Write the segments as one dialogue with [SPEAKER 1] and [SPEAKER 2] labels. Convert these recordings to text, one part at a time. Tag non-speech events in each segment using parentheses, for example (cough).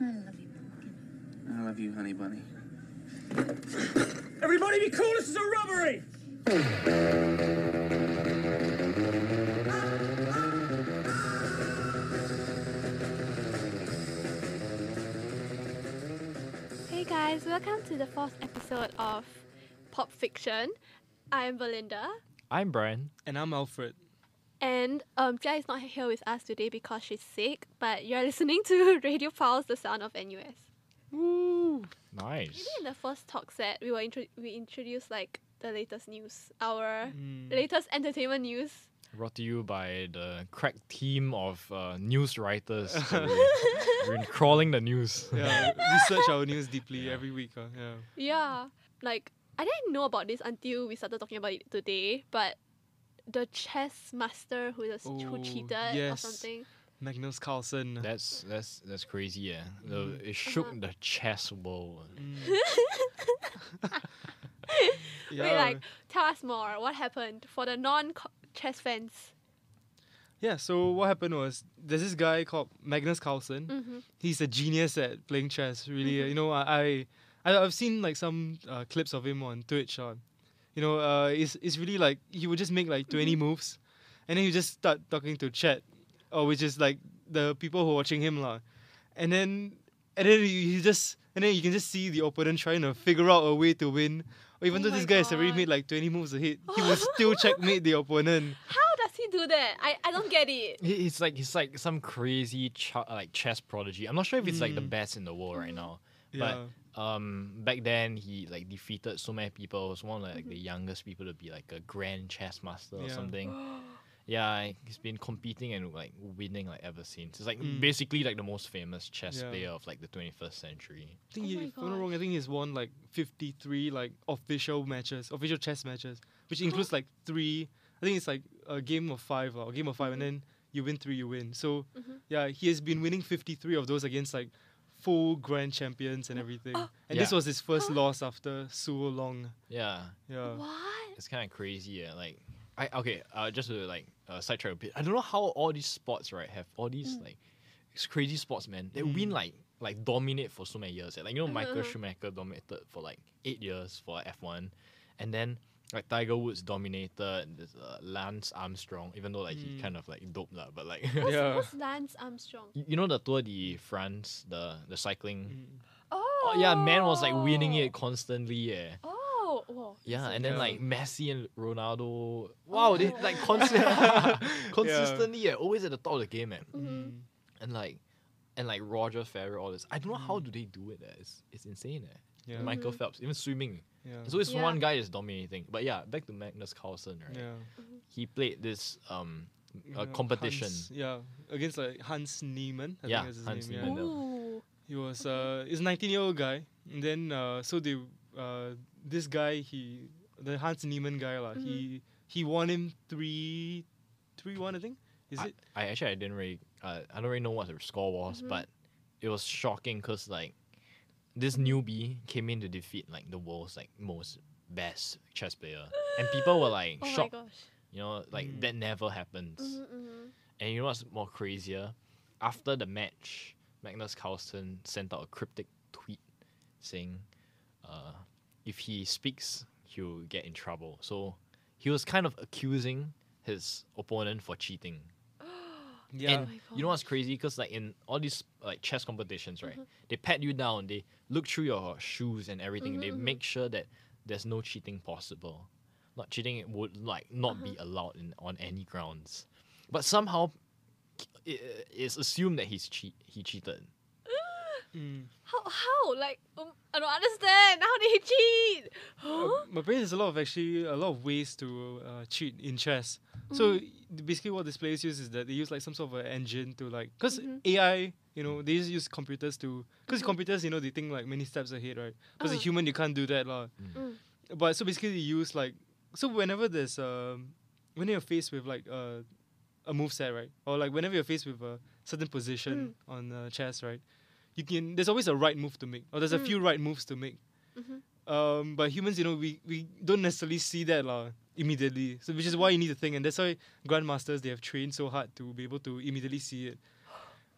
[SPEAKER 1] I love you, pumpkin.
[SPEAKER 2] I love you, honey bunny.
[SPEAKER 3] Everybody be cool, this is a robbery!
[SPEAKER 4] Hey guys, welcome to the fourth episode of Pop Fiction. I'm Belinda,
[SPEAKER 5] I'm Brian.
[SPEAKER 6] And I'm Alfred.
[SPEAKER 4] and um, Jia is not here with us today because she's sick, but you're (laughs) listening to Radio Pulse, the sound of NUS.
[SPEAKER 5] Nice.
[SPEAKER 4] In the first talk set, we were intro- we introduced like the latest news, our
[SPEAKER 6] Mm.
[SPEAKER 4] latest entertainment news.
[SPEAKER 5] Brought to you by the crack team of uh, news
[SPEAKER 6] (laughs)
[SPEAKER 5] writers. We've been crawling the news.
[SPEAKER 6] Yeah, research our news deeply every week. Uh, yeah.
[SPEAKER 4] Yeah, like I didn't know about this until we started talking about it today, but the chess master who was who
[SPEAKER 6] Oh,
[SPEAKER 4] cheated or
[SPEAKER 6] yes. (laughs)
[SPEAKER 4] something.
[SPEAKER 6] Magnus Carlsen.
[SPEAKER 5] That's that's that's crazy, yeah. The, it shook the chess world.
[SPEAKER 6] yeah.
[SPEAKER 4] Wait, like, tell us more. What happened for the non chess fans?
[SPEAKER 6] yeah, so what happened was there's this guy called Magnus Carlsen.
[SPEAKER 4] Mhm.
[SPEAKER 6] He's a genius at playing chess, really.
[SPEAKER 4] Mm-hmm.
[SPEAKER 6] You know, I, I, I've seen like some uh, clips of him on Twitch. On, you know, uh, it's, it's really like he would just make like 20
[SPEAKER 4] Mm-hmm.
[SPEAKER 6] moves and then he would just start talking to chat, or which is like the people who are watching him. lah. and then and then you, you just and then you can just see the opponent trying to figure out a way to win. Or even
[SPEAKER 4] Oh
[SPEAKER 6] though
[SPEAKER 4] my
[SPEAKER 6] this guy has already
[SPEAKER 4] God.
[SPEAKER 6] made like twenty moves ahead,
[SPEAKER 4] (laughs)
[SPEAKER 6] he will still checkmate the opponent.
[SPEAKER 4] How does he do that? I, I don't get (gasps) it.
[SPEAKER 5] He, he's like he's like some crazy ch- like chess prodigy. I'm not sure if it's like the
[SPEAKER 6] Mm.
[SPEAKER 5] best in the world right now.
[SPEAKER 6] Yeah.
[SPEAKER 5] But um back then he like defeated so many people. He was one of like the youngest people to be like a grand chess master or
[SPEAKER 6] Yeah.
[SPEAKER 5] something. Yeah, like, he's been competing and like winning like ever since. It's like
[SPEAKER 6] Mm.
[SPEAKER 5] basically like the most famous chess
[SPEAKER 6] Yeah.
[SPEAKER 5] player of like the 21st century.
[SPEAKER 6] I think
[SPEAKER 4] Oh
[SPEAKER 6] he,
[SPEAKER 4] my
[SPEAKER 6] if I'm not wrong, I
[SPEAKER 4] gosh.
[SPEAKER 6] think he's won like fifty three like official matches, official chess matches, which includes like three. I think it's like a game of five or a game of 5
[SPEAKER 4] Mm-hmm.
[SPEAKER 6] and then you win three, you win. So yeah, he has been winning fifty three of those against like full grand champions and everything.
[SPEAKER 4] Oh.
[SPEAKER 6] and this
[SPEAKER 5] Yeah.
[SPEAKER 6] was his first loss after so long.
[SPEAKER 5] Yeah,
[SPEAKER 6] Yeah.
[SPEAKER 4] What?
[SPEAKER 5] it's kind of crazy. Yeah, like I okay, uh, just to like uh, sidetrack a bit. I don't know how all these sports right have all
[SPEAKER 4] Mm.
[SPEAKER 5] these like it's crazy sports, man. They
[SPEAKER 6] Mm.
[SPEAKER 5] win like like dominate for so many years. eh. Like you know, Michael
[SPEAKER 4] Uh-huh.
[SPEAKER 5] Schumacher dominated for like eight years for F one, and then. Like Tiger Woods dominated, there's, uh, Lance Armstrong, even though like he
[SPEAKER 6] Mm.
[SPEAKER 5] kind of like doped lah, but like
[SPEAKER 4] What's,
[SPEAKER 6] Yeah.
[SPEAKER 4] what's Lance Armstrong?
[SPEAKER 5] you you know the Tour de France, the the
[SPEAKER 6] Mm.
[SPEAKER 5] cycling.
[SPEAKER 4] Oh,
[SPEAKER 5] Oh yeah, man was like winning it constantly. eh. Yeah.
[SPEAKER 4] Oh, whoa.
[SPEAKER 5] Yeah, and then
[SPEAKER 6] Yeah.
[SPEAKER 5] like Messi and Ronaldo. Wow, they (laughs) like constant, (laughs) consistently, yeah. always at the top of the game, man.
[SPEAKER 4] Mhm.
[SPEAKER 6] Mm.
[SPEAKER 5] And like, and like Roger Federer, all this. I don't know how do they do it. eh. It's it's insane. Eh.
[SPEAKER 6] Mm. Yeah.
[SPEAKER 5] Michael Phelps, even swimming.
[SPEAKER 6] Yeah.
[SPEAKER 5] It's always
[SPEAKER 4] Yeah.
[SPEAKER 5] one guy is dominating. But yeah, back to Magnus Carlsen, right?
[SPEAKER 6] yeah.
[SPEAKER 5] He played this um
[SPEAKER 6] You
[SPEAKER 5] uh,
[SPEAKER 6] know,
[SPEAKER 5] competition.
[SPEAKER 6] Hans- yeah, against like Hans Niemann. I
[SPEAKER 5] Yeah,
[SPEAKER 6] think that's his
[SPEAKER 5] Hans
[SPEAKER 6] name.
[SPEAKER 5] Niemann.
[SPEAKER 6] Yeah.
[SPEAKER 5] know.
[SPEAKER 4] Ooh. Oh
[SPEAKER 6] He was uh, he's a 19 year old guy. And then uh, so they uh, this guy he the Hans Niemann guy lah. He
[SPEAKER 5] Mm-hmm.
[SPEAKER 6] he won him three three one I think. Is
[SPEAKER 5] I,
[SPEAKER 6] it?
[SPEAKER 5] I actually I didn't really uh, I don't really know what the score was,
[SPEAKER 4] Mm-hmm.
[SPEAKER 5] but it was shocking because like this newbie came in to defeat like the world's like most best chess player, and people were like
[SPEAKER 4] (gasps) Oh my
[SPEAKER 5] shocked.
[SPEAKER 4] gosh.
[SPEAKER 5] You know, like
[SPEAKER 6] Mm.
[SPEAKER 5] that never happens.
[SPEAKER 4] Mm-hmm.
[SPEAKER 5] And you know what's more crazier? After the match, Magnus Carlsen sent out a cryptic tweet saying, uh, if he speaks, he'll get in trouble. So he was kind of accusing his opponent for cheating.
[SPEAKER 4] Oh
[SPEAKER 6] Yeah.
[SPEAKER 5] And you know what's crazy? Because like in all these like chess competitions, right? They pat you down. They look through your shoes and everything. They make sure that there's no cheating possible. Not cheating would like not be allowed in, on any grounds. But somehow, it, it's assumed that he's cheat. He cheated.
[SPEAKER 6] Mm.
[SPEAKER 4] How? How? Like, um, I don't understand. How did he cheat? (gasps)
[SPEAKER 6] Uh,
[SPEAKER 4] Huh?
[SPEAKER 6] but apparently there's a lot of actually a lot of ways to uh, cheat in chess. So
[SPEAKER 4] Mm.
[SPEAKER 6] basically, what these players use is that they use like some sort of an engine to like because
[SPEAKER 4] Mm-hmm.
[SPEAKER 6] AI, you know, they just use computers to because computers, you know, they think like many steps ahead, right? Because a
[SPEAKER 4] Uh-huh.
[SPEAKER 6] human, you can't do that, lah.
[SPEAKER 4] Mm.
[SPEAKER 6] But so basically, they use like so whenever there's um when you're faced with like uh, a move set, right, or like whenever you're faced with a certain position
[SPEAKER 4] Mm.
[SPEAKER 6] on uh, chess, right, you can there's always a right move to make, or there's a
[SPEAKER 4] Mm.
[SPEAKER 6] few right moves to make. Um, but humans, you know, we, we don't necessarily see that lah immediately. So which is why you need to think, and that's why grandmasters they have trained so hard to be able to immediately see it.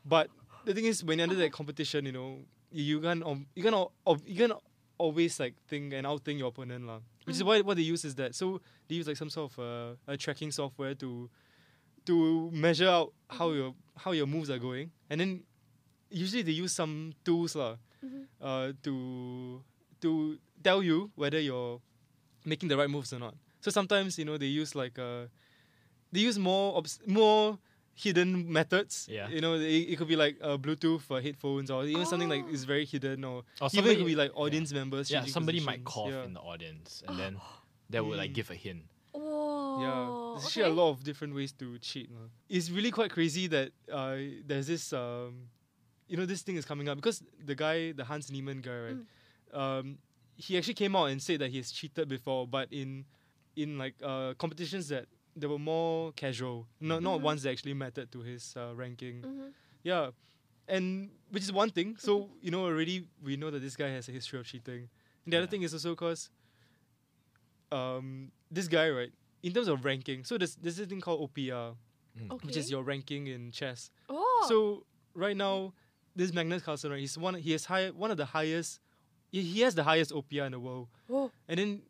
[SPEAKER 6] But the thing is when you're under that competition, you know, you, you can um, you can al- al- you can always like think and outthink your opponent lah. Which is why what they use is that. So they use like some sort of uh, a tracking software to to measure out how your how your moves are going, and then usually they use some tools lah uh, to to tell you whether you're making the right moves or not. So sometimes you know they use like uh, they use more obs- more hidden methods.
[SPEAKER 5] Yeah.
[SPEAKER 6] You know, it, it could be like uh, Bluetooth uh, headphones or even something like is very hidden or,
[SPEAKER 5] Or
[SPEAKER 6] even it
[SPEAKER 5] somebody-
[SPEAKER 6] could be like
[SPEAKER 5] yeah.
[SPEAKER 6] audience members.
[SPEAKER 5] yeah,
[SPEAKER 6] changing
[SPEAKER 5] somebody might cough
[SPEAKER 6] positions.
[SPEAKER 5] in the audience, and then that would like give a hint.
[SPEAKER 4] Whoa.
[SPEAKER 6] Yeah, there's actually
[SPEAKER 4] Oh, okay.
[SPEAKER 6] a lot of different ways to cheat. lah. It's really quite crazy that uh, there's this, um, you know, this thing is coming up because the guy, the Hans Niemann guy, right? Um, he actually came out and said that he has cheated before, but in in like uh, competitions that they were more casual, not not ones that actually mattered to his uh, ranking. Yeah, and which is one thing. So you know already we know that this guy has a history of cheating. And the other
[SPEAKER 5] Yeah.
[SPEAKER 6] thing is also because um, this guy right in terms of ranking. So there's there's this thing called OPR,
[SPEAKER 4] Okay.
[SPEAKER 6] which is your ranking in chess.
[SPEAKER 4] Oh.
[SPEAKER 6] So right now, this Magnus Carlsen right, he's one he has high one of the highest. He, he has the highest OPR in the world.
[SPEAKER 4] Whoa.
[SPEAKER 6] And then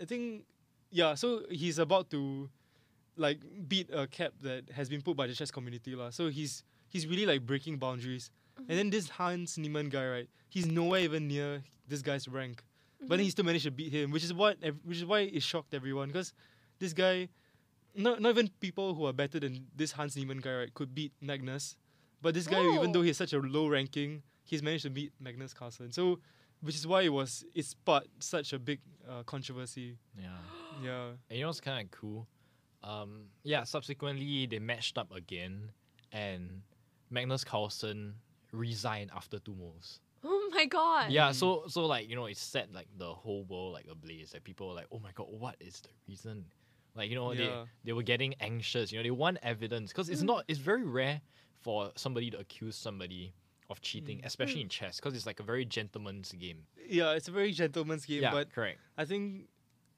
[SPEAKER 6] I think yeah, so he's about to like beat a cap that has been put by the chess community lah. So he's he's really like breaking boundaries. And then this Hans Niemann guy, right? He's nowhere even near this guy's rank, but then he still managed to beat him, which is what ev- which is why it shocked everyone because this guy, not not even people who are better than this Hans Niemann guy, right, could beat Magnus. But this guy, even
[SPEAKER 4] Oh.
[SPEAKER 6] though he has such a low ranking, he's managed to beat Magnus Carlsen. So, which is why it was it sparked such a big uh, controversy.
[SPEAKER 5] Yeah.
[SPEAKER 6] Yeah.
[SPEAKER 5] And you know what's kind of cool? Um, yeah, subsequently they matched up again, and Magnus Carlsen resigned after two moves.
[SPEAKER 4] Oh my god. (laughs)
[SPEAKER 5] Yeah, (laughs) so so like you know it set like the whole world like ablaze. Like people were like, oh my god, what is the reason? Like you know
[SPEAKER 6] Yeah.
[SPEAKER 5] they they were getting anxious. You know they want evidence because it's not it's very rare for somebody to accuse somebody of cheating, especially in chess, because it's like a very gentleman's game.
[SPEAKER 6] Yeah, it's a very gentleman's game,
[SPEAKER 5] Yeah,
[SPEAKER 6] but
[SPEAKER 5] correct.
[SPEAKER 6] I think,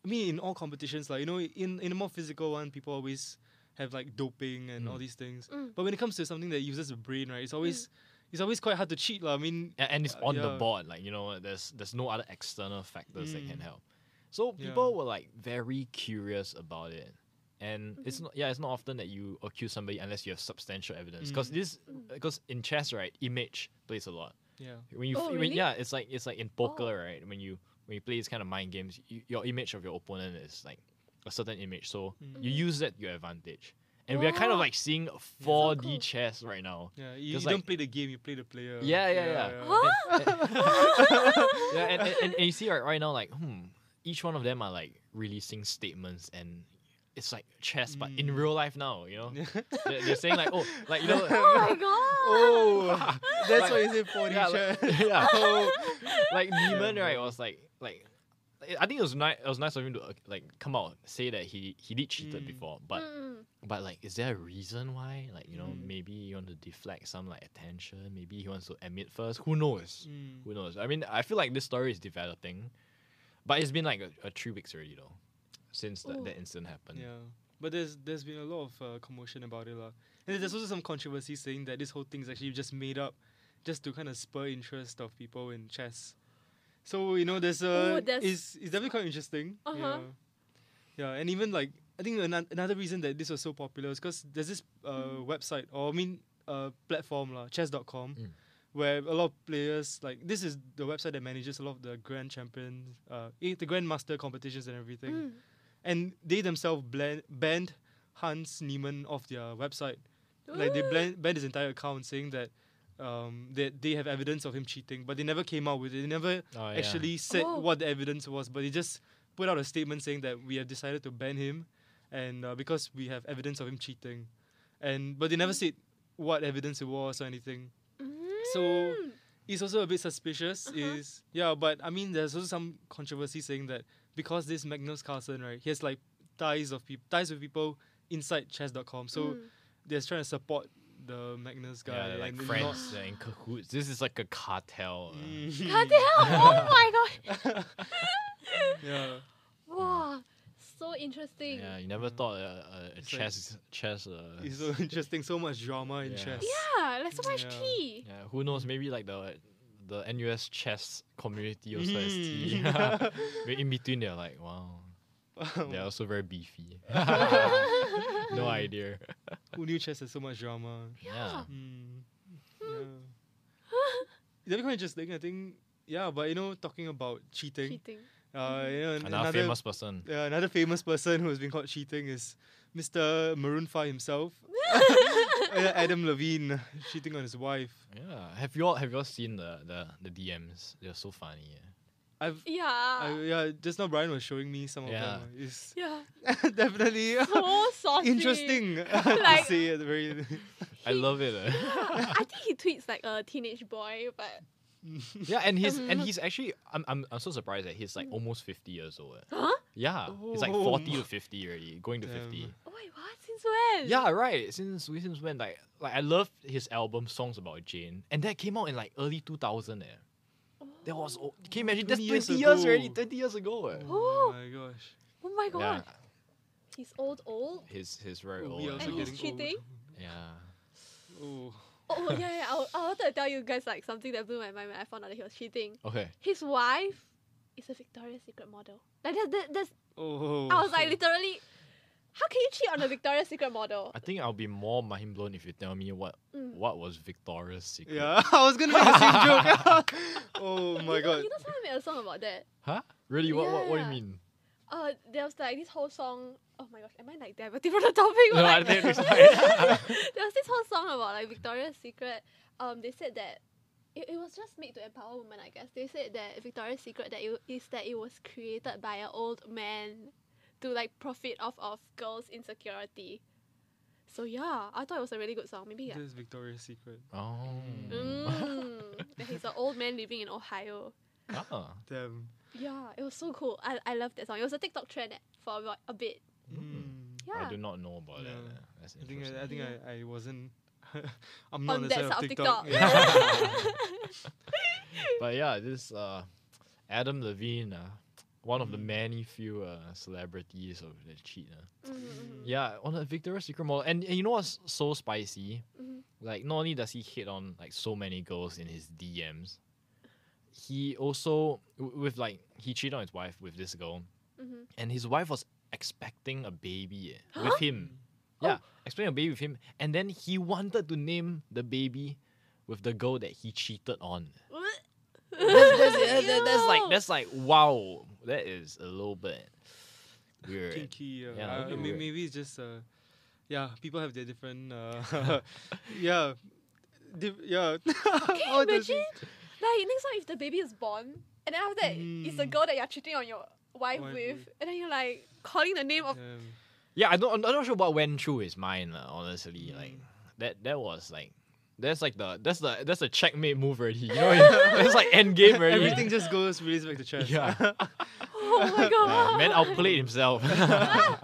[SPEAKER 6] I mean, in all competitions, like you know, in in a more physical one, people always have like doping and
[SPEAKER 5] Mm.
[SPEAKER 6] all these things. But when it comes to something that uses the brain, right, it's always it's always quite hard to cheat, lah. I mean,
[SPEAKER 5] and, and it's
[SPEAKER 6] Uh,
[SPEAKER 5] on the
[SPEAKER 6] yeah.
[SPEAKER 5] board like you know there's there's no other external factors that can
[SPEAKER 6] Mm.
[SPEAKER 5] help so people were like very curious about it and it's not
[SPEAKER 6] Mm-hmm.
[SPEAKER 5] yeah it's not often that you accuse somebody unless you have substantial evidence because
[SPEAKER 6] Mm.
[SPEAKER 5] this because in chess right image plays a lot
[SPEAKER 6] yeah,
[SPEAKER 5] when you
[SPEAKER 4] Oh,
[SPEAKER 5] f-
[SPEAKER 4] really?
[SPEAKER 5] when- yeah it's like it's like in poker
[SPEAKER 4] Oh.
[SPEAKER 5] right when you when you play these kind of mind games you, your image of your opponent is like a certain image so you
[SPEAKER 6] Mm.
[SPEAKER 5] use that to your advantage and we are kind of
[SPEAKER 4] Wow.
[SPEAKER 5] like seeing 4d
[SPEAKER 4] cool.
[SPEAKER 5] chess right now
[SPEAKER 6] yeah. You, you
[SPEAKER 5] 'Cause,
[SPEAKER 6] don't
[SPEAKER 5] like-
[SPEAKER 6] play the game; you play the player.
[SPEAKER 5] yeah, yeah, yeah.
[SPEAKER 4] (laughs)
[SPEAKER 5] (laughs) yeah, and, and, and, and you see right, right now, like, hmm, each one of them are like releasing statements and it's like chess, but
[SPEAKER 6] Mm.
[SPEAKER 5] in real life now, you know? they're, they're saying like, oh, like, you know,
[SPEAKER 4] (laughs) Oh my god.
[SPEAKER 6] (laughs) Oh, that's why you say 4D
[SPEAKER 5] yeah,
[SPEAKER 6] chess.
[SPEAKER 5] like, (laughs)
[SPEAKER 6] (laughs)
[SPEAKER 5] yeah. oh.
[SPEAKER 4] (laughs)
[SPEAKER 5] like Neiman, right, was like, like, I think it was nice. It was nice of him to uh, like come out say that he he did cheated
[SPEAKER 6] Mm.
[SPEAKER 5] before, but
[SPEAKER 4] Mm.
[SPEAKER 5] but like, is there a reason why? Like, you know,
[SPEAKER 6] Mm.
[SPEAKER 5] maybe you want to deflect some like attention. Maybe he wants to admit first. Who knows?
[SPEAKER 6] (laughs) Mm.
[SPEAKER 5] Who knows? I mean, I feel like this story is developing, but it's been like a, a three weeks already though, since tha-
[SPEAKER 4] Ooh.
[SPEAKER 5] that incident happened.
[SPEAKER 6] Oh. Yeah, but there's there's been a lot of uh, commotion about it, lah. And there's also some controversy saying that this whole thing's actually just made up, just to kind of spur interest of people in chess. So you know, there's a
[SPEAKER 4] Oh, that's-
[SPEAKER 6] it's it's definitely quite interesting.
[SPEAKER 4] Uh-huh.
[SPEAKER 6] Yeah, yeah, and even like I think ano- another reason that this was so popular is because there's this uh,
[SPEAKER 4] Mm.
[SPEAKER 6] website or I mean uh, platform lah, chess.com.
[SPEAKER 5] Mm.
[SPEAKER 6] Where a lot of players like this is the website that manages a lot of the grand champions, uh, eh, the grandmaster competitions and everything and they themselves blend, banned Hans Niemann off their website. Like they blan- banned his entire account, saying that um, that they have evidence of him cheating, but they never came out with it. They never
[SPEAKER 5] Oh, yeah.
[SPEAKER 6] actually said
[SPEAKER 4] Oh.
[SPEAKER 6] what the evidence was, but they just put out a statement saying that we have decided to ban him, and uh, because we have evidence of him cheating, and but they never said what evidence it was or anything. So
[SPEAKER 4] Mm.
[SPEAKER 6] it's also a bit suspicious. Is yeah, but I mean, there's also some controversy saying that because this Magnus Carlsen, right, he has like ties of peop ties with people inside Chess.com, so
[SPEAKER 4] Mm.
[SPEAKER 6] they're trying to support the Magnus guy.
[SPEAKER 5] Yeah, they're like
[SPEAKER 6] and not-
[SPEAKER 5] friends they're in cahoots. This is like a cartel.
[SPEAKER 6] (laughs)
[SPEAKER 5] uh, (laughs)
[SPEAKER 6] Mm.
[SPEAKER 4] God damn. Oh my god.
[SPEAKER 6] yeah,
[SPEAKER 4] (laughs) Wow. so interesting.
[SPEAKER 5] Yeah, you never thought a, a, a
[SPEAKER 6] Mm. It's like-
[SPEAKER 5] chess chess. Uh,
[SPEAKER 6] It's so (laughs) interesting. So much drama in
[SPEAKER 5] Yeah.
[SPEAKER 6] chess.
[SPEAKER 4] Yeah, like so much
[SPEAKER 5] (laughs)
[SPEAKER 6] Yeah.
[SPEAKER 4] tea.
[SPEAKER 5] yeah, who knows? Maybe like the the NUS chess community also
[SPEAKER 6] (laughs)
[SPEAKER 5] has tea. (laughs)
[SPEAKER 6] Mm.
[SPEAKER 5] But in between, they're like, wow, they're
[SPEAKER 6] Wow.
[SPEAKER 5] also very
[SPEAKER 6] (laughs)
[SPEAKER 5] beefy. (laughs)
[SPEAKER 4] (laughs)
[SPEAKER 5] no idea.
[SPEAKER 6] Who knew chess has so much drama?
[SPEAKER 5] Yeah.
[SPEAKER 6] Mm. Yeah. (laughs) That'd be quite interesting. I think. Yeah, but you know, talking about cheating,
[SPEAKER 4] Cheating.
[SPEAKER 5] (laughs)
[SPEAKER 6] uh, you know,
[SPEAKER 4] Mm-hmm.
[SPEAKER 6] an-
[SPEAKER 5] Another, famous person.
[SPEAKER 6] uh, another famous person who has been caught cheating is Mr. Maroon Five himself,
[SPEAKER 4] (laughs)
[SPEAKER 6] Uh, Adam Levine, cheating on his wife.
[SPEAKER 5] Yeah. Have you all have you all seen the, the, the DMs? They're so funny. Yeah.
[SPEAKER 6] I've
[SPEAKER 4] Yeah.
[SPEAKER 6] I, yeah, just now Brian was showing me some of them. It's (laughs)
[SPEAKER 4] yeah. (laughs)
[SPEAKER 6] definitely (laughs)
[SPEAKER 4] So saucy. (laughs)
[SPEAKER 6] interesting (laughs) to
[SPEAKER 4] Like-
[SPEAKER 6] say at
[SPEAKER 4] (laughs)
[SPEAKER 6] the very. (laughs)
[SPEAKER 5] I love it. (laughs) eh.
[SPEAKER 4] I think he tweets like a teenage boy, but
[SPEAKER 5] yeah, and he's and he's actually I'm, I'm I'm so surprised that he's like almost fifty years old. eh.
[SPEAKER 4] huh?
[SPEAKER 5] Yeah. He's like
[SPEAKER 6] Oh
[SPEAKER 5] forty
[SPEAKER 6] my-
[SPEAKER 5] to fifty already, going to fifty.
[SPEAKER 6] Damn.
[SPEAKER 4] Oh, wait, what? Since when?
[SPEAKER 5] Yeah, right. Since since when like like I love his album Songs About Jane, and that came out in like early two thousand. Eh,
[SPEAKER 4] Oh.
[SPEAKER 5] that was o- can you imagine? That's
[SPEAKER 6] 20 years
[SPEAKER 5] twenty years, already.
[SPEAKER 6] ago.
[SPEAKER 5] Twenty years ago. Eh.
[SPEAKER 6] Oh
[SPEAKER 4] (gasps)
[SPEAKER 6] my gosh.
[SPEAKER 4] Oh my god.
[SPEAKER 5] Yeah,
[SPEAKER 4] He's old, old.
[SPEAKER 5] he's he's very
[SPEAKER 6] Oh,
[SPEAKER 5] old.
[SPEAKER 6] we
[SPEAKER 5] eh.
[SPEAKER 6] also
[SPEAKER 4] And he's
[SPEAKER 6] getting old.
[SPEAKER 4] cheating?
[SPEAKER 5] yeah.
[SPEAKER 6] Oh.
[SPEAKER 4] Oh yeah, yeah. I, wa- I wanted to tell you guys like something that blew my mind when I found out that he was cheating.
[SPEAKER 5] Okay.
[SPEAKER 4] His wife is a Victoria's Secret model. Like that, that, that's.
[SPEAKER 6] Oh.
[SPEAKER 4] I was like literally, how can you cheat on a Victoria's Secret model?
[SPEAKER 5] I think I'll be more mind blown if you tell me what
[SPEAKER 4] Mm.
[SPEAKER 5] what was Victoria's Secret.
[SPEAKER 6] Yeah, (laughs) I was gonna make the same joke. (laughs) oh my
[SPEAKER 4] you know,
[SPEAKER 6] god.
[SPEAKER 4] You know, someone made a song about that.
[SPEAKER 5] Huh? Really? What, what what do you
[SPEAKER 4] Yeah.
[SPEAKER 5] mean?
[SPEAKER 4] Uh, there was like this whole song. Oh my gosh, am I like diverting from the topic? But,
[SPEAKER 5] No, I
[SPEAKER 4] like,
[SPEAKER 5] think
[SPEAKER 4] (laughs)
[SPEAKER 5] it's
[SPEAKER 4] there was this whole song about like Victoria's Secret. Um, they said that it, it was just made to empower women. I guess they said that Victoria's Secret that it, is that it was created by an old man to like profit off of girls' insecurity. So yeah, I thought it was a really good song. Maybe yeah.
[SPEAKER 6] This is Victoria's Secret.
[SPEAKER 5] Oh. (laughs)
[SPEAKER 4] Mm, that he's an old man living in Ohio.
[SPEAKER 5] ah.
[SPEAKER 6] Damn.
[SPEAKER 4] Yeah, it was so cool. I, I loved that song. It was a TikTok trend for about a bit.
[SPEAKER 6] Mm.
[SPEAKER 4] Yeah.
[SPEAKER 5] I do not know about that.
[SPEAKER 6] Yeah.
[SPEAKER 5] eh. That's
[SPEAKER 6] I think
[SPEAKER 5] interesting.
[SPEAKER 6] I, I think I, I wasn't. (laughs) I'm not
[SPEAKER 4] On
[SPEAKER 6] the
[SPEAKER 4] that
[SPEAKER 6] side
[SPEAKER 4] side
[SPEAKER 6] of
[SPEAKER 4] of
[SPEAKER 6] TikTok.
[SPEAKER 4] TikTok. (laughs)
[SPEAKER 6] Yeah.
[SPEAKER 5] but yeah, this uh, Adam Levine, uh, one
[SPEAKER 6] Mm.
[SPEAKER 5] of the many few uh, celebrities of the cheat. Uh.
[SPEAKER 4] Mhm,
[SPEAKER 5] Yeah, on a Victoria's Secret model, and, and you know what's so spicy?
[SPEAKER 4] Mhm.
[SPEAKER 5] Like, not only does he hit on like so many girls in his DMs, he also w- with like he cheated on his wife with this girl,
[SPEAKER 4] mhm.
[SPEAKER 5] and his wife was expecting a baby eh, (gasps) with him.
[SPEAKER 4] Oh.
[SPEAKER 5] Yeah, expecting a baby with him, and then he wanted to name the baby with the girl that he cheated on. (laughs) that's, that's, that's, that's, that's like
[SPEAKER 4] Ew.
[SPEAKER 5] that's like wow. That is a little bit weird.
[SPEAKER 6] (laughs) Kinky. Uh,
[SPEAKER 5] Yeah,
[SPEAKER 6] uh,
[SPEAKER 5] okay.
[SPEAKER 6] may- maybe it's just. Uh, yeah, people have their different. Uh, (laughs) yeah. Di- yeah. (laughs)
[SPEAKER 4] Can you imagine? Like next time if the baby is born and then after that it's a
[SPEAKER 5] Hmm.
[SPEAKER 6] Mm.
[SPEAKER 4] girl that you're cheating on your wife
[SPEAKER 6] Wife
[SPEAKER 4] with,
[SPEAKER 6] with.
[SPEAKER 4] and then you're like calling the name of
[SPEAKER 5] Yeah, I don't. I'm not sure what went through his mind. lah, honestly,
[SPEAKER 6] Hmm.
[SPEAKER 5] like that. That was like. That's like the that's the that's a checkmate move already. You know, (laughs) it's like end
[SPEAKER 6] (laughs)
[SPEAKER 5] game already.
[SPEAKER 6] Everything just goes really back to chess. (laughs)
[SPEAKER 5] Yeah.
[SPEAKER 4] (laughs) Oh my god.
[SPEAKER 5] Yeah, man
[SPEAKER 4] (sighs)
[SPEAKER 5] outplayed himself. (laughs)
[SPEAKER 6] (laughs) Um,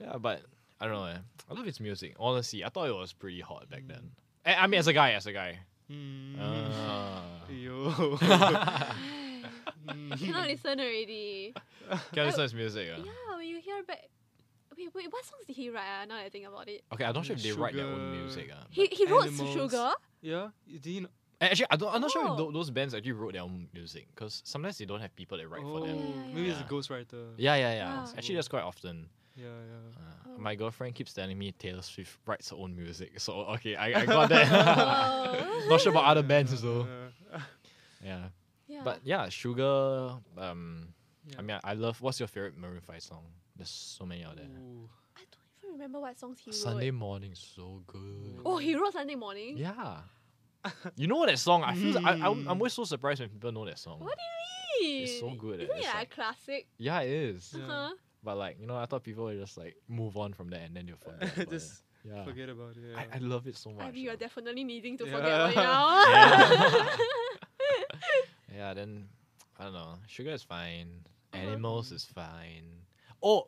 [SPEAKER 5] yeah, but I don't know. eh. I love his music. Honestly, I thought it was pretty hot back then. Eh, I, I mean, as a guy, as a guy.
[SPEAKER 6] mm,
[SPEAKER 5] Uh,
[SPEAKER 6] Yo. (laughs)
[SPEAKER 5] Ah. (laughs)
[SPEAKER 6] Mm.
[SPEAKER 4] Cannot listen already.
[SPEAKER 5] can I listen to his music? ah?
[SPEAKER 4] Yeah, when you hear back Wait, wait, what songs did he write? Ah, now that I think about it.
[SPEAKER 5] Okay, I'm not sure if they write their own
[SPEAKER 6] Sugar.
[SPEAKER 5] music. ah,
[SPEAKER 4] He
[SPEAKER 5] but-
[SPEAKER 4] he wrote
[SPEAKER 6] Animals.
[SPEAKER 4] Sugar.
[SPEAKER 5] (laughs)
[SPEAKER 6] yeah. Did you know?
[SPEAKER 5] And Actually, I don't, I'm not sure if
[SPEAKER 4] Oh.
[SPEAKER 5] tho- those bands actually wrote their own music because sometimes they don't have people that write for
[SPEAKER 6] Oh,
[SPEAKER 5] them.
[SPEAKER 4] Yeah,
[SPEAKER 6] maybe it's a
[SPEAKER 5] yeah.
[SPEAKER 6] ghostwriter.
[SPEAKER 5] Yeah, yeah, yeah.
[SPEAKER 4] Ah.
[SPEAKER 5] Actually, that's quite often.
[SPEAKER 6] Yeah, yeah.
[SPEAKER 5] Uh,
[SPEAKER 4] Oh.
[SPEAKER 5] My girlfriend keeps telling me Taylor Swift writes her own music. So, okay, I, I
[SPEAKER 4] (laughs)
[SPEAKER 5] got that.
[SPEAKER 4] Whoa.
[SPEAKER 5] not sure about other bands, though.
[SPEAKER 6] Yeah,
[SPEAKER 5] (laughs) Yeah.
[SPEAKER 4] yeah.
[SPEAKER 5] But yeah, Sugar. Um,
[SPEAKER 6] yeah.
[SPEAKER 5] I mean, I I love. What's your favorite Maroon 5 song? There's so many out there.
[SPEAKER 6] Ooh.
[SPEAKER 4] I don't even remember what songs he wrote.
[SPEAKER 5] Sunday morning, so good.
[SPEAKER 4] Oh, he wrote Sunday morning.
[SPEAKER 5] Yeah. you know that song? I feel. I, I'm,
[SPEAKER 6] Mm.
[SPEAKER 5] I'm always so surprised when people know that song.
[SPEAKER 4] What do you mean?
[SPEAKER 5] It's so good, eh,
[SPEAKER 4] Isn't
[SPEAKER 5] it's
[SPEAKER 4] it like
[SPEAKER 5] like-
[SPEAKER 4] a classic? Uh-huh.
[SPEAKER 5] Yeah, it is.
[SPEAKER 6] Yeah.
[SPEAKER 4] Huh?
[SPEAKER 5] But like, you know, I thought people would just like move on from that and then you'll forget.
[SPEAKER 6] (laughs)
[SPEAKER 5] about it.
[SPEAKER 6] Just
[SPEAKER 5] yeah.
[SPEAKER 6] forget about it.
[SPEAKER 5] I, I love it so much.
[SPEAKER 4] I mean, you're
[SPEAKER 5] yeah.
[SPEAKER 4] definitely needing to
[SPEAKER 6] Yeah.
[SPEAKER 4] forget about
[SPEAKER 6] (laughs)
[SPEAKER 4] it now.
[SPEAKER 5] Yeah, then I don't know. Sugar is fine. Animals is fine. Oh,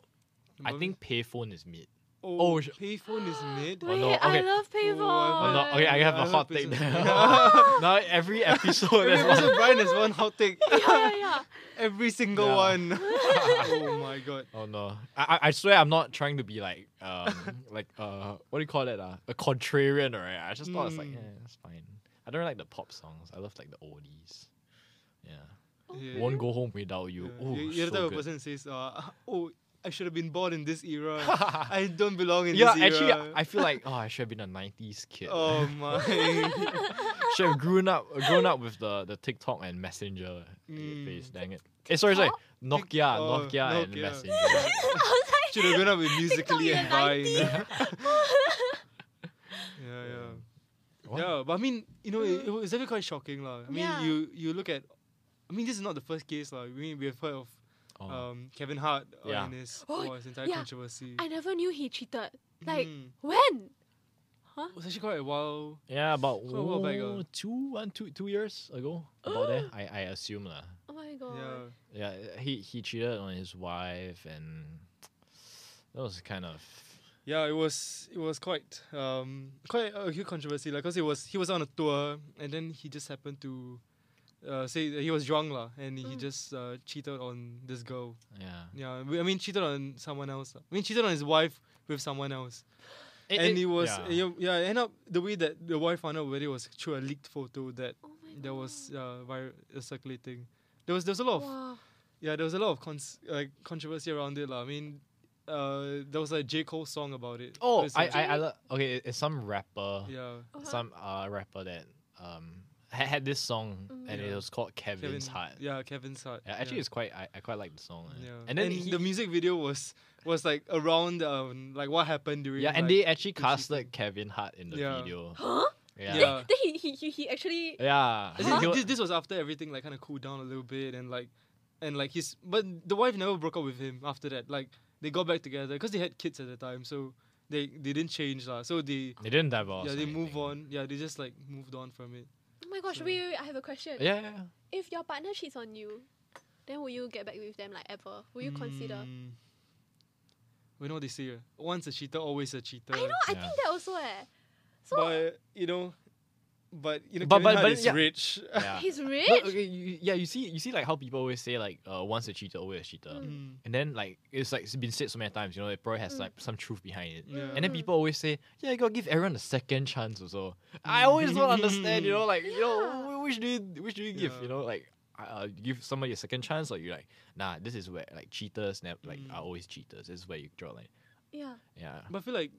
[SPEAKER 5] I
[SPEAKER 6] Moving-
[SPEAKER 5] think payphone is mid.
[SPEAKER 6] Oh,
[SPEAKER 5] Oh, sh-
[SPEAKER 6] payphone is
[SPEAKER 5] (laughs)
[SPEAKER 6] mid. (laughs)
[SPEAKER 5] Oh,
[SPEAKER 4] Wait,
[SPEAKER 5] no,
[SPEAKER 4] I
[SPEAKER 5] okay.
[SPEAKER 4] love
[SPEAKER 6] Oh,
[SPEAKER 4] Payphone.
[SPEAKER 5] Oh, no, okay, I have a
[SPEAKER 6] I
[SPEAKER 5] hot
[SPEAKER 6] hope
[SPEAKER 5] take
[SPEAKER 6] it's-
[SPEAKER 5] now. (laughs) now every episode
[SPEAKER 6] Every
[SPEAKER 5] is one.
[SPEAKER 6] episode, Brian has one hot
[SPEAKER 5] (laughs)
[SPEAKER 6] take.
[SPEAKER 4] (laughs) yeah, yeah, yeah.
[SPEAKER 6] Every single
[SPEAKER 5] Yeah. (laughs)
[SPEAKER 6] one. oh my god.
[SPEAKER 5] Oh no! I, I I swear I'm not trying to be like
[SPEAKER 6] (laughs)
[SPEAKER 5] um like uh what do you call that uh, a contrarian right? I just thought it's like
[SPEAKER 6] Mm.
[SPEAKER 5] yeah that's fine. I don't like the pop songs. I love like the oldies. Yeah,
[SPEAKER 6] Yeah.
[SPEAKER 5] won't go home without you.
[SPEAKER 6] Yeah.
[SPEAKER 5] Oh,
[SPEAKER 6] You- You're
[SPEAKER 5] so
[SPEAKER 6] the type
[SPEAKER 5] good.
[SPEAKER 6] of
[SPEAKER 5] (laughs)
[SPEAKER 6] person that says, uh, (laughs) oh, I should have been born in this era. I don't belong in
[SPEAKER 5] Yeah,
[SPEAKER 6] this
[SPEAKER 5] actually,
[SPEAKER 6] era.
[SPEAKER 5] I feel like oh, I should have been a '90s kid.
[SPEAKER 6] uh, Oh my.
[SPEAKER 5] (laughs)
[SPEAKER 6] (laughs)
[SPEAKER 5] should have grown up, grown up with the the TikTok and Messenger
[SPEAKER 6] Mm.
[SPEAKER 5] face. Dang it! Eh, sorry, sorry. Nokia,
[SPEAKER 6] Tik- oh,
[SPEAKER 5] Nokia, and
[SPEAKER 6] Nokia. (laughs)
[SPEAKER 5] Messenger.
[SPEAKER 4] I was like,
[SPEAKER 6] Should have grown up
[SPEAKER 5] (laughs)
[SPEAKER 6] with
[SPEAKER 4] TikTok
[SPEAKER 6] musically
[SPEAKER 4] in
[SPEAKER 6] and
[SPEAKER 4] the
[SPEAKER 6] Vine. (laughs) yeah,
[SPEAKER 4] 90s.
[SPEAKER 6] yeah.
[SPEAKER 5] What?
[SPEAKER 6] Yeah, but I mean, you know, it, it was actually quite shocking, lah. I mean,
[SPEAKER 4] Mm. Yeah.
[SPEAKER 6] you you look at, I mean, this is not the first case, lah. We we have heard of
[SPEAKER 5] Oh.
[SPEAKER 6] um, Kevin Hart uh,
[SPEAKER 5] Yeah.
[SPEAKER 6] and his,
[SPEAKER 4] Oh,
[SPEAKER 6] oh, his entire
[SPEAKER 4] yeah.
[SPEAKER 6] controversy.
[SPEAKER 4] (laughs) I never knew he cheated. Like
[SPEAKER 6] Mm.
[SPEAKER 4] when? Huh?
[SPEAKER 6] It was actually quite a while.
[SPEAKER 5] Yeah, about
[SPEAKER 6] Quite a while back, uh.
[SPEAKER 5] oh, two, one, two, two years ago. About there, I, I assume lah.
[SPEAKER 4] Oh my god.
[SPEAKER 6] Yeah.
[SPEAKER 5] Yeah, he he cheated on his wife, and that was kind of
[SPEAKER 6] Yeah, it was it was quite um quite a huge controversy like cause it was he was on a tour and then he just happened to uh, say that he was drunk lah and he
[SPEAKER 4] Mm.
[SPEAKER 6] just uh, cheated on this girl.
[SPEAKER 5] yeah.
[SPEAKER 6] Yeah, I mean cheated on someone else. lah. I mean cheated on his wife with someone else. and it was
[SPEAKER 5] yeah.
[SPEAKER 6] yeah. yeah, it ended up the way that the wife found out whether it was through a leaked photo that
[SPEAKER 4] Oh my god.
[SPEAKER 6] there was uh, vir- uh, circulating. There was there was a lot of
[SPEAKER 4] Wow. Uh-huh.
[SPEAKER 6] yeah, there was a lot of cons- like controversy around it. lah. I mean, uh, there was a J Cole song about it.
[SPEAKER 5] Oh,
[SPEAKER 6] It's
[SPEAKER 5] I
[SPEAKER 6] like-
[SPEAKER 5] I, I lo- okay. it- It's some rapper,
[SPEAKER 6] yeah,
[SPEAKER 4] Uh-huh.
[SPEAKER 5] some uh rapper that um had, had this song, and it
[SPEAKER 6] Yeah.
[SPEAKER 5] was called Kevin's Heart. Yeah.
[SPEAKER 6] Yeah, Kevin's heart.
[SPEAKER 5] actually,
[SPEAKER 6] yeah.
[SPEAKER 5] it's quite I, I quite like the song. eh.
[SPEAKER 6] yeah.
[SPEAKER 5] And then he,
[SPEAKER 6] the music video was was like around um like what happened during
[SPEAKER 5] yeah, and they
[SPEAKER 6] like-
[SPEAKER 5] actually
[SPEAKER 6] the
[SPEAKER 5] casted Kevin Hart in the
[SPEAKER 6] Yeah.
[SPEAKER 5] video.
[SPEAKER 4] Huh?
[SPEAKER 5] Yeah.
[SPEAKER 6] Yeah.
[SPEAKER 5] Yeah.
[SPEAKER 4] Then he he he, he actually.
[SPEAKER 5] Eh?
[SPEAKER 6] As in,
[SPEAKER 5] He wa-
[SPEAKER 6] this, this was after everything like kind of cooled down a little bit and like and like his but the wife never broke up with him after that. Like they got back together because they had kids at the time, so they they didn't change lah. So they
[SPEAKER 5] They didn't divorce.
[SPEAKER 6] yeah
[SPEAKER 5] or
[SPEAKER 6] they move
[SPEAKER 5] Oh, anything.
[SPEAKER 6] on. Yeah, they just like moved on from it.
[SPEAKER 4] Oh my gosh.
[SPEAKER 6] So-
[SPEAKER 4] Wait, wait, wait, I have a question.
[SPEAKER 5] Yeah, yeah, yeah.
[SPEAKER 4] If your partner cheats on you, then will you get back with them like ever? Will you consider?
[SPEAKER 6] Mm. We know what they say. eh? Once a cheater, always a cheater.
[SPEAKER 4] I know. I
[SPEAKER 5] Yeah.
[SPEAKER 4] think that also. Eh. So
[SPEAKER 6] but you know, but you know,
[SPEAKER 5] But-
[SPEAKER 6] Kevin
[SPEAKER 5] but-
[SPEAKER 6] Hart
[SPEAKER 5] but
[SPEAKER 6] is
[SPEAKER 5] yeah. (laughs)
[SPEAKER 6] rich.
[SPEAKER 4] (laughs)
[SPEAKER 5] yeah.
[SPEAKER 4] he's rich.
[SPEAKER 5] No, okay, you, yeah, you see, you see, like how people always say, like, uh, once a cheater, always a cheater,
[SPEAKER 4] Mm.
[SPEAKER 6] Mm.
[SPEAKER 5] and then like it's like it's been said so many times, you know, it probably has
[SPEAKER 4] Mm.
[SPEAKER 5] like some truth behind it.
[SPEAKER 6] Yeah.
[SPEAKER 5] And then
[SPEAKER 4] Mm.
[SPEAKER 5] people always say, yeah, you gotta give everyone a second chance also. I always don't understand, you know, like you
[SPEAKER 4] Yeah.
[SPEAKER 5] know, wh- which do you which do you give,
[SPEAKER 6] Yeah.
[SPEAKER 5] you know, like. Uh, you give somebody a second chance, or you like, nah, this is where like cheaters, nev- like
[SPEAKER 6] Mm.
[SPEAKER 5] are always cheaters. This is where you draw like,
[SPEAKER 4] Yeah.
[SPEAKER 5] yeah,
[SPEAKER 6] But I feel like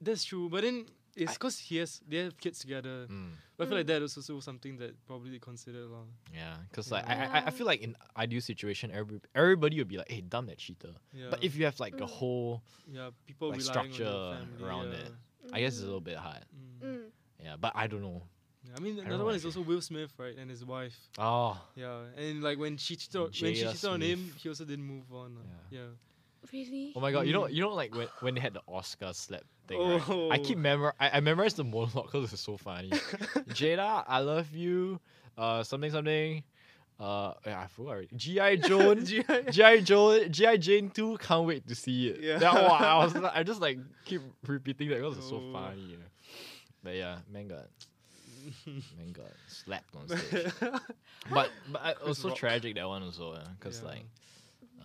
[SPEAKER 6] that's true. But then it's because he has they have kids together.
[SPEAKER 5] mm,
[SPEAKER 6] But I feel like that is also something that probably they consider lah.
[SPEAKER 5] yeah, because like I, I I
[SPEAKER 4] Yeah.
[SPEAKER 5] feel like in ideal situation, every everybody would be like, hey, dumb that cheater.
[SPEAKER 6] Yeah.
[SPEAKER 5] But if you have like a
[SPEAKER 4] Mm.
[SPEAKER 5] whole,
[SPEAKER 6] yeah, people
[SPEAKER 5] like,
[SPEAKER 6] relying on their
[SPEAKER 5] structure
[SPEAKER 6] family,
[SPEAKER 5] around
[SPEAKER 6] yeah.
[SPEAKER 5] it. I guess it's a
[SPEAKER 4] Mm.
[SPEAKER 5] little bit hard.
[SPEAKER 6] Mm.
[SPEAKER 4] Mm.
[SPEAKER 5] Yeah, but I don't know.
[SPEAKER 6] Yeah, I mean,
[SPEAKER 5] don't
[SPEAKER 6] another
[SPEAKER 5] know,
[SPEAKER 6] one is
[SPEAKER 5] actually.
[SPEAKER 6] also Will Smith, right, and his wife.
[SPEAKER 5] Oh,
[SPEAKER 6] Yeah, and like when she cheated, on- when she
[SPEAKER 5] Jada
[SPEAKER 6] cheated on him,
[SPEAKER 5] Smith.
[SPEAKER 6] he also didn't move on. lah. Yeah.
[SPEAKER 4] Really?
[SPEAKER 5] oh my god! You know,
[SPEAKER 6] Mm.
[SPEAKER 5] you know, like when, when they had the Oscar slap thing. right? I keep
[SPEAKER 6] Oh.
[SPEAKER 5] memor. I, I memorized the monologue because it's so
[SPEAKER 6] (laughs)
[SPEAKER 5] funny. Jada, I love you. Uh, something something. Uh, yeah, I forgot. already.
[SPEAKER 6] (laughs)
[SPEAKER 5] GI Joan.
[SPEAKER 6] G.I.
[SPEAKER 5] GI Joan. GI Jane Two. Can't wait to see it.
[SPEAKER 6] Yeah.
[SPEAKER 5] That one, I
[SPEAKER 6] (laughs)
[SPEAKER 5] was. I just like keep repeating that because it's so
[SPEAKER 6] Oh.
[SPEAKER 5] funny. you know. But yeah, man got, man got slapped on stage.
[SPEAKER 6] (laughs)
[SPEAKER 5] but but I- also
[SPEAKER 6] Rock.
[SPEAKER 5] tragic that one also because
[SPEAKER 6] Yeah.
[SPEAKER 5] like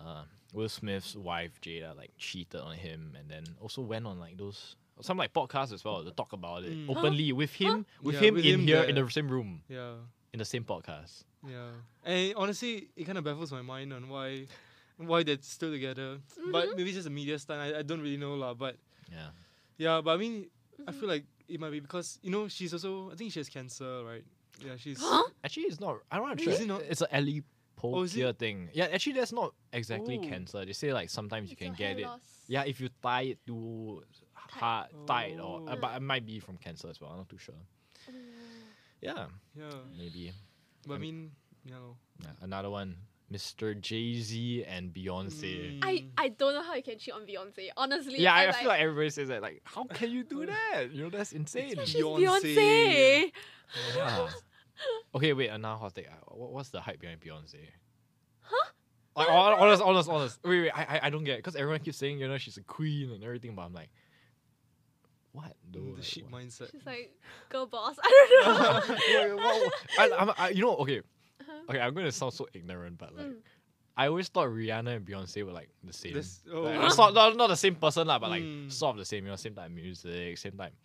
[SPEAKER 5] uh, Will Smith's wife Jada like cheated on him and then also went on like those some like podcasts as well to talk about it
[SPEAKER 6] Mm. Huh?
[SPEAKER 5] openly with him with
[SPEAKER 6] Yeah,
[SPEAKER 5] him
[SPEAKER 6] with
[SPEAKER 5] in
[SPEAKER 6] him
[SPEAKER 5] here in
[SPEAKER 6] there.
[SPEAKER 5] the same room
[SPEAKER 6] (laughs) yeah.
[SPEAKER 5] in the same podcast.
[SPEAKER 6] Yeah, and honestly, it kind of baffles my mind on why, why they're still together. But maybe it's just a media stunt. I, I don't really know lah. But
[SPEAKER 5] Yeah,
[SPEAKER 6] yeah, but I mean, I feel like it might be because you know she's also I think she has cancer, right? Yeah, she's.
[SPEAKER 4] Huh?
[SPEAKER 5] actually it's not. I don't know.
[SPEAKER 6] Really? Is it not-
[SPEAKER 5] It's an Ellie
[SPEAKER 6] Oh, is it-
[SPEAKER 5] thing. Yeah, actually that's not exactly
[SPEAKER 6] Oh.
[SPEAKER 5] cancer. They say like sometimes you
[SPEAKER 4] It's
[SPEAKER 5] can
[SPEAKER 4] your
[SPEAKER 5] get
[SPEAKER 4] hair
[SPEAKER 5] it.
[SPEAKER 4] loss.
[SPEAKER 5] Yeah, if you tie it to hard tight or uh,
[SPEAKER 6] Oh.
[SPEAKER 5] but it might be from cancer as well. I'm not too sure. Yeah,
[SPEAKER 6] Yeah,
[SPEAKER 5] maybe.
[SPEAKER 6] but I mean, you know.
[SPEAKER 5] Yeah, another one, Mr. Jay Z and Beyonce.
[SPEAKER 6] Mm.
[SPEAKER 4] I, I don't know how you can cheat on Beyonce. Honestly.
[SPEAKER 5] Yeah, I,
[SPEAKER 4] I'm
[SPEAKER 5] I feel like everybody says that. Like, how can
[SPEAKER 4] (laughs)
[SPEAKER 5] you do that? You know, that's insane.
[SPEAKER 4] she's
[SPEAKER 6] Beyonce.
[SPEAKER 4] Beyonce.
[SPEAKER 5] (laughs) Yeah. okay, wait. Another hot take. Uh, wha- What's the hype behind Beyonce?
[SPEAKER 4] Huh?
[SPEAKER 5] Like hon- honest, honest, honest. Wait, wait, I, I, I don't get because everyone keeps saying you know she's a queen and everything, but I'm like, what though?
[SPEAKER 6] Mm, The
[SPEAKER 5] Like,
[SPEAKER 6] sheep
[SPEAKER 5] what? (laughs)
[SPEAKER 6] mindset.
[SPEAKER 4] She's like, go boss. (laughs) I don't know. Uh-huh.
[SPEAKER 5] Wait, wait, what- I, I'm, I, you know, okay, okay. I'm gonna sound so ignorant, but like,
[SPEAKER 4] Mm.
[SPEAKER 5] I always thought Rihanna and Beyonce were like the same.
[SPEAKER 6] This- oh.
[SPEAKER 5] Like, not, sort- not, not the same person lah, but like
[SPEAKER 6] Mm.
[SPEAKER 5] sort of the same. You know, same type of music, same type. of,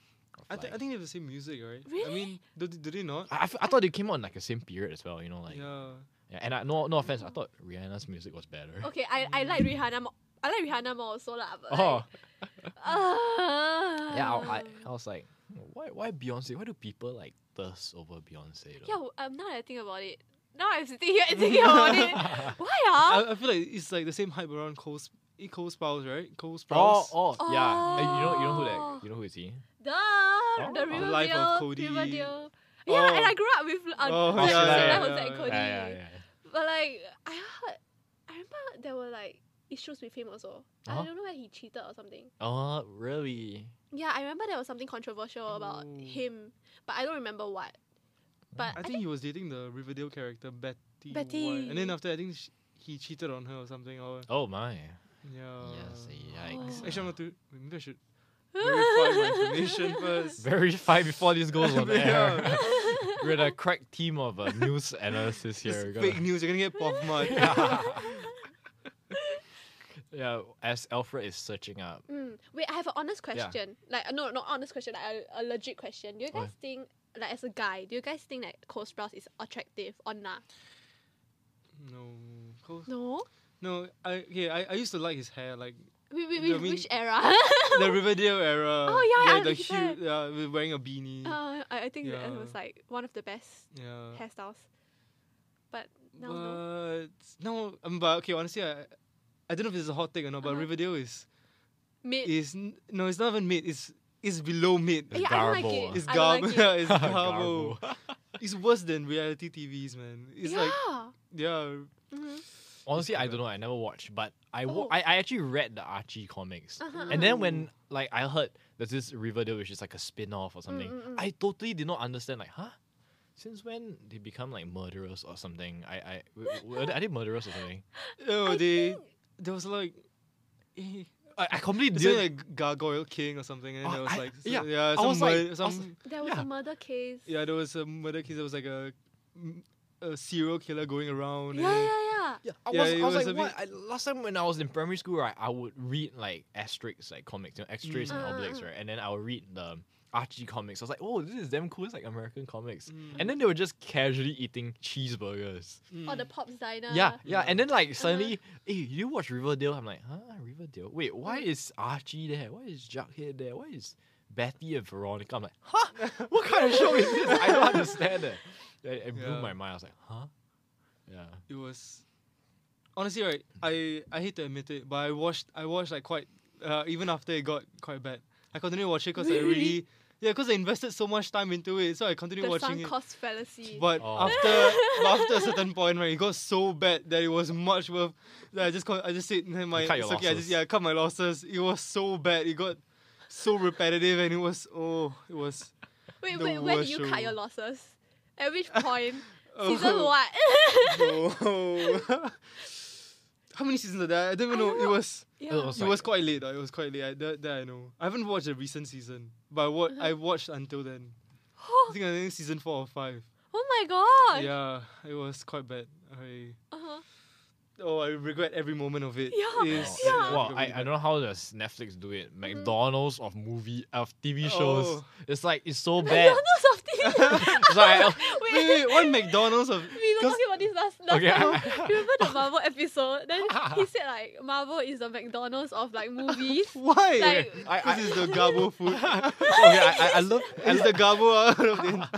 [SPEAKER 6] I, th- I
[SPEAKER 5] like-
[SPEAKER 6] think they have the same music, right? I
[SPEAKER 4] Really?
[SPEAKER 6] mean, do, do they not?
[SPEAKER 5] I, I f- I thought they came out in like the same period as well. You know, like
[SPEAKER 6] yeah.
[SPEAKER 4] Oh.
[SPEAKER 5] yeah, and I, no no offense, I thought Rihanna's music was better.
[SPEAKER 4] Okay, I, I like Rihanna. Mo- I like Rihanna more also lah. But
[SPEAKER 5] (laughs) Oh
[SPEAKER 4] like, uh,
[SPEAKER 5] yeah, I, I, I was like, why why Beyonce? Why do people like thirst over Beyonce?
[SPEAKER 4] yeah.
[SPEAKER 5] Though?
[SPEAKER 4] Um, now that I think about it, now I'm sitting here and thinking about
[SPEAKER 5] (laughs)
[SPEAKER 4] it. Why ah?
[SPEAKER 6] I, I feel like it's like the same hype around Cole, Sp- eh, Cole Sprouse, right? Cole
[SPEAKER 5] Oh,
[SPEAKER 6] Sprouse.
[SPEAKER 5] oh, yeah. Eh, You know, you know who
[SPEAKER 4] Oh.
[SPEAKER 5] that? You know who is he?
[SPEAKER 4] The
[SPEAKER 5] Oh.
[SPEAKER 4] the
[SPEAKER 5] The
[SPEAKER 4] Riverdale,
[SPEAKER 6] Life of Cody.
[SPEAKER 4] Riverdale. Yeah, and I grew up with uh,
[SPEAKER 6] Oh,
[SPEAKER 4] like,
[SPEAKER 5] yeah,
[SPEAKER 4] Life
[SPEAKER 5] yeah,
[SPEAKER 4] of
[SPEAKER 6] yeah,
[SPEAKER 4] Zack
[SPEAKER 6] yeah.
[SPEAKER 4] Cody.
[SPEAKER 5] Yeah, yeah, yeah.
[SPEAKER 4] But like I heard, I remember there were like issues with him also.
[SPEAKER 5] Uh-huh.
[SPEAKER 4] I don't know where he cheated or something.
[SPEAKER 5] Oh, really?
[SPEAKER 4] Yeah, I remember there was something controversial about
[SPEAKER 6] Oh.
[SPEAKER 4] him, but I don't remember what. But (laughs)
[SPEAKER 6] I think he was dating the Riverdale character Betty. White.
[SPEAKER 4] Betty.
[SPEAKER 6] And then after, I think sh he cheated on her or something. Or
[SPEAKER 5] Oh my.
[SPEAKER 6] yeah.
[SPEAKER 5] Yes.
[SPEAKER 4] Oh.
[SPEAKER 5] Yikes.
[SPEAKER 6] Actually, I'm not too. Maybe I
[SPEAKER 4] (laughs)
[SPEAKER 6] should verify my information first.
[SPEAKER 5] Verify before this goes
[SPEAKER 6] (laughs)
[SPEAKER 5] on air.
[SPEAKER 6] Yeah.
[SPEAKER 5] We're the crack team of uh, news analysis (laughs)
[SPEAKER 6] This
[SPEAKER 5] here.
[SPEAKER 6] is
[SPEAKER 5] We're gonna-
[SPEAKER 6] fake news. You're gonna get pop mud.
[SPEAKER 5] (laughs) yeah, as Alfred is searching up.
[SPEAKER 4] Mm. Wait, I have an honest question. Like, no, not honest question. Like a, a legit question. Do you
[SPEAKER 5] Oh.
[SPEAKER 4] guys think, like, as a guy, do you guys think that Cole Sprouse is attractive or not?
[SPEAKER 6] (laughs) no. Cole-
[SPEAKER 4] No.
[SPEAKER 6] No. I okay. I, I used to like his
[SPEAKER 4] (laughs)
[SPEAKER 6] hair, like
[SPEAKER 4] We, we,
[SPEAKER 6] I
[SPEAKER 4] we
[SPEAKER 6] mean-
[SPEAKER 4] which era?
[SPEAKER 6] (laughs)
[SPEAKER 4] (laughs)
[SPEAKER 6] the Riverdale era.
[SPEAKER 4] Oh, yeah,
[SPEAKER 6] Yeah. The
[SPEAKER 4] his hair.
[SPEAKER 6] huge. Yeah. with Wearing a beanie.
[SPEAKER 4] uh, I, I think that it
[SPEAKER 6] Yeah. Uh.
[SPEAKER 4] was like one of the best
[SPEAKER 6] yeah.
[SPEAKER 4] hairstyles. But now, no.
[SPEAKER 6] But no, um, but okay. Honestly, I I don't know if it's a hot take or not, but
[SPEAKER 4] Uh-huh.
[SPEAKER 6] Riverdale is
[SPEAKER 4] Mid.
[SPEAKER 6] is n- no, it's not even mid. It's it's below mid.
[SPEAKER 5] It's
[SPEAKER 4] yeah, I don't like
[SPEAKER 5] garbo,
[SPEAKER 4] it.
[SPEAKER 5] ah.
[SPEAKER 6] It's
[SPEAKER 4] I don't
[SPEAKER 6] garbo.
[SPEAKER 4] like
[SPEAKER 6] yeah,
[SPEAKER 4] it.
[SPEAKER 5] (laughs)
[SPEAKER 6] it's garbo. It's worse than reality TVs, man. (laughs) It's
[SPEAKER 4] yeah.
[SPEAKER 6] like yeah,
[SPEAKER 4] Mhm.
[SPEAKER 5] Honestly, I don't know. I never watched, but I, wa-
[SPEAKER 4] Oh.
[SPEAKER 5] I, I actually read the Archie comics,
[SPEAKER 4] Uh-huh,
[SPEAKER 5] and then when like I heard there's this Riverdale, which is like a spin off or something,
[SPEAKER 4] mm, mm.
[SPEAKER 5] I totally did not understand. Like, huh? Since when they become like murderers or something? I I w- w- are they murderers or something?
[SPEAKER 6] oh
[SPEAKER 4] I
[SPEAKER 6] they there was like. eh,
[SPEAKER 5] I, I completely
[SPEAKER 6] Is it
[SPEAKER 5] did.
[SPEAKER 6] like Gargoyle King or something? And then
[SPEAKER 5] Oh,
[SPEAKER 6] there was
[SPEAKER 5] I-
[SPEAKER 6] like so-
[SPEAKER 5] yeah, I
[SPEAKER 6] yeah, some,
[SPEAKER 5] was like- I
[SPEAKER 6] mur-
[SPEAKER 5] was
[SPEAKER 6] some
[SPEAKER 5] like-
[SPEAKER 4] There was
[SPEAKER 5] Yeah.
[SPEAKER 4] a murder case.
[SPEAKER 6] yeah, there was a murder case. There was like a, mm, a serial killer going around.
[SPEAKER 4] Yeah,
[SPEAKER 6] and-
[SPEAKER 4] yeah, yeah.
[SPEAKER 5] Yeah, I
[SPEAKER 6] Yeah,
[SPEAKER 5] was,
[SPEAKER 6] it
[SPEAKER 5] I was,
[SPEAKER 6] was
[SPEAKER 5] like,
[SPEAKER 6] a
[SPEAKER 5] what? I, last time when I was in primary school, right, I would read like Asterix like comics, you know, Asterix
[SPEAKER 4] Mm.
[SPEAKER 5] and
[SPEAKER 4] Ah,
[SPEAKER 5] Obelix,
[SPEAKER 4] ah,
[SPEAKER 5] right, and then I would read the Archie comics. I was like, oh, this is damn cool. It's like American comics,
[SPEAKER 6] Mm.
[SPEAKER 5] and then they were just casually eating cheeseburgers.
[SPEAKER 4] Or Oh, the
[SPEAKER 6] Mm.
[SPEAKER 4] Pop's Diner.
[SPEAKER 5] yeah, yeah,
[SPEAKER 6] Yeah.
[SPEAKER 5] and then like suddenly, hey, did you watch Riverdale? I'm like, huh, Riverdale. Wait, why
[SPEAKER 4] Uh-huh. Mm.
[SPEAKER 5] is Archie there? Why is Jughead there? Why is Betty and Veronica? I'm like, (laughs) huh, what kind of show is this? I don't understand it. It, it blew
[SPEAKER 6] Yeah.
[SPEAKER 5] my mind. I was like, huh, yeah.
[SPEAKER 6] (laughs) it was honestly right. I I hate to admit it, but I watched I watched like quite uh, even after it got quite bad. I continued watching because I
[SPEAKER 4] Really?
[SPEAKER 6] really yeah because I invested so much time into it, so I continued
[SPEAKER 4] The
[SPEAKER 6] watching
[SPEAKER 4] sunk
[SPEAKER 6] it.
[SPEAKER 4] cost fallacy.
[SPEAKER 6] But
[SPEAKER 5] Oh.
[SPEAKER 6] after but after a certain point, right, it got so bad that it was much worth. That I just con- I just said "Never mind,
[SPEAKER 5] cut
[SPEAKER 6] it's
[SPEAKER 5] your
[SPEAKER 6] okay. I just
[SPEAKER 5] losses.
[SPEAKER 6] yeah cut my losses. It was so bad. It got so repetitive and it was oh it was
[SPEAKER 4] wait,
[SPEAKER 6] the
[SPEAKER 4] wait, where did
[SPEAKER 6] worst
[SPEAKER 4] you
[SPEAKER 6] show.
[SPEAKER 4] cut your losses? At
[SPEAKER 6] (laughs)
[SPEAKER 4] which point?
[SPEAKER 6] oh, (laughs)
[SPEAKER 4] Season what?
[SPEAKER 6] no. (laughs) How many seasons are there? I don't even
[SPEAKER 4] I
[SPEAKER 6] know.
[SPEAKER 4] don't
[SPEAKER 6] It
[SPEAKER 4] know.
[SPEAKER 6] was
[SPEAKER 4] yeah. (gasps)
[SPEAKER 5] It was
[SPEAKER 6] it
[SPEAKER 5] like-
[SPEAKER 6] was quite late. uh, It was quite late. I, that, that I know. I haven't watched the recent season, but I, wa-
[SPEAKER 4] Uh-huh.
[SPEAKER 6] I watched until then. I
[SPEAKER 4] oh
[SPEAKER 6] think I think season four or five.
[SPEAKER 4] my god.
[SPEAKER 6] Yeah, it was quite bad. I
[SPEAKER 4] Uh-huh.
[SPEAKER 6] oh I regret every moment of it.
[SPEAKER 4] Yeah,
[SPEAKER 6] It's-
[SPEAKER 4] yeah.
[SPEAKER 5] Oh, Well,
[SPEAKER 6] regret
[SPEAKER 5] I, I
[SPEAKER 6] really
[SPEAKER 5] don't know how does Netflix do it. McDonald's of movie of TV shows.
[SPEAKER 6] Mm. Oh.
[SPEAKER 5] It's like it's
[SPEAKER 6] (laughs)
[SPEAKER 4] (laughs)
[SPEAKER 5] so bad.
[SPEAKER 4] McDonald's of TV.
[SPEAKER 5] It's like,
[SPEAKER 4] wait,
[SPEAKER 6] Wait, wait, what McDonald's of?
[SPEAKER 4] we were talking about this last, last
[SPEAKER 5] Okay,
[SPEAKER 4] time.
[SPEAKER 5] I-
[SPEAKER 4] you (laughs) remember the Marvel episode? Then
[SPEAKER 6] (laughs)
[SPEAKER 4] he said like Marvel is the McDonald's of like movies.
[SPEAKER 6] (laughs) Why?
[SPEAKER 4] Like-
[SPEAKER 5] I, I,
[SPEAKER 6] this is the garbo
[SPEAKER 5] (laughs)
[SPEAKER 6] food.
[SPEAKER 5] okay, I, I, I love. I,
[SPEAKER 6] It's the garbo out of (laughs) the.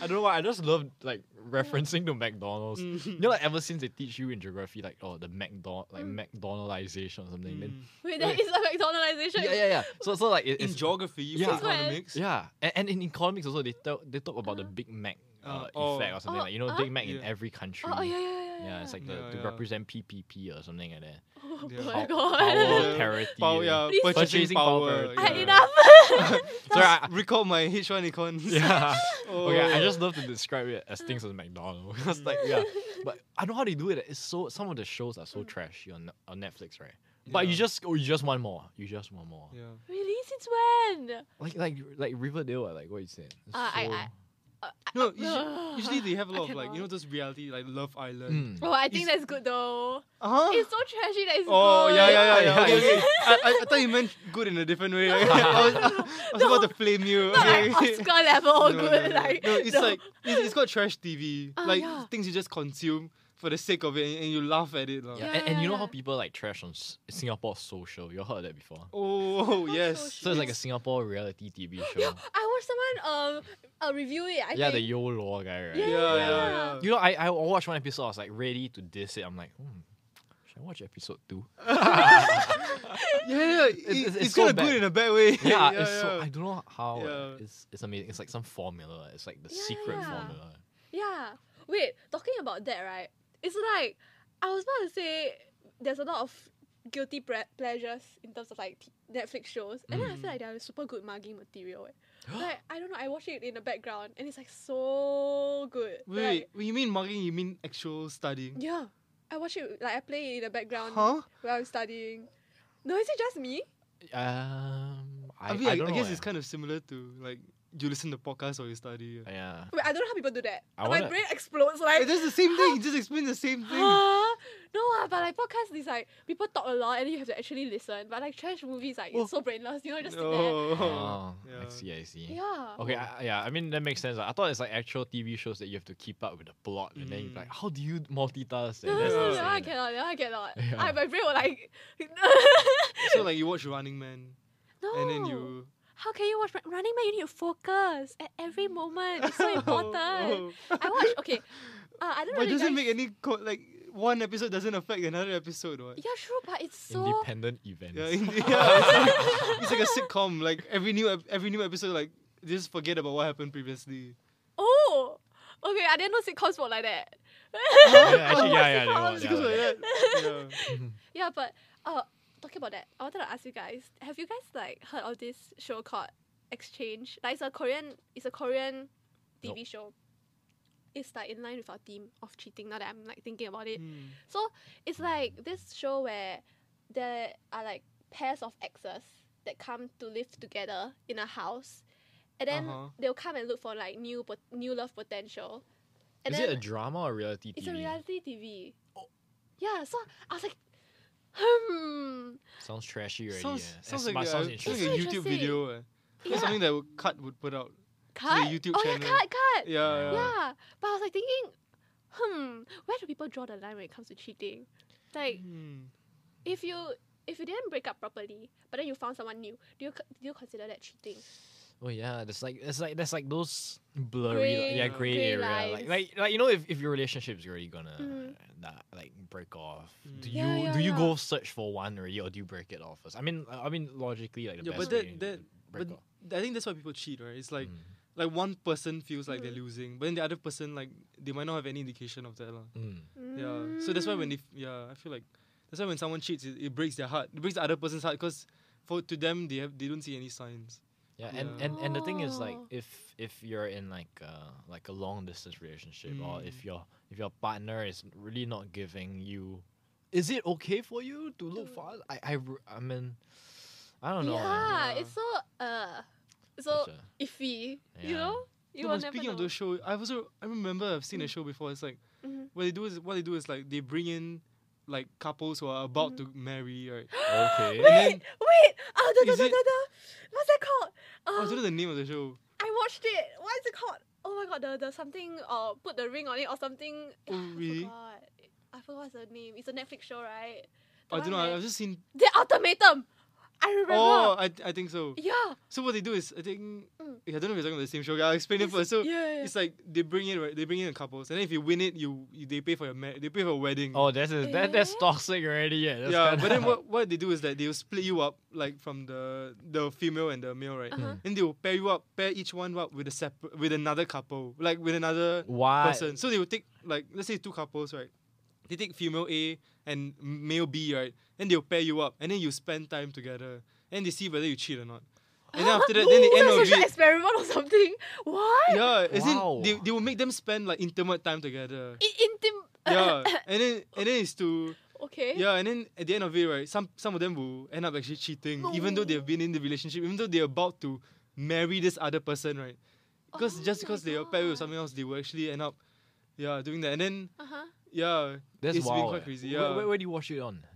[SPEAKER 5] I don't know why. I just love like referencing to McDonald's.
[SPEAKER 6] Mm.
[SPEAKER 5] You know, like ever since they teach you in geography, like oh the McDonald, like
[SPEAKER 6] Mm.
[SPEAKER 5] McDonaldization or something. Then,
[SPEAKER 4] Wait, there is a McDonaldization.
[SPEAKER 5] yeah, yeah, yeah. So, so like it,
[SPEAKER 6] In
[SPEAKER 5] it's
[SPEAKER 6] geography,
[SPEAKER 5] Yeah.
[SPEAKER 6] yeah. economics.
[SPEAKER 5] Yeah, and, and in economics also they talk they talk about the Big Mac uh,
[SPEAKER 6] Uh, oh.
[SPEAKER 5] effect or something
[SPEAKER 4] Oh,
[SPEAKER 5] like you know
[SPEAKER 4] uh?
[SPEAKER 5] Big Mac in
[SPEAKER 6] Yeah.
[SPEAKER 5] every country.
[SPEAKER 4] Oh, oh yeah, yeah, yeah, yeah.
[SPEAKER 5] Yeah, it's like the,
[SPEAKER 6] Yeah,
[SPEAKER 5] to
[SPEAKER 6] yeah.
[SPEAKER 5] represent PPP or something like that.
[SPEAKER 4] (laughs) Oh
[SPEAKER 6] Yeah.
[SPEAKER 4] my
[SPEAKER 5] Power
[SPEAKER 4] god.
[SPEAKER 6] Yeah.
[SPEAKER 5] parity.
[SPEAKER 4] (laughs)
[SPEAKER 6] Power, yeah,
[SPEAKER 4] Please-
[SPEAKER 6] purchasing,
[SPEAKER 5] Purchasing
[SPEAKER 6] power.
[SPEAKER 5] power,
[SPEAKER 4] I
[SPEAKER 5] yeah.
[SPEAKER 4] enough. (laughs)
[SPEAKER 5] Sorry, I,
[SPEAKER 6] Recall my H1 econs.
[SPEAKER 5] (laughs) yeah.
[SPEAKER 6] (laughs) Oh.
[SPEAKER 5] Okay, I just love to describe it as things as McDonald's. (laughs) Because like
[SPEAKER 4] (laughs)
[SPEAKER 5] yeah, but I know how they do it. It's so some of the shows are
[SPEAKER 4] Mm.
[SPEAKER 5] so trashy on on Netflix, right? But you
[SPEAKER 6] Yeah.
[SPEAKER 5] just oh you just want more. You just want more.
[SPEAKER 6] Yeah.
[SPEAKER 4] Really? Since when?
[SPEAKER 5] Like like like Riverdale, uh, like what you said. It's
[SPEAKER 4] Uh, I-
[SPEAKER 5] so-
[SPEAKER 4] I-
[SPEAKER 6] No,
[SPEAKER 4] (sighs)
[SPEAKER 6] usually, usually they have a
[SPEAKER 4] I
[SPEAKER 6] lot of like you know
[SPEAKER 4] cannot.
[SPEAKER 6] those reality like Love
[SPEAKER 5] Mm.
[SPEAKER 6] Island.
[SPEAKER 4] Oh, I think
[SPEAKER 6] Is-
[SPEAKER 4] that's good though.
[SPEAKER 6] Uh huh.
[SPEAKER 4] It's so trashy that it's
[SPEAKER 6] Oh
[SPEAKER 4] good.
[SPEAKER 6] yeah yeah yeah. (laughs) yeah.
[SPEAKER 5] Yeah,
[SPEAKER 6] okay,
[SPEAKER 5] yeah.
[SPEAKER 4] (laughs)
[SPEAKER 6] okay. I, I, I thought you meant good in a different (laughs) way. I was, I was about to flame you.
[SPEAKER 4] Not
[SPEAKER 6] okay.
[SPEAKER 4] like Oscar level
[SPEAKER 6] (laughs) No,
[SPEAKER 4] good.
[SPEAKER 6] no, no.
[SPEAKER 4] Like
[SPEAKER 6] no, it's
[SPEAKER 4] no. (laughs)
[SPEAKER 6] like it's, it's called trash TV.
[SPEAKER 4] Ah,
[SPEAKER 6] like
[SPEAKER 4] yeah.
[SPEAKER 6] things you just consume for the sake of it, and, and you laugh at it. lah.
[SPEAKER 5] Yeah,
[SPEAKER 4] Yeah,
[SPEAKER 5] and, and you know
[SPEAKER 4] yeah,
[SPEAKER 5] how
[SPEAKER 4] yeah.
[SPEAKER 5] people like trash on S- Singapore social. You heard of that before?
[SPEAKER 6] Oh yes.
[SPEAKER 5] So it's like a Singapore reality TV show.
[SPEAKER 4] (gasps) I watched someone um uh, review it. I
[SPEAKER 5] yeah, the
[SPEAKER 4] think.
[SPEAKER 5] Yo Law guy, right?
[SPEAKER 4] Yeah,
[SPEAKER 6] yeah,
[SPEAKER 4] yeah.
[SPEAKER 6] yeah.
[SPEAKER 5] You know, I I watched one episode. I was like ready to diss it. I'm like, hmm, should I watch episode
[SPEAKER 6] (laughs)
[SPEAKER 5] two?
[SPEAKER 6] yeah, yeah.
[SPEAKER 5] it's-
[SPEAKER 6] It, it's,
[SPEAKER 5] it's so
[SPEAKER 6] kind of
[SPEAKER 5] bad.
[SPEAKER 6] good in a bad way.
[SPEAKER 5] yeah, it's so I don't know how uh,
[SPEAKER 6] Yeah.
[SPEAKER 5] it's it's amazing. It's like some formula. It's like the
[SPEAKER 4] Yeah,
[SPEAKER 5] secret
[SPEAKER 4] yeah.
[SPEAKER 5] formula.
[SPEAKER 4] Yeah. Wait, talking about that, right? It's like I was about to say there's a lot of guilty ple- pleasures in terms of like t- Netflix shows, and then I feel like they're super good mugging material. eh. like I don't know, I watch it in the background, and it's like so good.
[SPEAKER 6] Wait,
[SPEAKER 4] Like,
[SPEAKER 6] when you mean mugging, you mean actual studying?
[SPEAKER 4] yeah, I watch it like I play it in the background
[SPEAKER 6] Huh?
[SPEAKER 4] while I'm studying. No, is it just me?
[SPEAKER 5] Um, I,
[SPEAKER 6] I, mean,
[SPEAKER 5] I
[SPEAKER 6] I,
[SPEAKER 5] don't
[SPEAKER 6] I
[SPEAKER 5] know,
[SPEAKER 6] guess
[SPEAKER 5] eh.
[SPEAKER 6] it's kind of similar to like you listen to podcasts or
[SPEAKER 5] (laughs)
[SPEAKER 6] you study. yeah. (laughs)
[SPEAKER 5] yeah.
[SPEAKER 4] Wait, I don't know how people do that.
[SPEAKER 5] I
[SPEAKER 4] My
[SPEAKER 5] wanna-
[SPEAKER 4] brain explodes like.
[SPEAKER 6] It's just the same thing. You just explain the
[SPEAKER 4] (gasps)
[SPEAKER 6] same thing.
[SPEAKER 4] Huh? No, ah, but like podcast is like people talk a lot and then you have to actually listen. But like trash movies, like
[SPEAKER 6] Well,
[SPEAKER 4] it's so brainless. You know, just sit there.
[SPEAKER 6] No.
[SPEAKER 5] Oh,
[SPEAKER 6] Yeah.
[SPEAKER 5] I see. I see.
[SPEAKER 4] Yeah.
[SPEAKER 5] Okay, I, yeah, I mean that makes sense. ah. I thought it's like actual TV shows that you have to keep up with the plot, and then you're
[SPEAKER 6] Mm.
[SPEAKER 5] like, how do you multitask?
[SPEAKER 4] No,
[SPEAKER 5] And
[SPEAKER 4] no,
[SPEAKER 5] that's
[SPEAKER 4] no,
[SPEAKER 5] insane.
[SPEAKER 4] no, I cannot. No, I
[SPEAKER 6] (laughs)
[SPEAKER 4] cannot.
[SPEAKER 5] Yeah.
[SPEAKER 4] I, my brain will like. (laughs)
[SPEAKER 6] So like you watch Running Man,
[SPEAKER 4] no.
[SPEAKER 6] and then you.
[SPEAKER 4] How can you watch Run- Running Man? You need to focus at every moment. It's
[SPEAKER 6] (laughs)
[SPEAKER 4] so important.
[SPEAKER 6] Oh, oh.
[SPEAKER 4] I watch. Okay. Uh, I don't
[SPEAKER 6] But it
[SPEAKER 4] really
[SPEAKER 6] doesn't
[SPEAKER 4] guys-
[SPEAKER 6] make any co- like one episode doesn't affect another episode, right?
[SPEAKER 4] Yeah, sure, but it's so.
[SPEAKER 5] Independent events.
[SPEAKER 4] (laughs)
[SPEAKER 6] Yeah, in- yeah, it's, like, it's like a sitcom. Like every new ep- every new episode, like just forget about what happened previously.
[SPEAKER 4] Oh. Okay, I didn't know sitcoms were like that.
[SPEAKER 5] (laughs) Yeah, actually, yeah,
[SPEAKER 6] (laughs)
[SPEAKER 5] yeah, they
[SPEAKER 4] Oh,
[SPEAKER 5] were,
[SPEAKER 4] it's
[SPEAKER 5] yeah,
[SPEAKER 6] Because
[SPEAKER 5] yeah.
[SPEAKER 6] like that. Yeah.
[SPEAKER 4] Yeah, but uh, talking about that, I wanted to ask you guys: Have you guys like heard of this show called Exchange? Like, it's a Korean, it's a Korean TV
[SPEAKER 5] Nope.
[SPEAKER 4] show. It's like in line with our theme of cheating. Now that I'm like thinking about (laughs)
[SPEAKER 5] Mm.
[SPEAKER 4] it,
[SPEAKER 6] Hmm.
[SPEAKER 4] so it's like this show where there are like pairs of exes that come to live together in a house, and then
[SPEAKER 6] Uh-huh.
[SPEAKER 4] they'll come and look for like new pot- new love potential. And
[SPEAKER 5] Is
[SPEAKER 4] then
[SPEAKER 5] it a drama or reality
[SPEAKER 4] it's
[SPEAKER 5] TV?
[SPEAKER 4] a reality TV.
[SPEAKER 6] Oh.
[SPEAKER 4] Yeah, so I was like, hmm.
[SPEAKER 5] Sounds trashy already.
[SPEAKER 6] Sounds,
[SPEAKER 5] yeah.
[SPEAKER 6] sounds
[SPEAKER 5] That's-
[SPEAKER 6] like, uh,
[SPEAKER 5] but
[SPEAKER 6] a,
[SPEAKER 5] sounds
[SPEAKER 6] sounds like a
[SPEAKER 5] interesting.
[SPEAKER 4] Sounds
[SPEAKER 6] YouTube
[SPEAKER 4] interesting.
[SPEAKER 6] video. eh. That's
[SPEAKER 4] Yeah.
[SPEAKER 6] something that would- Cut would put out.
[SPEAKER 4] cut?
[SPEAKER 6] YouTube
[SPEAKER 4] oh yeah,
[SPEAKER 6] channel. Uh.
[SPEAKER 4] cut, cut. Yeah.
[SPEAKER 6] Yeah.
[SPEAKER 4] but I was like thinking, hmm, where do people draw the line when it comes to cheating? Like,
[SPEAKER 6] Hmm.
[SPEAKER 4] if you if you didn't break up properly, but then you found someone new, do you co- do you consider that cheating?
[SPEAKER 5] Oh yeah, there's like it's like there's like those blurry
[SPEAKER 4] Grey-
[SPEAKER 5] like, yeah gray,
[SPEAKER 4] grey
[SPEAKER 5] area
[SPEAKER 4] lines.
[SPEAKER 5] like, like like you know if, if your relationship's already gonna
[SPEAKER 4] Mm.
[SPEAKER 5] nah, like break off,
[SPEAKER 6] Mm.
[SPEAKER 5] do you
[SPEAKER 4] Yeah, yeah,
[SPEAKER 5] do you
[SPEAKER 4] yeah.
[SPEAKER 5] go search for one already or do you break it off first? I mean I I mean logically like the
[SPEAKER 6] Yeah,
[SPEAKER 5] best
[SPEAKER 6] but
[SPEAKER 5] way
[SPEAKER 6] that-
[SPEAKER 5] to
[SPEAKER 6] that-
[SPEAKER 5] break
[SPEAKER 6] but
[SPEAKER 5] off.
[SPEAKER 6] I think that's why people cheat, right? It's like
[SPEAKER 5] Mm.
[SPEAKER 6] like one person feels like they're
[SPEAKER 4] Mm.
[SPEAKER 6] losing, but then the other person like they might not have any indication of that. lah.
[SPEAKER 5] Mm.
[SPEAKER 6] Yeah. So that's why when
[SPEAKER 4] Mm.
[SPEAKER 6] they f- yeah, I feel like that's why when someone cheats, it, it breaks their heart. It breaks the other person's heart because for to them they have they don't see any signs.
[SPEAKER 5] Yeah, and,
[SPEAKER 6] Yeah.
[SPEAKER 5] and and the thing is like
[SPEAKER 4] Oh.
[SPEAKER 5] if if you're in like uh like a long distance relationship or if
[SPEAKER 6] Mm.
[SPEAKER 5] your if your partner is really not giving you, is it okay for you to look
[SPEAKER 4] To-
[SPEAKER 5] for? oth- I I re- I mean, I don't know.
[SPEAKER 4] yeah,
[SPEAKER 6] yeah.
[SPEAKER 4] it's so uh, so (gasps)
[SPEAKER 5] Such a-
[SPEAKER 4] iffy. You
[SPEAKER 5] Yeah.
[SPEAKER 4] know,
[SPEAKER 6] No,
[SPEAKER 4] you
[SPEAKER 6] but
[SPEAKER 4] will never
[SPEAKER 6] speaking
[SPEAKER 4] know.
[SPEAKER 6] of those shows, I also I remember I've seen a
[SPEAKER 4] Mm.
[SPEAKER 6] show before. It's like
[SPEAKER 4] Mhm.
[SPEAKER 6] what they do is what they do is like they bring in like couples who are about
[SPEAKER 4] Mm-hmm.
[SPEAKER 6] to marry, right? (gasps)
[SPEAKER 5] Okay.
[SPEAKER 4] Wait, wait! Oh, da, da,
[SPEAKER 6] Is
[SPEAKER 4] da,
[SPEAKER 6] it-
[SPEAKER 4] da, da. What's that called?
[SPEAKER 6] Oh, I
[SPEAKER 4] Um,
[SPEAKER 6] don't know the name of the show.
[SPEAKER 4] I watched it. What is it called? Oh my god, the, the something or put the ring on it or something.
[SPEAKER 6] Oh, really?
[SPEAKER 4] I forgot. I forgot what's the name. It's a Netflix show, right? The
[SPEAKER 6] I
[SPEAKER 4] one
[SPEAKER 6] don't know. I-
[SPEAKER 4] where-
[SPEAKER 6] I've just seen.
[SPEAKER 4] The ultimatum. I remember.
[SPEAKER 6] Oh, I, I think so.
[SPEAKER 4] yeah.
[SPEAKER 6] So what they do is I think
[SPEAKER 4] Mm.
[SPEAKER 6] yeah, I don't know if you're talking about the same show. I'll explain it
[SPEAKER 4] It's-
[SPEAKER 6] first. So
[SPEAKER 4] yeah, yeah, yeah.
[SPEAKER 6] it's like they bring in right, they bring in the couples, and then if you win it, you, you they pay for your ma- they pay for a wedding.
[SPEAKER 5] Oh, that's a, that that's
[SPEAKER 4] Eh?
[SPEAKER 5] toxic already. Yeah. That's
[SPEAKER 6] yeah,
[SPEAKER 5] kinda-
[SPEAKER 6] but
[SPEAKER 5] (laughs)
[SPEAKER 6] then what, what they do is that they'll split you up like from the the female and the male, right?
[SPEAKER 4] Uh-huh.
[SPEAKER 6] And they'll pair you up, pair each one up with a separ- with another couple, like with another
[SPEAKER 5] Why?
[SPEAKER 6] person. So they will take like let's say two couples, right? They take female A and male B, right? And they'll pair you up, and then you spend time together, and they see whether you cheat or not. And then
[SPEAKER 4] (laughs)
[SPEAKER 6] after that, then the
[SPEAKER 4] Ooh,
[SPEAKER 6] end
[SPEAKER 4] a
[SPEAKER 6] of
[SPEAKER 4] social
[SPEAKER 6] it,
[SPEAKER 4] experiment or something. What?
[SPEAKER 6] yeah, as
[SPEAKER 5] Wow.
[SPEAKER 6] in they, they will make them spend like intimate time together.
[SPEAKER 4] I- intim- (laughs)
[SPEAKER 6] Yeah, and then and then it's to
[SPEAKER 4] okay.
[SPEAKER 6] yeah, and then at the end of it, right? Some some of them will end up actually cheating, even though they've been in the relationship, even though they're about to marry this other person, right? Because
[SPEAKER 4] Oh
[SPEAKER 6] just
[SPEAKER 4] my
[SPEAKER 6] because they are paired with someone else, they will actually end up yeah doing that, and then
[SPEAKER 4] Uh-huh.
[SPEAKER 6] yeah,
[SPEAKER 5] That's
[SPEAKER 6] it's been
[SPEAKER 5] wild,
[SPEAKER 6] quite
[SPEAKER 5] eh.
[SPEAKER 6] crazy.
[SPEAKER 5] Where-
[SPEAKER 6] Yeah,
[SPEAKER 5] where, where do you watch it on?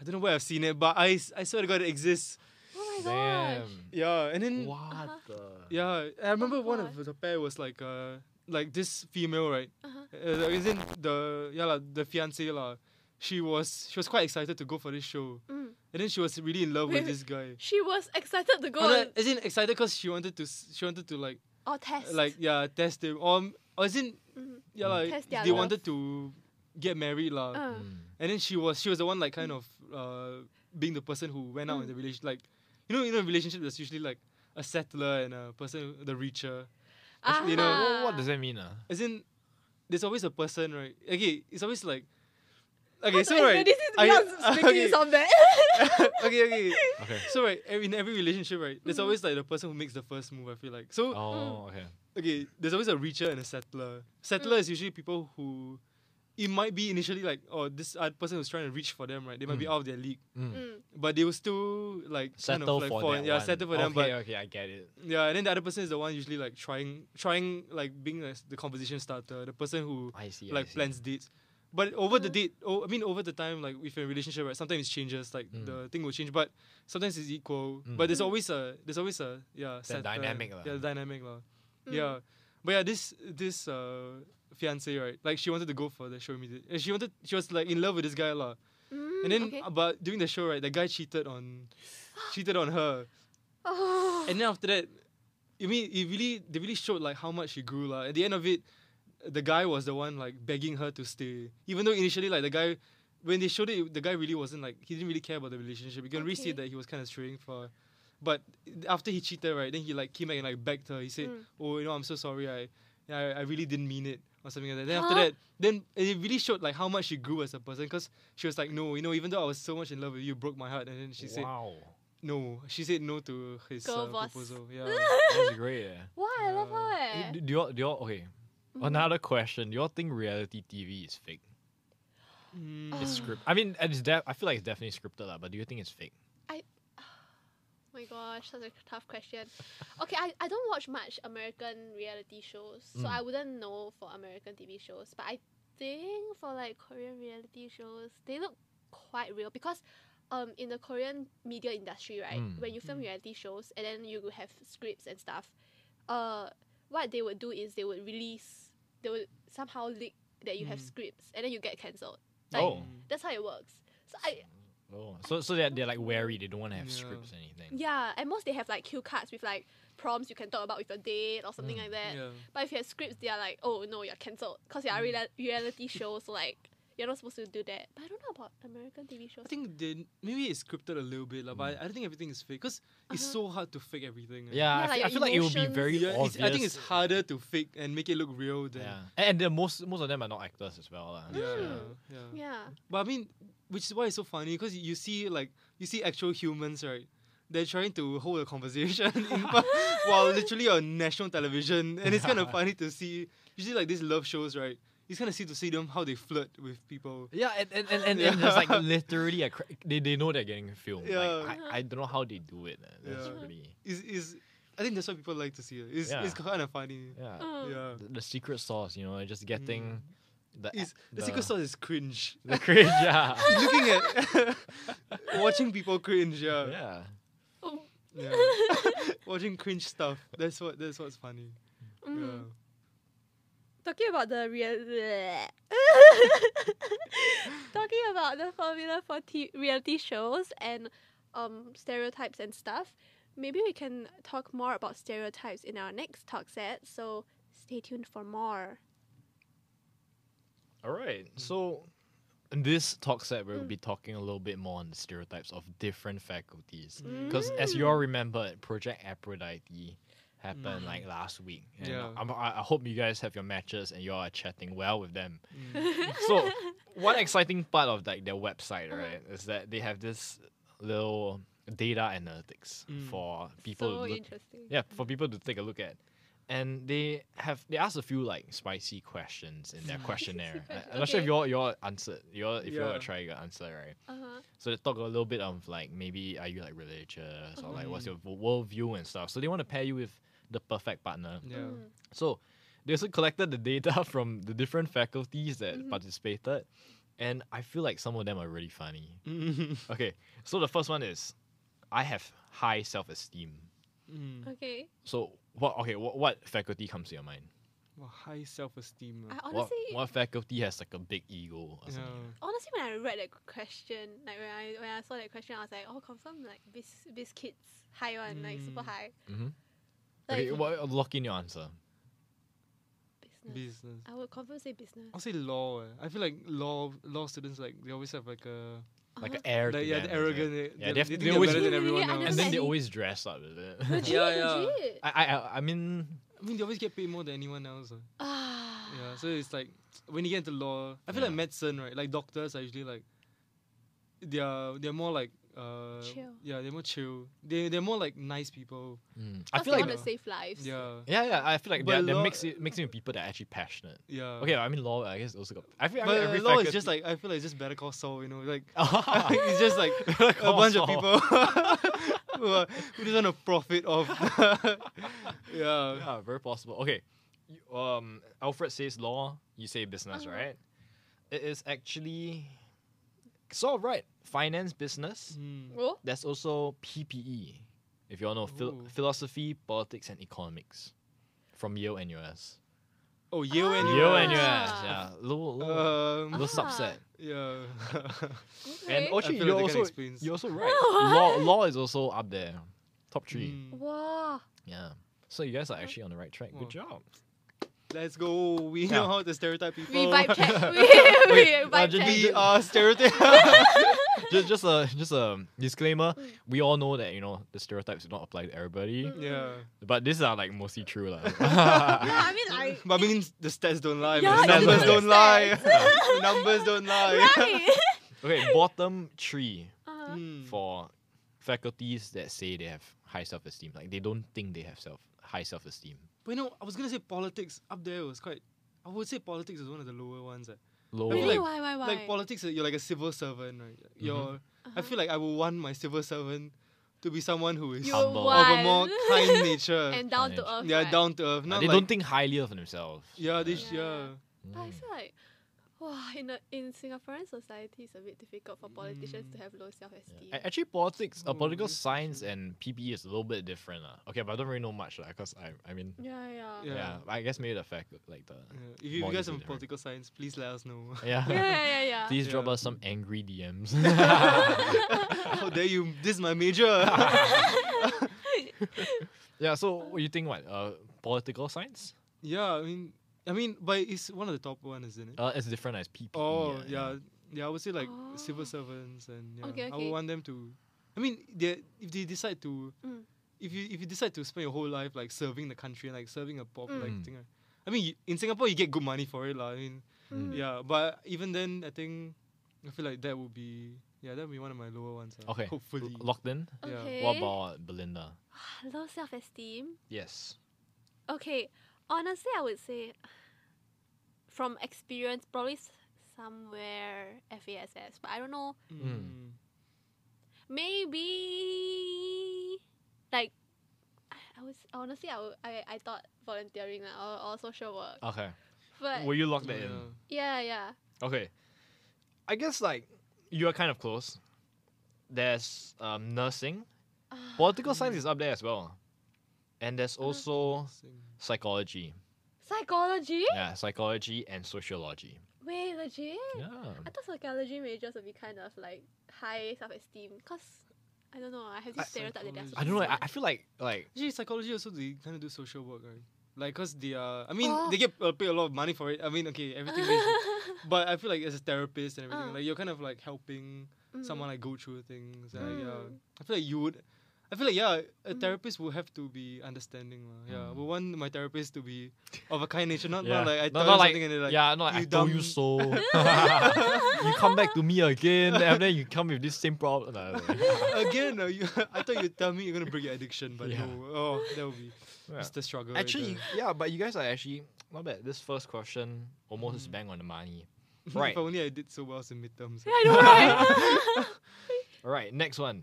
[SPEAKER 6] I don't know where I've seen it, but I s- I swear to God, it exists.
[SPEAKER 4] Oh my gosh.
[SPEAKER 5] Damn.
[SPEAKER 6] Yeah, and then
[SPEAKER 5] What
[SPEAKER 4] Uh-huh.
[SPEAKER 5] the?
[SPEAKER 6] Yeah, I remember one
[SPEAKER 4] Oh God.
[SPEAKER 6] of the pair was like uh like this female right,
[SPEAKER 4] Uh-huh.
[SPEAKER 6] uh, isn't the yeah lah the fiance lah. She was she was quite excited to go for this show,
[SPEAKER 4] Mm.
[SPEAKER 6] and then she was really in love
[SPEAKER 4] Wait,
[SPEAKER 6] with this guy.
[SPEAKER 4] She was excited to go
[SPEAKER 6] Oh, no,
[SPEAKER 4] on
[SPEAKER 6] isn't excited because she wanted to s- she wanted to like
[SPEAKER 4] or test.
[SPEAKER 6] like yeah test him or um, or isn't
[SPEAKER 4] Mhm.
[SPEAKER 6] yeah like
[SPEAKER 4] Test
[SPEAKER 6] they
[SPEAKER 4] their love.
[SPEAKER 6] wanted to get married lah.
[SPEAKER 4] Uh. Mm.
[SPEAKER 5] Mm.
[SPEAKER 6] And then she was she was the one like kind of uh being the person who went out in the relationship like you know you know in relationship there's usually like a settler and a person the reacher.
[SPEAKER 4] uh-huh.
[SPEAKER 6] you know,
[SPEAKER 5] Wha- wha- what does that mean? ah?
[SPEAKER 6] As in, there's always a person, right? Okay, it's always like.
[SPEAKER 4] How (laughs)
[SPEAKER 6] Okay,
[SPEAKER 4] to
[SPEAKER 6] so right.
[SPEAKER 4] explain This is
[SPEAKER 6] I- (laughs)
[SPEAKER 4] not speaking
[SPEAKER 6] okay,
[SPEAKER 4] is on that.
[SPEAKER 6] okay, okay.
[SPEAKER 5] Okay.
[SPEAKER 6] So right, ev- in every relationship, right, there's
[SPEAKER 4] Mm-hmm.
[SPEAKER 6] always like the person who makes the first move. I feel like so.
[SPEAKER 5] Oh, okay.
[SPEAKER 6] Okay, there's always a reacher and a settler. Settler is usually people who, it might be initially like, oh, this other person who's trying to reach for them, right? They might be
[SPEAKER 5] Mm.
[SPEAKER 6] out of their league,
[SPEAKER 5] Mm.
[SPEAKER 4] Mm.
[SPEAKER 6] but they will still like kind
[SPEAKER 5] Settle
[SPEAKER 6] of like
[SPEAKER 5] for
[SPEAKER 6] fall-
[SPEAKER 5] that
[SPEAKER 6] yeah,
[SPEAKER 5] one.
[SPEAKER 6] settle for
[SPEAKER 5] okay,
[SPEAKER 6] them, but
[SPEAKER 5] okay, I get it.
[SPEAKER 6] yeah, and then the other person is the one usually like trying, trying like being like, the conversation starter, the person who
[SPEAKER 5] I see. I
[SPEAKER 6] like
[SPEAKER 5] see.
[SPEAKER 6] plans dates. But over the
[SPEAKER 4] Mhm.
[SPEAKER 6] date, oh, I mean, over the time, like with a relationship, right? Sometimes it changes, like
[SPEAKER 5] Mm.
[SPEAKER 6] the thing will change, but sometimes it's equal.
[SPEAKER 5] Mm.
[SPEAKER 6] But there's
[SPEAKER 4] Mm.
[SPEAKER 6] always a, there's always a, yeah, set, uh,
[SPEAKER 5] dynamic lah.
[SPEAKER 6] yeah, dynamic lah,
[SPEAKER 4] Mm.
[SPEAKER 6] yeah. But yeah, this this uh, fiance, right? Like she wanted to go for the show immediately. And she wanted, she was like in love with this guy lah.
[SPEAKER 4] (laughs) Mm,
[SPEAKER 6] And then,
[SPEAKER 4] okay.
[SPEAKER 6] uh, but during the show, right, the guy cheated on,
[SPEAKER 4] (gasps)
[SPEAKER 6] cheated on her.
[SPEAKER 4] (laughs) oh.
[SPEAKER 6] And then after that, I mean, it really, they really showed like how much she grew, like. At the end of it, the guy was the one like begging her to stay, even though initially like the guy, when they showed it, the guy really wasn't like he didn't really care about the relationship. You can really see
[SPEAKER 4] Okay.
[SPEAKER 6] that he was kind of straying for. But after he cheated, right, then he like came back and like begged her. He said,
[SPEAKER 4] Mm.
[SPEAKER 6] "Oh, you know, I'm so sorry. I, I, I really didn't mean it." Or something like that. Then after
[SPEAKER 4] Huh?
[SPEAKER 6] that, then it really showed like how much she grew as a person, because she was like, "No, you know, even though I was so much in love with you, you broke my heart." And then she said,
[SPEAKER 5] wow.
[SPEAKER 6] no, she said no to his
[SPEAKER 4] Girl
[SPEAKER 6] uh,
[SPEAKER 4] boss.
[SPEAKER 6] proposal. Yeah.
[SPEAKER 4] (laughs)
[SPEAKER 5] That was great. Yeah.
[SPEAKER 4] Wow, I love
[SPEAKER 6] Yeah.
[SPEAKER 4] her. Mm. eh.
[SPEAKER 5] Eh, Do, Oh, do y'all, do y'all, okay.
[SPEAKER 4] Mm-hmm.
[SPEAKER 5] Another question. Do y'all think reality TV is fake?
[SPEAKER 6] (sighs)
[SPEAKER 5] It's
[SPEAKER 6] Mm.
[SPEAKER 5] script. I mean, it's def- I feel like it's definitely scripted, lah, but do you think it's fake?
[SPEAKER 4] Oh my gosh, that's a tough question. Okay, I, I don't watch much American reality shows, so
[SPEAKER 5] Mm.
[SPEAKER 4] I wouldn't know for American TV shows. But I think for like Korean reality shows, they look quite real because um in the Korean media industry, right,
[SPEAKER 5] Mm.
[SPEAKER 4] when you film
[SPEAKER 6] Mm.
[SPEAKER 4] reality shows and then you have scripts and stuff, uh what they would do is they would release they would somehow leak that you have
[SPEAKER 6] Mm.
[SPEAKER 4] scripts and then you get cancelled. Like
[SPEAKER 5] Oh.
[SPEAKER 4] that's how it works. So I
[SPEAKER 5] Oh, so so they're, they're like wary. They don't want to have
[SPEAKER 6] Yeah.
[SPEAKER 5] scripts or anything.
[SPEAKER 4] Yeah, at most they have like cue cards with like prompts you can talk about with your date or something
[SPEAKER 5] Mm.
[SPEAKER 4] like that.
[SPEAKER 6] Yeah.
[SPEAKER 4] But if you have scripts, they are like, oh no, you're cancelled because you're a reala-
[SPEAKER 6] (laughs)
[SPEAKER 4] reality show, so like you're not supposed to do that. But I don't know about American TV shows.
[SPEAKER 6] I think they maybe it's scripted a little bit, lah, but I, I don't think everything is fake because it's
[SPEAKER 4] Uh-huh.
[SPEAKER 6] so hard to fake everything.
[SPEAKER 5] Yeah,
[SPEAKER 6] eh.
[SPEAKER 4] Yeah,
[SPEAKER 5] I,
[SPEAKER 4] like
[SPEAKER 5] feel, I
[SPEAKER 4] your
[SPEAKER 5] feel like it would be very
[SPEAKER 6] Yeah,
[SPEAKER 5] obvious.
[SPEAKER 6] it's, I think it's harder to fake and make it look real than.
[SPEAKER 5] Yeah, and, and the most most of them are not actors as well. lah.
[SPEAKER 6] Yeah,
[SPEAKER 4] Mm.
[SPEAKER 6] yeah.
[SPEAKER 4] yeah.
[SPEAKER 6] But I mean, which is why it's so funny because you see like you see actual humans, right? They're trying to hold a conversation (laughs) in, while literally on national television, and it's kind of funny to see. Usually, like these love shows, right? It's kind of see to see them how they flirt with people.
[SPEAKER 5] Yeah, and and and, and,
[SPEAKER 6] Yeah.
[SPEAKER 5] and
[SPEAKER 6] (laughs)
[SPEAKER 5] there's like literally a cra- they they know they're getting filmed.
[SPEAKER 6] Yeah.
[SPEAKER 5] Like, I, I don't know how they do it. eh. That's
[SPEAKER 6] Yeah.
[SPEAKER 5] really
[SPEAKER 6] is is I think that's what people like to see. It's
[SPEAKER 5] Yeah.
[SPEAKER 6] it's kind of funny.
[SPEAKER 5] yeah.
[SPEAKER 4] Mm.
[SPEAKER 6] uh,
[SPEAKER 4] (laughs)
[SPEAKER 6] Yeah.
[SPEAKER 5] The, the secret sauce, you know, just getting the,
[SPEAKER 6] It's, the, secret sauce Mm. is
[SPEAKER 5] (laughs)
[SPEAKER 6] cringe.
[SPEAKER 5] the cringe.
[SPEAKER 6] (laughs)
[SPEAKER 5] Yeah,
[SPEAKER 6] Looking at (laughs) watching people cringe, yeah.
[SPEAKER 5] yeah.
[SPEAKER 4] Oh,
[SPEAKER 6] yeah. (laughs) watching cringe stuff. That's what that's what's funny.
[SPEAKER 4] mm.
[SPEAKER 6] Yeah.
[SPEAKER 4] Talking about the real. (laughs) Talking about the formula for t- reality shows and um, stereotypes and stuff, maybe we can talk more about stereotypes in our next talk set. So stay tuned for more.
[SPEAKER 5] All right. So in this talk set, we'll be talking a little bit more on the stereotypes of different faculties. Because as you all remember, Project Aphrodite happened
[SPEAKER 6] Mm.
[SPEAKER 5] like last week. And
[SPEAKER 6] Yeah.
[SPEAKER 5] I'm, I, I hope you guys have your matches and you all are chatting well with them.
[SPEAKER 6] Mm.
[SPEAKER 5] (laughs)
[SPEAKER 4] (laughs)
[SPEAKER 5] So
[SPEAKER 6] (laughs)
[SPEAKER 5] one exciting part of like their website, right, is that they have this little data analytics
[SPEAKER 6] Mm.
[SPEAKER 5] for people
[SPEAKER 4] So
[SPEAKER 5] to look
[SPEAKER 4] interesting.
[SPEAKER 5] yeah for people to take a look at and they have they asked a few like spicy questions in their questionnaire I, am not sure if
[SPEAKER 4] Okay.
[SPEAKER 5] you all you all answered you all if you all
[SPEAKER 6] Yeah.
[SPEAKER 5] try your answer right
[SPEAKER 4] Uh-huh.
[SPEAKER 5] so they talk a little bit of like maybe are you like religious or like what's
[SPEAKER 6] Mhm.
[SPEAKER 5] your v- worldview and stuff so they want to pair you with the perfect partner
[SPEAKER 6] Yeah.
[SPEAKER 4] Mm.
[SPEAKER 5] so they also collected the data (laughs) from the different faculties that
[SPEAKER 4] Mhm.
[SPEAKER 5] participated and I feel like some of them are really funny
[SPEAKER 6] Mm.
[SPEAKER 5] okay so the first one is I have high self esteem
[SPEAKER 6] Mm.
[SPEAKER 4] Okay.
[SPEAKER 5] so what okay what, what faculty comes to your mind
[SPEAKER 6] Well, high
[SPEAKER 4] I
[SPEAKER 6] self-esteem. ah.
[SPEAKER 5] what,
[SPEAKER 4] honestly
[SPEAKER 5] what faculty has like a big ego or something? like that?
[SPEAKER 4] honestly when I read that question, like when I when I saw that question, I was like, oh confirm like bis biscuits high one, like super
[SPEAKER 6] Mm.
[SPEAKER 4] high.
[SPEAKER 5] Mhm.
[SPEAKER 4] Like
[SPEAKER 5] okay, what, lock in your answer.
[SPEAKER 6] Yeah.
[SPEAKER 4] business.
[SPEAKER 6] Business.
[SPEAKER 4] I would confirm say business.
[SPEAKER 6] I'll say law. eh. I feel like law law students like they always have like a
[SPEAKER 5] Like
[SPEAKER 4] Uh-huh.
[SPEAKER 5] an (laughs) air.
[SPEAKER 6] like,
[SPEAKER 5] to them,
[SPEAKER 6] yeah the
[SPEAKER 5] is it?
[SPEAKER 6] arrogant. eh,
[SPEAKER 5] Yeah, they
[SPEAKER 6] they,
[SPEAKER 5] have- they
[SPEAKER 6] they think they're
[SPEAKER 5] always-
[SPEAKER 4] (laughs)
[SPEAKER 6] better than
[SPEAKER 4] Really, really,
[SPEAKER 6] everyone
[SPEAKER 4] I
[SPEAKER 6] else.
[SPEAKER 5] And then they
[SPEAKER 4] Really?
[SPEAKER 5] always dress up, is it?
[SPEAKER 4] (laughs) Legit,
[SPEAKER 6] Yeah, yeah.
[SPEAKER 4] legit.
[SPEAKER 5] I, I, I- I mean,
[SPEAKER 6] I mean they always get paid more than anyone else. eh.
[SPEAKER 4] Ah.
[SPEAKER 6] Yeah, so it's like when you get into law, I feel
[SPEAKER 5] Yeah.
[SPEAKER 6] like medicine, right? Like doctors are usually like they're they're more like uh
[SPEAKER 4] Chill.
[SPEAKER 6] yeah, they're more chill. They they're more like nice people.
[SPEAKER 5] mm, I
[SPEAKER 4] Cause
[SPEAKER 5] feel
[SPEAKER 4] they
[SPEAKER 5] like
[SPEAKER 4] want to save lives.
[SPEAKER 6] Yeah.
[SPEAKER 5] yeah, yeah. I feel like
[SPEAKER 6] But
[SPEAKER 5] that, that
[SPEAKER 6] law-
[SPEAKER 5] makes it makes it with people that are actually passionate.
[SPEAKER 6] Yeah.
[SPEAKER 5] Okay, I mean law. I guess also got. I feel I
[SPEAKER 6] But
[SPEAKER 5] mean, every
[SPEAKER 6] law
[SPEAKER 5] faculty...
[SPEAKER 6] is just like I feel like it's just better call Saul, you know,
[SPEAKER 5] (laughs)
[SPEAKER 6] like (laughs)
[SPEAKER 5] it's
[SPEAKER 6] it's just like
[SPEAKER 5] Better
[SPEAKER 6] a
[SPEAKER 5] Call
[SPEAKER 6] bunch
[SPEAKER 5] Saul.
[SPEAKER 6] of people (laughs) who, are, who just want to profit off. (laughs) yeah.
[SPEAKER 5] yeah, very possible. Okay, you, um, Alfred says law. You say business,
[SPEAKER 4] Uh-huh.
[SPEAKER 5] right? It is actually sort of right. Finance, business.
[SPEAKER 6] Mm.
[SPEAKER 4] Oh.
[SPEAKER 5] There's also PPE, if you all know phil-
[SPEAKER 6] Ooh.
[SPEAKER 5] philosophy, politics, and economics, from Yale and US.
[SPEAKER 6] Oh, Yale and
[SPEAKER 4] Ah.
[SPEAKER 5] Yale and US, yeah,
[SPEAKER 4] Ah.
[SPEAKER 5] little little,
[SPEAKER 6] Um,
[SPEAKER 5] little
[SPEAKER 4] Ah.
[SPEAKER 5] subset.
[SPEAKER 6] yeah. (laughs)
[SPEAKER 4] Okay.
[SPEAKER 5] And actually,
[SPEAKER 6] feel
[SPEAKER 5] you're
[SPEAKER 6] like that
[SPEAKER 5] also
[SPEAKER 6] explains- Hmm.
[SPEAKER 5] you're
[SPEAKER 4] (laughs)
[SPEAKER 5] also right. law,
[SPEAKER 4] What?
[SPEAKER 5] law is also up there, top three.
[SPEAKER 6] Mm.
[SPEAKER 4] Wow.
[SPEAKER 5] (laughs)
[SPEAKER 4] (laughs)
[SPEAKER 5] Yeah. So you guys are actually on the right track.
[SPEAKER 6] Wow.
[SPEAKER 5] Good job. (laughs)
[SPEAKER 6] Let's go. We
[SPEAKER 5] Yeah.
[SPEAKER 6] know how to stereotype people.
[SPEAKER 4] We vibe (laughs) check. (laughs) We, we
[SPEAKER 5] Wait, uh,
[SPEAKER 4] vibe
[SPEAKER 5] just-
[SPEAKER 4] check.
[SPEAKER 6] we are (laughs) stereotype.
[SPEAKER 4] (laughs)
[SPEAKER 5] just just a just a disclaimer. We all know that you know the stereotypes do not apply to everybody,
[SPEAKER 4] Mm.
[SPEAKER 6] yeah.
[SPEAKER 5] but these are like mostly true
[SPEAKER 4] no,
[SPEAKER 6] (laughs)
[SPEAKER 5] lah.
[SPEAKER 4] I mean like.
[SPEAKER 6] But I mean, the stats don't lie,
[SPEAKER 4] Yeah,
[SPEAKER 6] man. The
[SPEAKER 5] yeah,
[SPEAKER 6] numbers
[SPEAKER 5] the
[SPEAKER 6] don't
[SPEAKER 4] stats.
[SPEAKER 6] lie. the (laughs) numbers don't lie. (laughs)
[SPEAKER 4] Right.
[SPEAKER 5] okay, bottom three
[SPEAKER 4] Uh-huh.
[SPEAKER 6] Mm.
[SPEAKER 5] for faculties that say they have high self esteem, like they don't think they have self high self esteem.
[SPEAKER 6] But you know, I was gonna say politics up there was quite. I would say politics is one of the lower ones. eh.
[SPEAKER 5] Lower.
[SPEAKER 4] Really?
[SPEAKER 6] like-
[SPEAKER 4] why? Why? Why?
[SPEAKER 6] Like politics, eh, you're like a civil servant, right?
[SPEAKER 5] Mm-hmm.
[SPEAKER 6] You're.
[SPEAKER 4] uh-huh.
[SPEAKER 6] I feel like I would want my civil servant to be someone who is
[SPEAKER 4] you
[SPEAKER 6] of
[SPEAKER 5] humble.
[SPEAKER 6] a
[SPEAKER 4] wise.
[SPEAKER 6] more
[SPEAKER 4] (laughs)
[SPEAKER 6] kind nature.
[SPEAKER 4] and down to earth.
[SPEAKER 6] yeah,
[SPEAKER 4] right?
[SPEAKER 6] down to earth.
[SPEAKER 5] Nah,
[SPEAKER 6] Not
[SPEAKER 5] they
[SPEAKER 6] like,
[SPEAKER 5] don't think highly of themselves.
[SPEAKER 6] Yeah, they
[SPEAKER 5] Yeah.
[SPEAKER 6] sh- yeah.
[SPEAKER 4] Yeah. But I
[SPEAKER 5] Mm.
[SPEAKER 4] feel like, wow, in a, in Singaporean society, it's a bit difficult for politicians to have low self esteem.
[SPEAKER 5] A- Actually, politics, uh,
[SPEAKER 6] Oh,
[SPEAKER 5] political
[SPEAKER 6] this is
[SPEAKER 5] science, and PPE is a little bit different. lah. Okay, but I don't really know much because I, I mean,
[SPEAKER 4] Yeah, yeah.
[SPEAKER 5] yeah.
[SPEAKER 6] Yeah.
[SPEAKER 5] I guess maybe the fact like the
[SPEAKER 6] Yeah. If you, if you
[SPEAKER 5] More
[SPEAKER 6] guys
[SPEAKER 5] user
[SPEAKER 6] have
[SPEAKER 5] different.
[SPEAKER 6] political science, please let us know.
[SPEAKER 5] yeah.
[SPEAKER 4] (laughs) Yeah, yeah, yeah.
[SPEAKER 6] (laughs)
[SPEAKER 5] Please drop
[SPEAKER 6] Yeah.
[SPEAKER 5] us some angry (laughs)
[SPEAKER 6] (laughs)
[SPEAKER 5] DMs.
[SPEAKER 6] How dare Oh, you? This is
[SPEAKER 5] (laughs)
[SPEAKER 6] my major.
[SPEAKER 5] yeah, so what you think what? Uh political science?
[SPEAKER 6] yeah, I mean, I mean, but it's one of the top one, isn't it?
[SPEAKER 5] Uh it's different as PPE.
[SPEAKER 6] oh yeah, yeah. I would say like
[SPEAKER 4] Oh.
[SPEAKER 6] civil servants and yeah.
[SPEAKER 4] Okay,
[SPEAKER 6] I
[SPEAKER 4] okay.
[SPEAKER 6] would want them to. I mean, they if they decide to,
[SPEAKER 4] Mm.
[SPEAKER 6] if you if you decide to spend your whole life like serving the country, like serving a pop,
[SPEAKER 5] Mm.
[SPEAKER 6] like thing. right? I mean, you, in Singapore you get good money for it, lah. I mean,
[SPEAKER 4] Mm.
[SPEAKER 6] yeah, but even then, I think I feel like that would be yeah, that would be one of my lower ones. ah,
[SPEAKER 5] Okay.
[SPEAKER 6] hopefully.
[SPEAKER 5] L- locked in?
[SPEAKER 6] Yeah.
[SPEAKER 4] Okay.
[SPEAKER 5] What about Belinda?
[SPEAKER 4] (sighs) low self esteem?
[SPEAKER 5] Yes.
[SPEAKER 4] Okay, honestly, I would say, from experience, probably s- somewhere FASS, but I don't know.
[SPEAKER 5] Mm.
[SPEAKER 4] maybe like I, I was honestly I, w- I, I thought volunteering like, or, or social work
[SPEAKER 5] Okay.
[SPEAKER 4] but
[SPEAKER 5] Uh, Were you locked
[SPEAKER 6] Yeah.
[SPEAKER 5] in?
[SPEAKER 4] yeah yeah
[SPEAKER 5] Okay. I guess like you are kind of close. There's um nursing.
[SPEAKER 4] Ah,
[SPEAKER 5] Political science is up there as well. And there's
[SPEAKER 4] Mm.
[SPEAKER 5] also
[SPEAKER 6] Sing.
[SPEAKER 5] psychology.
[SPEAKER 4] psychology
[SPEAKER 5] Yeah, psychology and sociology.
[SPEAKER 4] wait legit
[SPEAKER 5] Yeah.
[SPEAKER 4] I thought psychology majors would be kind of like high self esteem cause I don't know I have this
[SPEAKER 6] I-
[SPEAKER 4] stereotype that they're
[SPEAKER 6] psychology.
[SPEAKER 5] I don't know. I,
[SPEAKER 4] (laughs) smart.
[SPEAKER 5] I feel like like
[SPEAKER 6] Actually, psychology also they kind of do social work, right? Like, cause they are. I mean,
[SPEAKER 4] Oh.
[SPEAKER 6] they get uh, paid a lot of money for it. I mean, okay, everything. is,
[SPEAKER 4] (laughs)
[SPEAKER 6] but I feel like as a therapist and everything,
[SPEAKER 4] Ah.
[SPEAKER 6] like you're kind of like helping
[SPEAKER 4] Mm.
[SPEAKER 6] someone like go through things. and, Like, yeah,
[SPEAKER 4] Mm.
[SPEAKER 6] I feel like you would. I feel like yeah, a therapist will have to be understanding. lah. Yeah, I would want my therapist to be of a kind nature, not,
[SPEAKER 5] Mm. Yeah.
[SPEAKER 6] not like I
[SPEAKER 5] Not-
[SPEAKER 6] tell
[SPEAKER 5] not
[SPEAKER 6] you
[SPEAKER 5] like-
[SPEAKER 6] something and they're like
[SPEAKER 5] yeah, no, I
[SPEAKER 6] you
[SPEAKER 5] told you
[SPEAKER 6] dumb."
[SPEAKER 5] so.
[SPEAKER 6] (laughs)
[SPEAKER 5] (laughs) you come back to me again, and then you come with this same problem. No, no,
[SPEAKER 6] (laughs)
[SPEAKER 5] no.
[SPEAKER 6] again. uh, you, (laughs) I thought you tell me you're gonna break your addiction, but
[SPEAKER 5] Yeah.
[SPEAKER 6] no. Oh, that would be
[SPEAKER 5] Yeah.
[SPEAKER 6] it's the struggle. right
[SPEAKER 5] Actually,
[SPEAKER 6] there.
[SPEAKER 5] yeah, but you guys are actually not bad. This first question almost
[SPEAKER 6] Mm.
[SPEAKER 5] is bang on the
[SPEAKER 6] (laughs)
[SPEAKER 5] money. Right,
[SPEAKER 6] if only I did so well in midterms.
[SPEAKER 4] I know,
[SPEAKER 5] (laughs)
[SPEAKER 4] right?
[SPEAKER 5] alright, next one.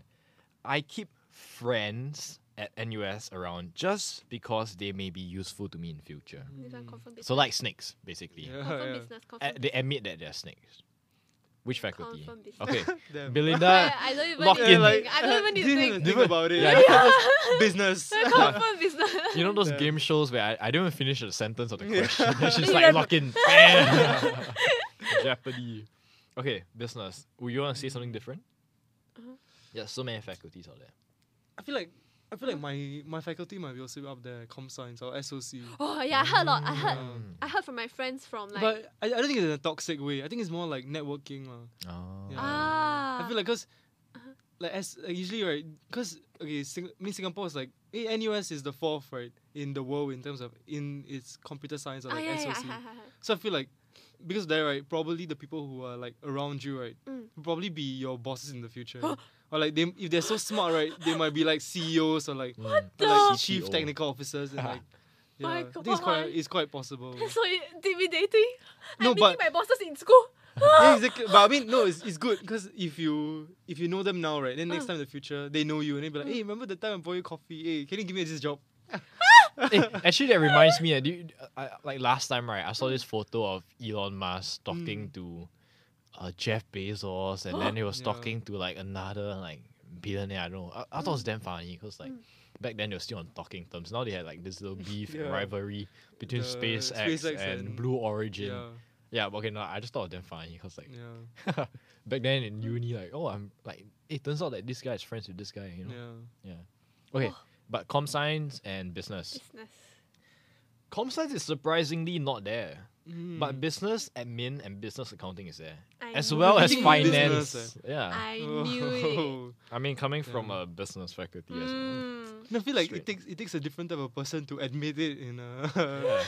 [SPEAKER 5] I keep friends at NUS around just because they may be useful to me in future.
[SPEAKER 4] This one confirm business.
[SPEAKER 5] So like uh, snakes, basically.
[SPEAKER 6] Yeah,
[SPEAKER 4] confirm
[SPEAKER 6] yeah.
[SPEAKER 4] business. Confirm
[SPEAKER 5] A- they admit that they're snakes. Which faculty?
[SPEAKER 4] Confirm business.
[SPEAKER 5] Okay,
[SPEAKER 6] (laughs) Damn.
[SPEAKER 4] (laughs) I,
[SPEAKER 5] Belinda.
[SPEAKER 4] I don't even
[SPEAKER 5] uh, lock
[SPEAKER 4] need
[SPEAKER 5] in.
[SPEAKER 4] to
[SPEAKER 5] Yeah,
[SPEAKER 4] think. I don't even
[SPEAKER 5] (laughs)
[SPEAKER 4] need to
[SPEAKER 6] didn't even
[SPEAKER 4] think.
[SPEAKER 6] think about it.
[SPEAKER 5] Yeah,
[SPEAKER 6] Business.
[SPEAKER 4] (laughs)
[SPEAKER 6] (laughs)
[SPEAKER 5] (laughs)
[SPEAKER 4] confirm business.
[SPEAKER 5] You know those
[SPEAKER 6] Damn.
[SPEAKER 5] game shows where I, I don't even finish the sentence of the
[SPEAKER 6] Yeah.
[SPEAKER 5] question. It's
[SPEAKER 4] You
[SPEAKER 5] just like
[SPEAKER 4] have-
[SPEAKER 5] lock in. Bam! Jeopardy. Okay, business. Would you want to say something different?
[SPEAKER 4] Uh-huh.
[SPEAKER 5] Yeah, so many faculties out there.
[SPEAKER 6] I feel like I feel like my my faculty might be also up there, com science or
[SPEAKER 4] (laughs)
[SPEAKER 6] SOC.
[SPEAKER 4] (laughs) Oh yeah, I heard a lot. I heard.
[SPEAKER 5] Hmm.
[SPEAKER 6] Um,
[SPEAKER 4] I heard from my friends from like
[SPEAKER 6] but I, I don't think it's in a toxic way. I think it's more like networking. lah.
[SPEAKER 5] Oh.
[SPEAKER 6] Yeah.
[SPEAKER 4] ah.
[SPEAKER 6] I feel like because like as like usually right because okay Sing- I mean Singapore is like eh, NUS is the fourth right in the world in terms of in its computer
[SPEAKER 5] Oh,
[SPEAKER 6] science or
[SPEAKER 4] ah,
[SPEAKER 6] like
[SPEAKER 4] yeah, yeah,
[SPEAKER 6] SOC.
[SPEAKER 4] I heard,
[SPEAKER 5] (laughs)
[SPEAKER 4] I heard.
[SPEAKER 6] So I feel like because of that right, probably the people who are like around you right
[SPEAKER 4] Mm.
[SPEAKER 6] will probably be your bosses in
[SPEAKER 4] (gasps)
[SPEAKER 6] the future. or like they if they're so smart right, they might be like CEOs or like,
[SPEAKER 5] What
[SPEAKER 6] or, like
[SPEAKER 5] the-
[SPEAKER 6] chief
[SPEAKER 5] CTO.
[SPEAKER 6] technical officers and
[SPEAKER 4] (laughs)
[SPEAKER 6] like yeah,
[SPEAKER 4] My
[SPEAKER 6] I think it's quite
[SPEAKER 4] God.
[SPEAKER 6] it's quite
[SPEAKER 4] (laughs)
[SPEAKER 6] possible.
[SPEAKER 4] That's so intimidating. I'm
[SPEAKER 6] No,
[SPEAKER 4] meeting
[SPEAKER 6] but-
[SPEAKER 4] my bosses in school.
[SPEAKER 6] yeah, exactly. But I mean, no, it's, it's good because if you if you know them now, right, then next
[SPEAKER 4] Ah.
[SPEAKER 6] time in the future they know you and they be like,
[SPEAKER 4] Mm.
[SPEAKER 6] hey, remember the time I bought you coffee? Hey, can you give me this job?
[SPEAKER 5] Eh, actually, that reminds me. eh, Do you, I, I- like last time, right? I saw this photo of Elon Musk talking to uh, Jeff Bezos, and then he was
[SPEAKER 6] Mm. (gasps) Yeah.
[SPEAKER 5] talking to like another like billionaire. I don't know. I, I thought it was damn funny because like back then they were still on talking terms. Now they had like
[SPEAKER 6] (laughs)
[SPEAKER 5] this little beef and
[SPEAKER 6] Mm. Yeah.
[SPEAKER 5] rivalry between
[SPEAKER 6] The
[SPEAKER 5] SpaceX,
[SPEAKER 6] SpaceX
[SPEAKER 5] and,
[SPEAKER 6] and-
[SPEAKER 5] Blue Origin.
[SPEAKER 6] Yeah,
[SPEAKER 5] Yeah. but okay, no, I just thought it was damn funny because like
[SPEAKER 6] yeah,
[SPEAKER 5] (laughs) back then in uni, like oh, I'm like it turns out that this guy is friends with this guy. You know.
[SPEAKER 6] yeah. Oh.
[SPEAKER 5] Okay, but com science and business.
[SPEAKER 4] (gasps) Business.
[SPEAKER 5] Com science is surprisingly not there.
[SPEAKER 6] Mm.
[SPEAKER 5] But business admin and business accounting is there,
[SPEAKER 4] Hmm. I
[SPEAKER 5] as
[SPEAKER 4] knew
[SPEAKER 5] well
[SPEAKER 4] it.
[SPEAKER 5] as
[SPEAKER 6] (laughs) Business, eh?
[SPEAKER 5] finance. Oh. yeah, (laughs)
[SPEAKER 4] I knew it.
[SPEAKER 5] I mean, coming from
[SPEAKER 6] Yeah.
[SPEAKER 5] a business faculty, as well.
[SPEAKER 4] Mm.
[SPEAKER 6] (laughs) No, I feel like
[SPEAKER 5] Straight.
[SPEAKER 6] it takes it takes a different type of person to admit it in a
[SPEAKER 5] Yeah.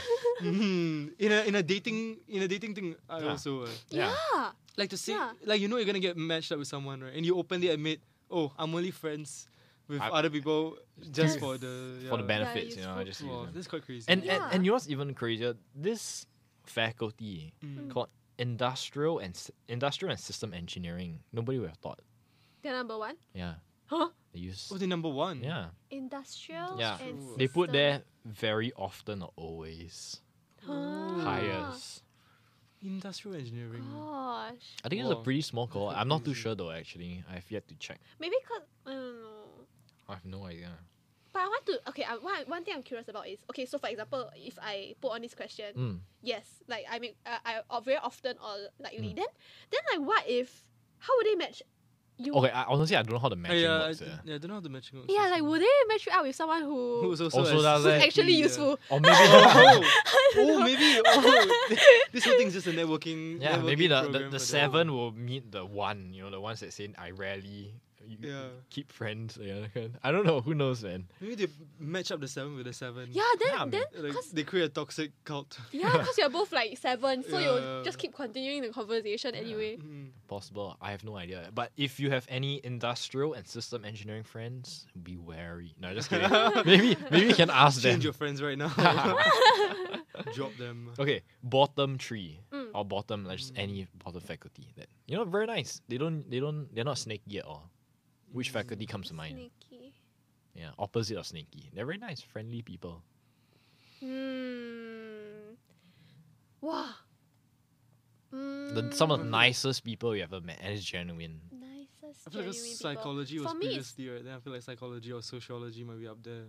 [SPEAKER 6] Mhm. in a in a dating in a dating thing. I
[SPEAKER 5] Yeah.
[SPEAKER 6] also uh,
[SPEAKER 5] yeah,
[SPEAKER 4] Yeah.
[SPEAKER 6] like to say
[SPEAKER 4] Yeah.
[SPEAKER 6] like you know you're gonna get matched up with someone right, and you openly admit, oh, I'm only friends with
[SPEAKER 5] I-
[SPEAKER 6] other people
[SPEAKER 5] Just
[SPEAKER 6] just for the
[SPEAKER 5] for the
[SPEAKER 6] yeah.
[SPEAKER 5] benefits, you know, I
[SPEAKER 4] useful.
[SPEAKER 5] just use
[SPEAKER 6] Wow,
[SPEAKER 5] them.
[SPEAKER 6] that's quite crazy.
[SPEAKER 5] And,
[SPEAKER 4] Yeah.
[SPEAKER 5] and and you know what's even crazier? This faculty
[SPEAKER 6] Mm.
[SPEAKER 5] called industrial and S- industrial and system engineering. Nobody would have thought.
[SPEAKER 4] They're number one.
[SPEAKER 5] Yeah,
[SPEAKER 4] Huh?
[SPEAKER 5] they use.
[SPEAKER 6] oh, the number one.
[SPEAKER 5] Yeah,
[SPEAKER 4] Industrial.
[SPEAKER 5] Yeah.
[SPEAKER 4] And
[SPEAKER 5] they put
[SPEAKER 4] system-
[SPEAKER 5] there very often or always
[SPEAKER 4] Ah.
[SPEAKER 5] highest.
[SPEAKER 6] Industrial engineering.
[SPEAKER 4] Gosh.
[SPEAKER 5] I think it's a
[SPEAKER 6] Wow.
[SPEAKER 5] pretty small
[SPEAKER 6] (laughs)
[SPEAKER 5] call.
[SPEAKER 6] quite
[SPEAKER 5] I'm not too
[SPEAKER 6] crazy.
[SPEAKER 5] sure though. Actually, I've yet to check.
[SPEAKER 4] Maybe cause I don't know.
[SPEAKER 5] I have no idea.
[SPEAKER 4] But I want to. Okay. I, one one thing I'm curious about is okay. So for example, if I put on this question,
[SPEAKER 5] Mm.
[SPEAKER 4] yes, like I mean, uh, I or very often or likely.
[SPEAKER 5] Mm.
[SPEAKER 4] Then, then like, what if? How would they match? You.
[SPEAKER 5] Okay, I, honestly, I don't know how the
[SPEAKER 6] Uh,
[SPEAKER 5] matching
[SPEAKER 6] yeah, I,
[SPEAKER 5] works.
[SPEAKER 6] d- (laughs)
[SPEAKER 5] eh.
[SPEAKER 6] yeah, I don't know how the matching works.
[SPEAKER 4] Yeah,
[SPEAKER 6] also. (laughs)
[SPEAKER 4] like would they match you up with someone
[SPEAKER 6] Who
[SPEAKER 4] who
[SPEAKER 6] was also
[SPEAKER 5] Also
[SPEAKER 6] a
[SPEAKER 5] does
[SPEAKER 4] who's
[SPEAKER 5] that-
[SPEAKER 4] (laughs) actually
[SPEAKER 6] yeah.
[SPEAKER 4] useful?
[SPEAKER 5] Or maybe
[SPEAKER 4] (laughs)
[SPEAKER 6] Oh, oh, maybe. Oh, (laughs) th- this whole thing's just a
[SPEAKER 5] (laughs)
[SPEAKER 6] networking.
[SPEAKER 5] Yeah, maybe the,
[SPEAKER 6] networking
[SPEAKER 5] the,
[SPEAKER 6] program
[SPEAKER 5] the
[SPEAKER 6] for them.
[SPEAKER 5] seven will meet the one, you know, the ones that say I rarely you
[SPEAKER 6] Yeah.
[SPEAKER 5] keep friends. You know, that kind. I don't know, who knows, man.
[SPEAKER 6] Maybe they match up the seven with the seven.
[SPEAKER 4] Yeah, then
[SPEAKER 5] Yeah,
[SPEAKER 4] then
[SPEAKER 6] Like,
[SPEAKER 4] cause
[SPEAKER 6] they create a toxic
[SPEAKER 4] (laughs)
[SPEAKER 6] cult.
[SPEAKER 4] yeah, cause you're both like seven, so
[SPEAKER 6] Yeah.
[SPEAKER 4] you'll just keep continuing the conversation anyway.
[SPEAKER 6] (laughs) Mm.
[SPEAKER 5] Possible. I have no idea. But if you have any industrial and system engineering friends, be wary. No, just
[SPEAKER 6] (laughs)
[SPEAKER 5] kidding. maybe maybe you can ask them.
[SPEAKER 6] Change your (laughs) friends right
[SPEAKER 4] (laughs)
[SPEAKER 6] now.
[SPEAKER 5] (laughs)
[SPEAKER 6] Drop them.
[SPEAKER 5] Okay, bottom three
[SPEAKER 4] Mm.
[SPEAKER 5] or bottom, like just any bottom faculty that you know, very nice. They don't they don't they're not snaky at all. Which
[SPEAKER 4] Mm.
[SPEAKER 5] faculty comes to mind?
[SPEAKER 4] Sneaky.
[SPEAKER 5] Yeah, opposite of snaky. They're very nice, friendly people.
[SPEAKER 4] Hmm. Wow. Mm.
[SPEAKER 5] The, some of the
[SPEAKER 6] Mm.
[SPEAKER 5] nicest people you ever met, and it's genuine.
[SPEAKER 4] nicest
[SPEAKER 6] I feel
[SPEAKER 4] genuine
[SPEAKER 6] like
[SPEAKER 4] people.
[SPEAKER 6] psychology was
[SPEAKER 4] For me, it's,
[SPEAKER 6] previously right. Then I feel like psychology or sociology might be up there.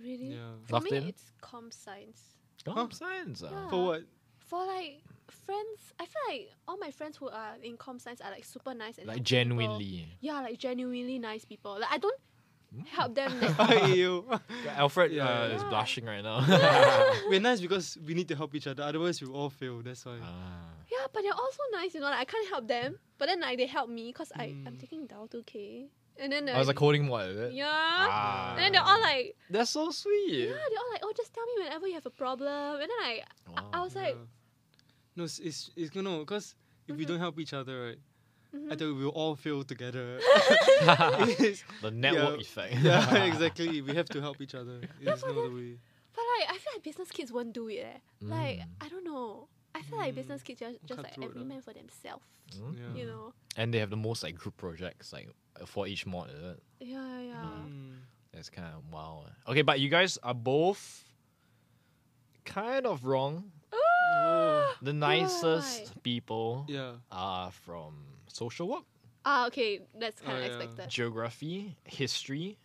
[SPEAKER 4] really.
[SPEAKER 6] Yeah.
[SPEAKER 4] For me,
[SPEAKER 5] Nothing.
[SPEAKER 4] it's com science.
[SPEAKER 5] Com science. ah.
[SPEAKER 4] Yeah.
[SPEAKER 6] For what? (laughs)
[SPEAKER 4] For like friends, I feel like all my friends who are in com science are like super nice and
[SPEAKER 5] Like
[SPEAKER 4] helpful people.
[SPEAKER 5] genuinely.
[SPEAKER 4] Yeah, like genuinely nice people. Like I don't
[SPEAKER 5] Mm.
[SPEAKER 4] help
[SPEAKER 6] (laughs)
[SPEAKER 4] them. that-
[SPEAKER 6] Ew.
[SPEAKER 5] Alfred
[SPEAKER 6] Yeah,
[SPEAKER 5] uh,
[SPEAKER 6] yeah.
[SPEAKER 5] is
[SPEAKER 4] Yeah.
[SPEAKER 5] blushing
[SPEAKER 4] (laughs)
[SPEAKER 5] right now.
[SPEAKER 6] We're nice because we need to help each other. Otherwise, we all fail. That's why.
[SPEAKER 5] (laughs) Ah.
[SPEAKER 4] yeah, but they're also nice, you know. Like I can't help them, but then like they help me because I I'm
[SPEAKER 6] Mm.
[SPEAKER 4] taking Dow two K. And then
[SPEAKER 5] I was
[SPEAKER 4] the-
[SPEAKER 5] like holding what is it?
[SPEAKER 4] yeah.
[SPEAKER 5] Ah.
[SPEAKER 4] And then they're all like,
[SPEAKER 5] That's so sweet.
[SPEAKER 4] yeah, they're all like, oh, just tell me whenever you have a problem. And then I,
[SPEAKER 5] Wow.
[SPEAKER 4] I was like,
[SPEAKER 6] Yeah. no, it's it's, it's gonna because if we
[SPEAKER 4] Mhm.
[SPEAKER 6] don't help each other, right, I
[SPEAKER 4] mhm.
[SPEAKER 6] think we'll all fail
[SPEAKER 4] (laughs)
[SPEAKER 6] together. (laughs)
[SPEAKER 5] Oh, (laughs)
[SPEAKER 6] It's-
[SPEAKER 5] the network
[SPEAKER 6] Yeah.
[SPEAKER 5] effect. (laughs)
[SPEAKER 6] yeah, (laughs) exactly. We have to help each other. It's not the way.
[SPEAKER 4] but like, I feel like business kids won't do it. Eh. Like,
[SPEAKER 5] Mm.
[SPEAKER 4] I don't know. I feel like
[SPEAKER 6] Mm.
[SPEAKER 4] business kids are just like
[SPEAKER 6] Cutthroat,
[SPEAKER 4] every
[SPEAKER 6] ah.
[SPEAKER 4] man for themselves.
[SPEAKER 5] Mm.
[SPEAKER 6] Yeah.
[SPEAKER 4] You know?
[SPEAKER 5] And they have the most like group projects like for each mod. Is it?
[SPEAKER 4] Yeah, yeah, yeah.
[SPEAKER 6] Mm.
[SPEAKER 5] That's kind of wow. eh. Okay, but you guys are both kind of wrong.
[SPEAKER 6] Oh,
[SPEAKER 5] The nicest people
[SPEAKER 6] yeah.
[SPEAKER 5] are from social work,
[SPEAKER 4] (gasps) Ah, okay, that's
[SPEAKER 6] Oh,
[SPEAKER 4] kind of
[SPEAKER 6] yeah.
[SPEAKER 5] (laughs)
[SPEAKER 4] expected.
[SPEAKER 5] geography, history,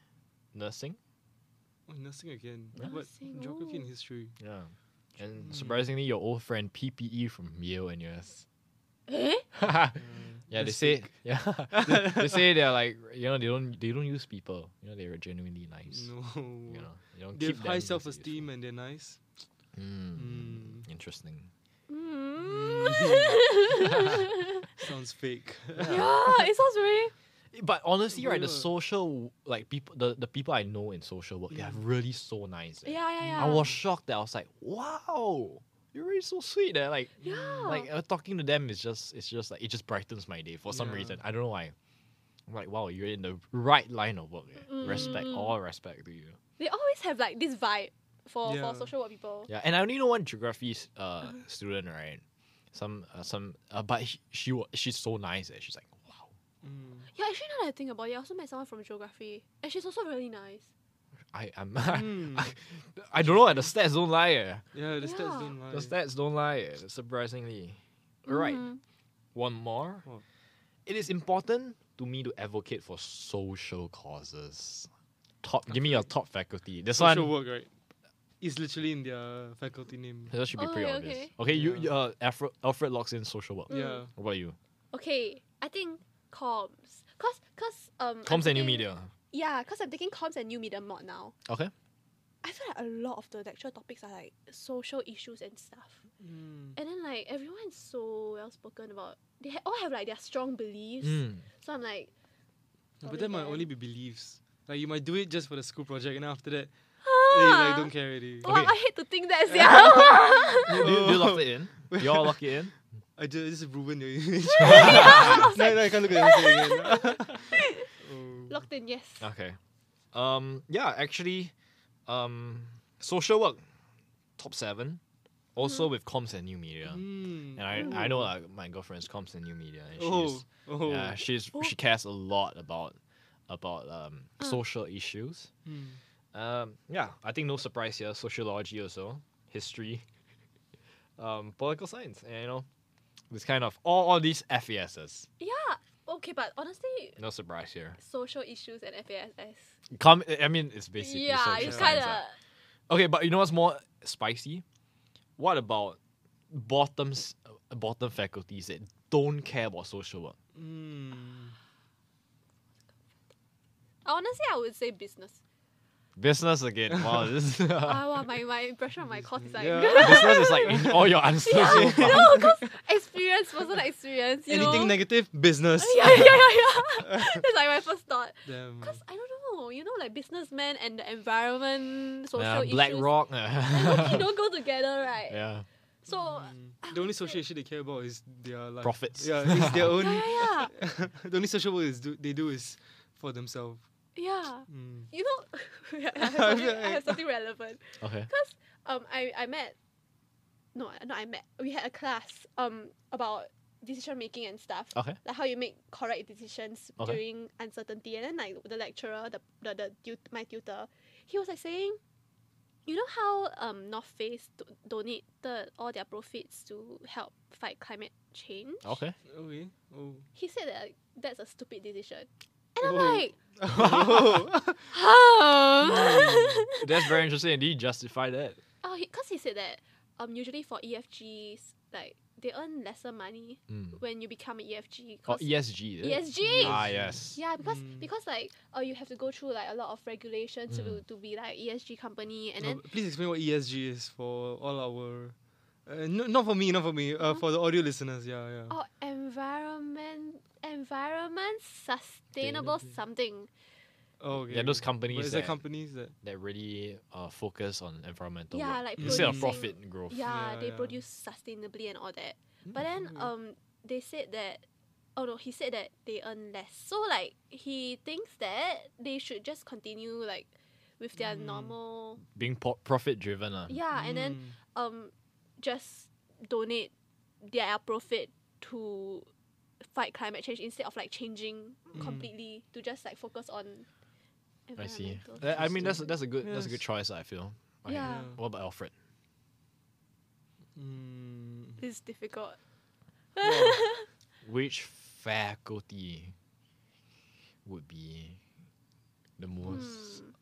[SPEAKER 5] nursing.
[SPEAKER 6] Oh, nursing again.
[SPEAKER 5] Yeah.
[SPEAKER 6] What
[SPEAKER 4] Nursing,
[SPEAKER 6] geography and
[SPEAKER 4] oh.
[SPEAKER 5] (laughs)
[SPEAKER 6] history?
[SPEAKER 5] Yeah. And
[SPEAKER 6] Hmm.
[SPEAKER 5] surprisingly, your old friend PPE from Yale NUS.
[SPEAKER 4] Eh?
[SPEAKER 5] (laughs) yeah,
[SPEAKER 6] Uh, Yeah,
[SPEAKER 5] they
[SPEAKER 6] that's
[SPEAKER 5] say
[SPEAKER 6] sick.
[SPEAKER 5] (laughs) yeah. they, they say they're like you know they don't they don't use people. You know they're genuinely nice.
[SPEAKER 6] No.
[SPEAKER 5] You know you don't
[SPEAKER 6] They
[SPEAKER 5] keep
[SPEAKER 6] have high
[SPEAKER 5] them as a
[SPEAKER 6] self esteem
[SPEAKER 5] useful-
[SPEAKER 6] and they're nice.
[SPEAKER 5] Mm.
[SPEAKER 6] Mm.
[SPEAKER 5] Interesting. (laughs)
[SPEAKER 4] Mm.
[SPEAKER 6] Sounds fake.
[SPEAKER 4] (laughs)
[SPEAKER 6] (laughs)
[SPEAKER 4] yeah, it sounds very.
[SPEAKER 5] But honestly, right, the
[SPEAKER 6] Yeah.
[SPEAKER 5] social like people the, the people I know in social work, they are really so nice. eh.
[SPEAKER 4] Yeah, yeah, yeah.
[SPEAKER 5] I was shocked that I was like, wow, you're really so sweet. Eh? Like
[SPEAKER 4] Yeah.
[SPEAKER 5] like uh, talking to them is just it's just like it just brightens my day for some
[SPEAKER 6] Yeah.
[SPEAKER 5] reason. I don't know why. I'm like, wow, you're in the right line of work. eh. Respect,
[SPEAKER 4] Mm.
[SPEAKER 5] all respect to you.
[SPEAKER 4] they always have like this vibe for,
[SPEAKER 6] Yeah.
[SPEAKER 4] for social work people.
[SPEAKER 5] Yeah, and I only know one geography s- uh,
[SPEAKER 4] Uh-huh.
[SPEAKER 5] student, right? Some uh, some, uh, but she, she wa- she's so nice. Eh? She's like, wow, (laughs)
[SPEAKER 6] Mm.
[SPEAKER 4] Yeah, actually, now that I think about it, I also met someone from geography, and she's also really nice.
[SPEAKER 5] I I'm, (laughs)
[SPEAKER 6] Mm.
[SPEAKER 5] I, I don't know. eh, The stats don't lie. Eh?
[SPEAKER 6] Yeah, the
[SPEAKER 4] Yeah.
[SPEAKER 6] stats don't lie.
[SPEAKER 5] The stats don't lie. eh, Surprisingly, all right.
[SPEAKER 4] Mhm.
[SPEAKER 5] One more.
[SPEAKER 6] What?
[SPEAKER 5] It is important to me to advocate for social causes. Top, give me your top faculty. This
[SPEAKER 6] Social
[SPEAKER 5] one.
[SPEAKER 6] work, right? It's literally in their faculty
[SPEAKER 5] (laughs)
[SPEAKER 6] name.
[SPEAKER 5] That should be
[SPEAKER 4] Oh,
[SPEAKER 5] pretty
[SPEAKER 4] yeah,
[SPEAKER 5] obvious. Okay, Mm.
[SPEAKER 4] okay.
[SPEAKER 5] you,
[SPEAKER 6] Yeah.
[SPEAKER 5] you uh, Alfred, Alfred locks in social work.
[SPEAKER 6] Yeah.
[SPEAKER 5] What about you?
[SPEAKER 4] Okay, I think comms, cause cause um. I'm
[SPEAKER 5] Comms and new
[SPEAKER 4] taking-
[SPEAKER 5] media.
[SPEAKER 4] Yeah, cause I'm taking comms and new media mod now.
[SPEAKER 5] Okay.
[SPEAKER 4] I feel like a lot of the lecture topics are like social issues and stuff.
[SPEAKER 6] Mm.
[SPEAKER 4] And then like everyone's so well spoken about. They ha- all have like their strong beliefs.
[SPEAKER 5] Mm.
[SPEAKER 4] So I'm like,
[SPEAKER 6] No,
[SPEAKER 4] Probably
[SPEAKER 6] but that might
[SPEAKER 4] can.
[SPEAKER 6] only be beliefs. Like you might do it just for the school project, and after
[SPEAKER 5] (laughs)
[SPEAKER 6] that, then you
[SPEAKER 4] ah,
[SPEAKER 6] like don't care already.
[SPEAKER 4] wow,
[SPEAKER 5] Okay.
[SPEAKER 4] I hate to think that. Yeah.
[SPEAKER 5] Do you, do you lock it
[SPEAKER 6] (laughs)
[SPEAKER 5] in? You all lock it in?
[SPEAKER 6] I just, just ruined
[SPEAKER 5] (laughs)
[SPEAKER 6] your image.
[SPEAKER 4] I was
[SPEAKER 6] no,
[SPEAKER 4] like,
[SPEAKER 6] no, I can't look at anything
[SPEAKER 5] (laughs)
[SPEAKER 6] again. (laughs) Oh.
[SPEAKER 4] locked in, yes.
[SPEAKER 5] Okay. Um. Yeah. Actually, um, social work, top seven, also with comms and new media.
[SPEAKER 6] Mm.
[SPEAKER 5] And I, I know like my girlfriend's comms and new media, and she's
[SPEAKER 6] Oh, oh.
[SPEAKER 5] yeah, she's
[SPEAKER 4] Oh.
[SPEAKER 5] she cares a lot about about um
[SPEAKER 4] Ah.
[SPEAKER 5] social issues.
[SPEAKER 6] Mm.
[SPEAKER 5] Um. Yeah. I think no surprise here. Sociology also, history, (laughs) um, political science, and you know, this kind of all all these FASs.
[SPEAKER 4] Yeah. Okay, but honestly,
[SPEAKER 5] No surprise here.
[SPEAKER 4] social issues and FASS.
[SPEAKER 5] Come. I mean, it's basically
[SPEAKER 4] Yeah,
[SPEAKER 5] social
[SPEAKER 4] it's
[SPEAKER 5] science,
[SPEAKER 4] kind of.
[SPEAKER 5] ah. Okay, but you know what's more spicy? What about bottoms, bottom faculties that don't care about social work?
[SPEAKER 6] Mm.
[SPEAKER 4] Honestly, I would say business.
[SPEAKER 5] Business again. (laughs) Wow, this
[SPEAKER 4] Ah, wow, my, my impression of my course is like (laughs)
[SPEAKER 6] Yeah.
[SPEAKER 5] business is like in all your answers (laughs) so far.
[SPEAKER 4] experience, personal experience. (laughs) You
[SPEAKER 6] Anything
[SPEAKER 4] know?
[SPEAKER 6] negative, business.
[SPEAKER 4] (laughs) Yeah, yeah, yeah, yeah. That's like my first thought. (laughs)
[SPEAKER 6] Damn.
[SPEAKER 4] Cause I don't know, you know, like businessmen and the environment, social
[SPEAKER 5] Yeah,
[SPEAKER 4] issues.
[SPEAKER 5] Black Rock.
[SPEAKER 4] They
[SPEAKER 5] (laughs) yeah.
[SPEAKER 4] don't go together,
[SPEAKER 5] (laughs)
[SPEAKER 4] right? So
[SPEAKER 6] Mm. The only social issue they care about is their life.
[SPEAKER 5] Profits.
[SPEAKER 6] Yeah, it's their
[SPEAKER 4] (laughs)
[SPEAKER 6] own.
[SPEAKER 4] yeah, yeah,
[SPEAKER 6] (laughs) the only social work is do, they do is for themselves.
[SPEAKER 4] yeah, yeah.
[SPEAKER 6] Mm.
[SPEAKER 4] You know, (laughs)
[SPEAKER 5] (laughs)
[SPEAKER 4] I, have something, I have something relevant.
[SPEAKER 5] Okay.
[SPEAKER 4] um I, I met no I- not I met we had a class um about decision making and stuff
[SPEAKER 5] Okay.
[SPEAKER 4] like how you make correct decisions
[SPEAKER 5] Okay.
[SPEAKER 4] during uncertainty and then like the lecturer the the, the tut- my tutor he was like saying you know how um North Face do- donated all their profits to help fight climate change
[SPEAKER 5] Okay.
[SPEAKER 6] Okay. Oh.
[SPEAKER 4] he said that like, that's a stupid decision and
[SPEAKER 6] Oh.
[SPEAKER 4] I'm (laughs) like (laughs)
[SPEAKER 6] oh.
[SPEAKER 4] huh
[SPEAKER 5] That's very interesting. And do you justify that?
[SPEAKER 4] Oh, because Oh, he, said that um usually for EFGs like they earn lesser money
[SPEAKER 5] Mm.
[SPEAKER 4] when you become an EFG.
[SPEAKER 5] Oh,
[SPEAKER 4] 'cause-
[SPEAKER 5] ESG. Is it?
[SPEAKER 4] ESG.
[SPEAKER 5] Ah, yes.
[SPEAKER 4] Yeah, because
[SPEAKER 5] Hmm.
[SPEAKER 6] Mm.
[SPEAKER 4] because like oh you have to go through like a lot of regulations to
[SPEAKER 5] Mm.
[SPEAKER 4] to be like ESG company and
[SPEAKER 6] Uh,
[SPEAKER 4] then
[SPEAKER 6] please explain what ESG is for all
[SPEAKER 5] Oh,
[SPEAKER 6] our. Uh, no, not for me, not for me. Uh, for the audio listeners, yeah, yeah.
[SPEAKER 4] oh environment environmental environment sustainable
[SPEAKER 5] Sustainable.
[SPEAKER 4] something.
[SPEAKER 6] Oh, okay.
[SPEAKER 5] Yeah, those
[SPEAKER 6] okay.
[SPEAKER 5] companies
[SPEAKER 6] But is there
[SPEAKER 5] that,
[SPEAKER 6] companies that
[SPEAKER 5] that really uh, focus on environmental
[SPEAKER 4] Yeah,
[SPEAKER 5] work.
[SPEAKER 4] like
[SPEAKER 5] instead of
[SPEAKER 4] producing-
[SPEAKER 5] profit growth.
[SPEAKER 4] Yeah,
[SPEAKER 6] Yeah,
[SPEAKER 4] they
[SPEAKER 6] yeah.
[SPEAKER 4] produce sustainably and all that. But then
[SPEAKER 5] Mm-hmm.
[SPEAKER 4] um
[SPEAKER 6] okay.
[SPEAKER 4] they said that oh no, he said that they earn less. So like he thinks that they should just continue like with their
[SPEAKER 5] Mm-hmm.
[SPEAKER 6] Mm.
[SPEAKER 4] normal
[SPEAKER 5] Being po- profit driven. Uh.
[SPEAKER 4] Yeah, and then
[SPEAKER 6] Mm.
[SPEAKER 5] Mm-hmm.
[SPEAKER 4] um just donate their profit to fight climate change instead of like changing
[SPEAKER 6] Mm.
[SPEAKER 4] completely to just like focus on
[SPEAKER 5] Mm-hmm. I see.
[SPEAKER 4] environmental.
[SPEAKER 5] Uh, I mean, that's that's a good that's a
[SPEAKER 6] Yes.
[SPEAKER 5] good choice. I feel. Okay.
[SPEAKER 4] Yeah.
[SPEAKER 6] Yeah.
[SPEAKER 5] What about Alfred?
[SPEAKER 6] Mm.
[SPEAKER 4] It's difficult.
[SPEAKER 6] Wow.
[SPEAKER 5] Which faculty would be the most?
[SPEAKER 4] (laughs) Hmm.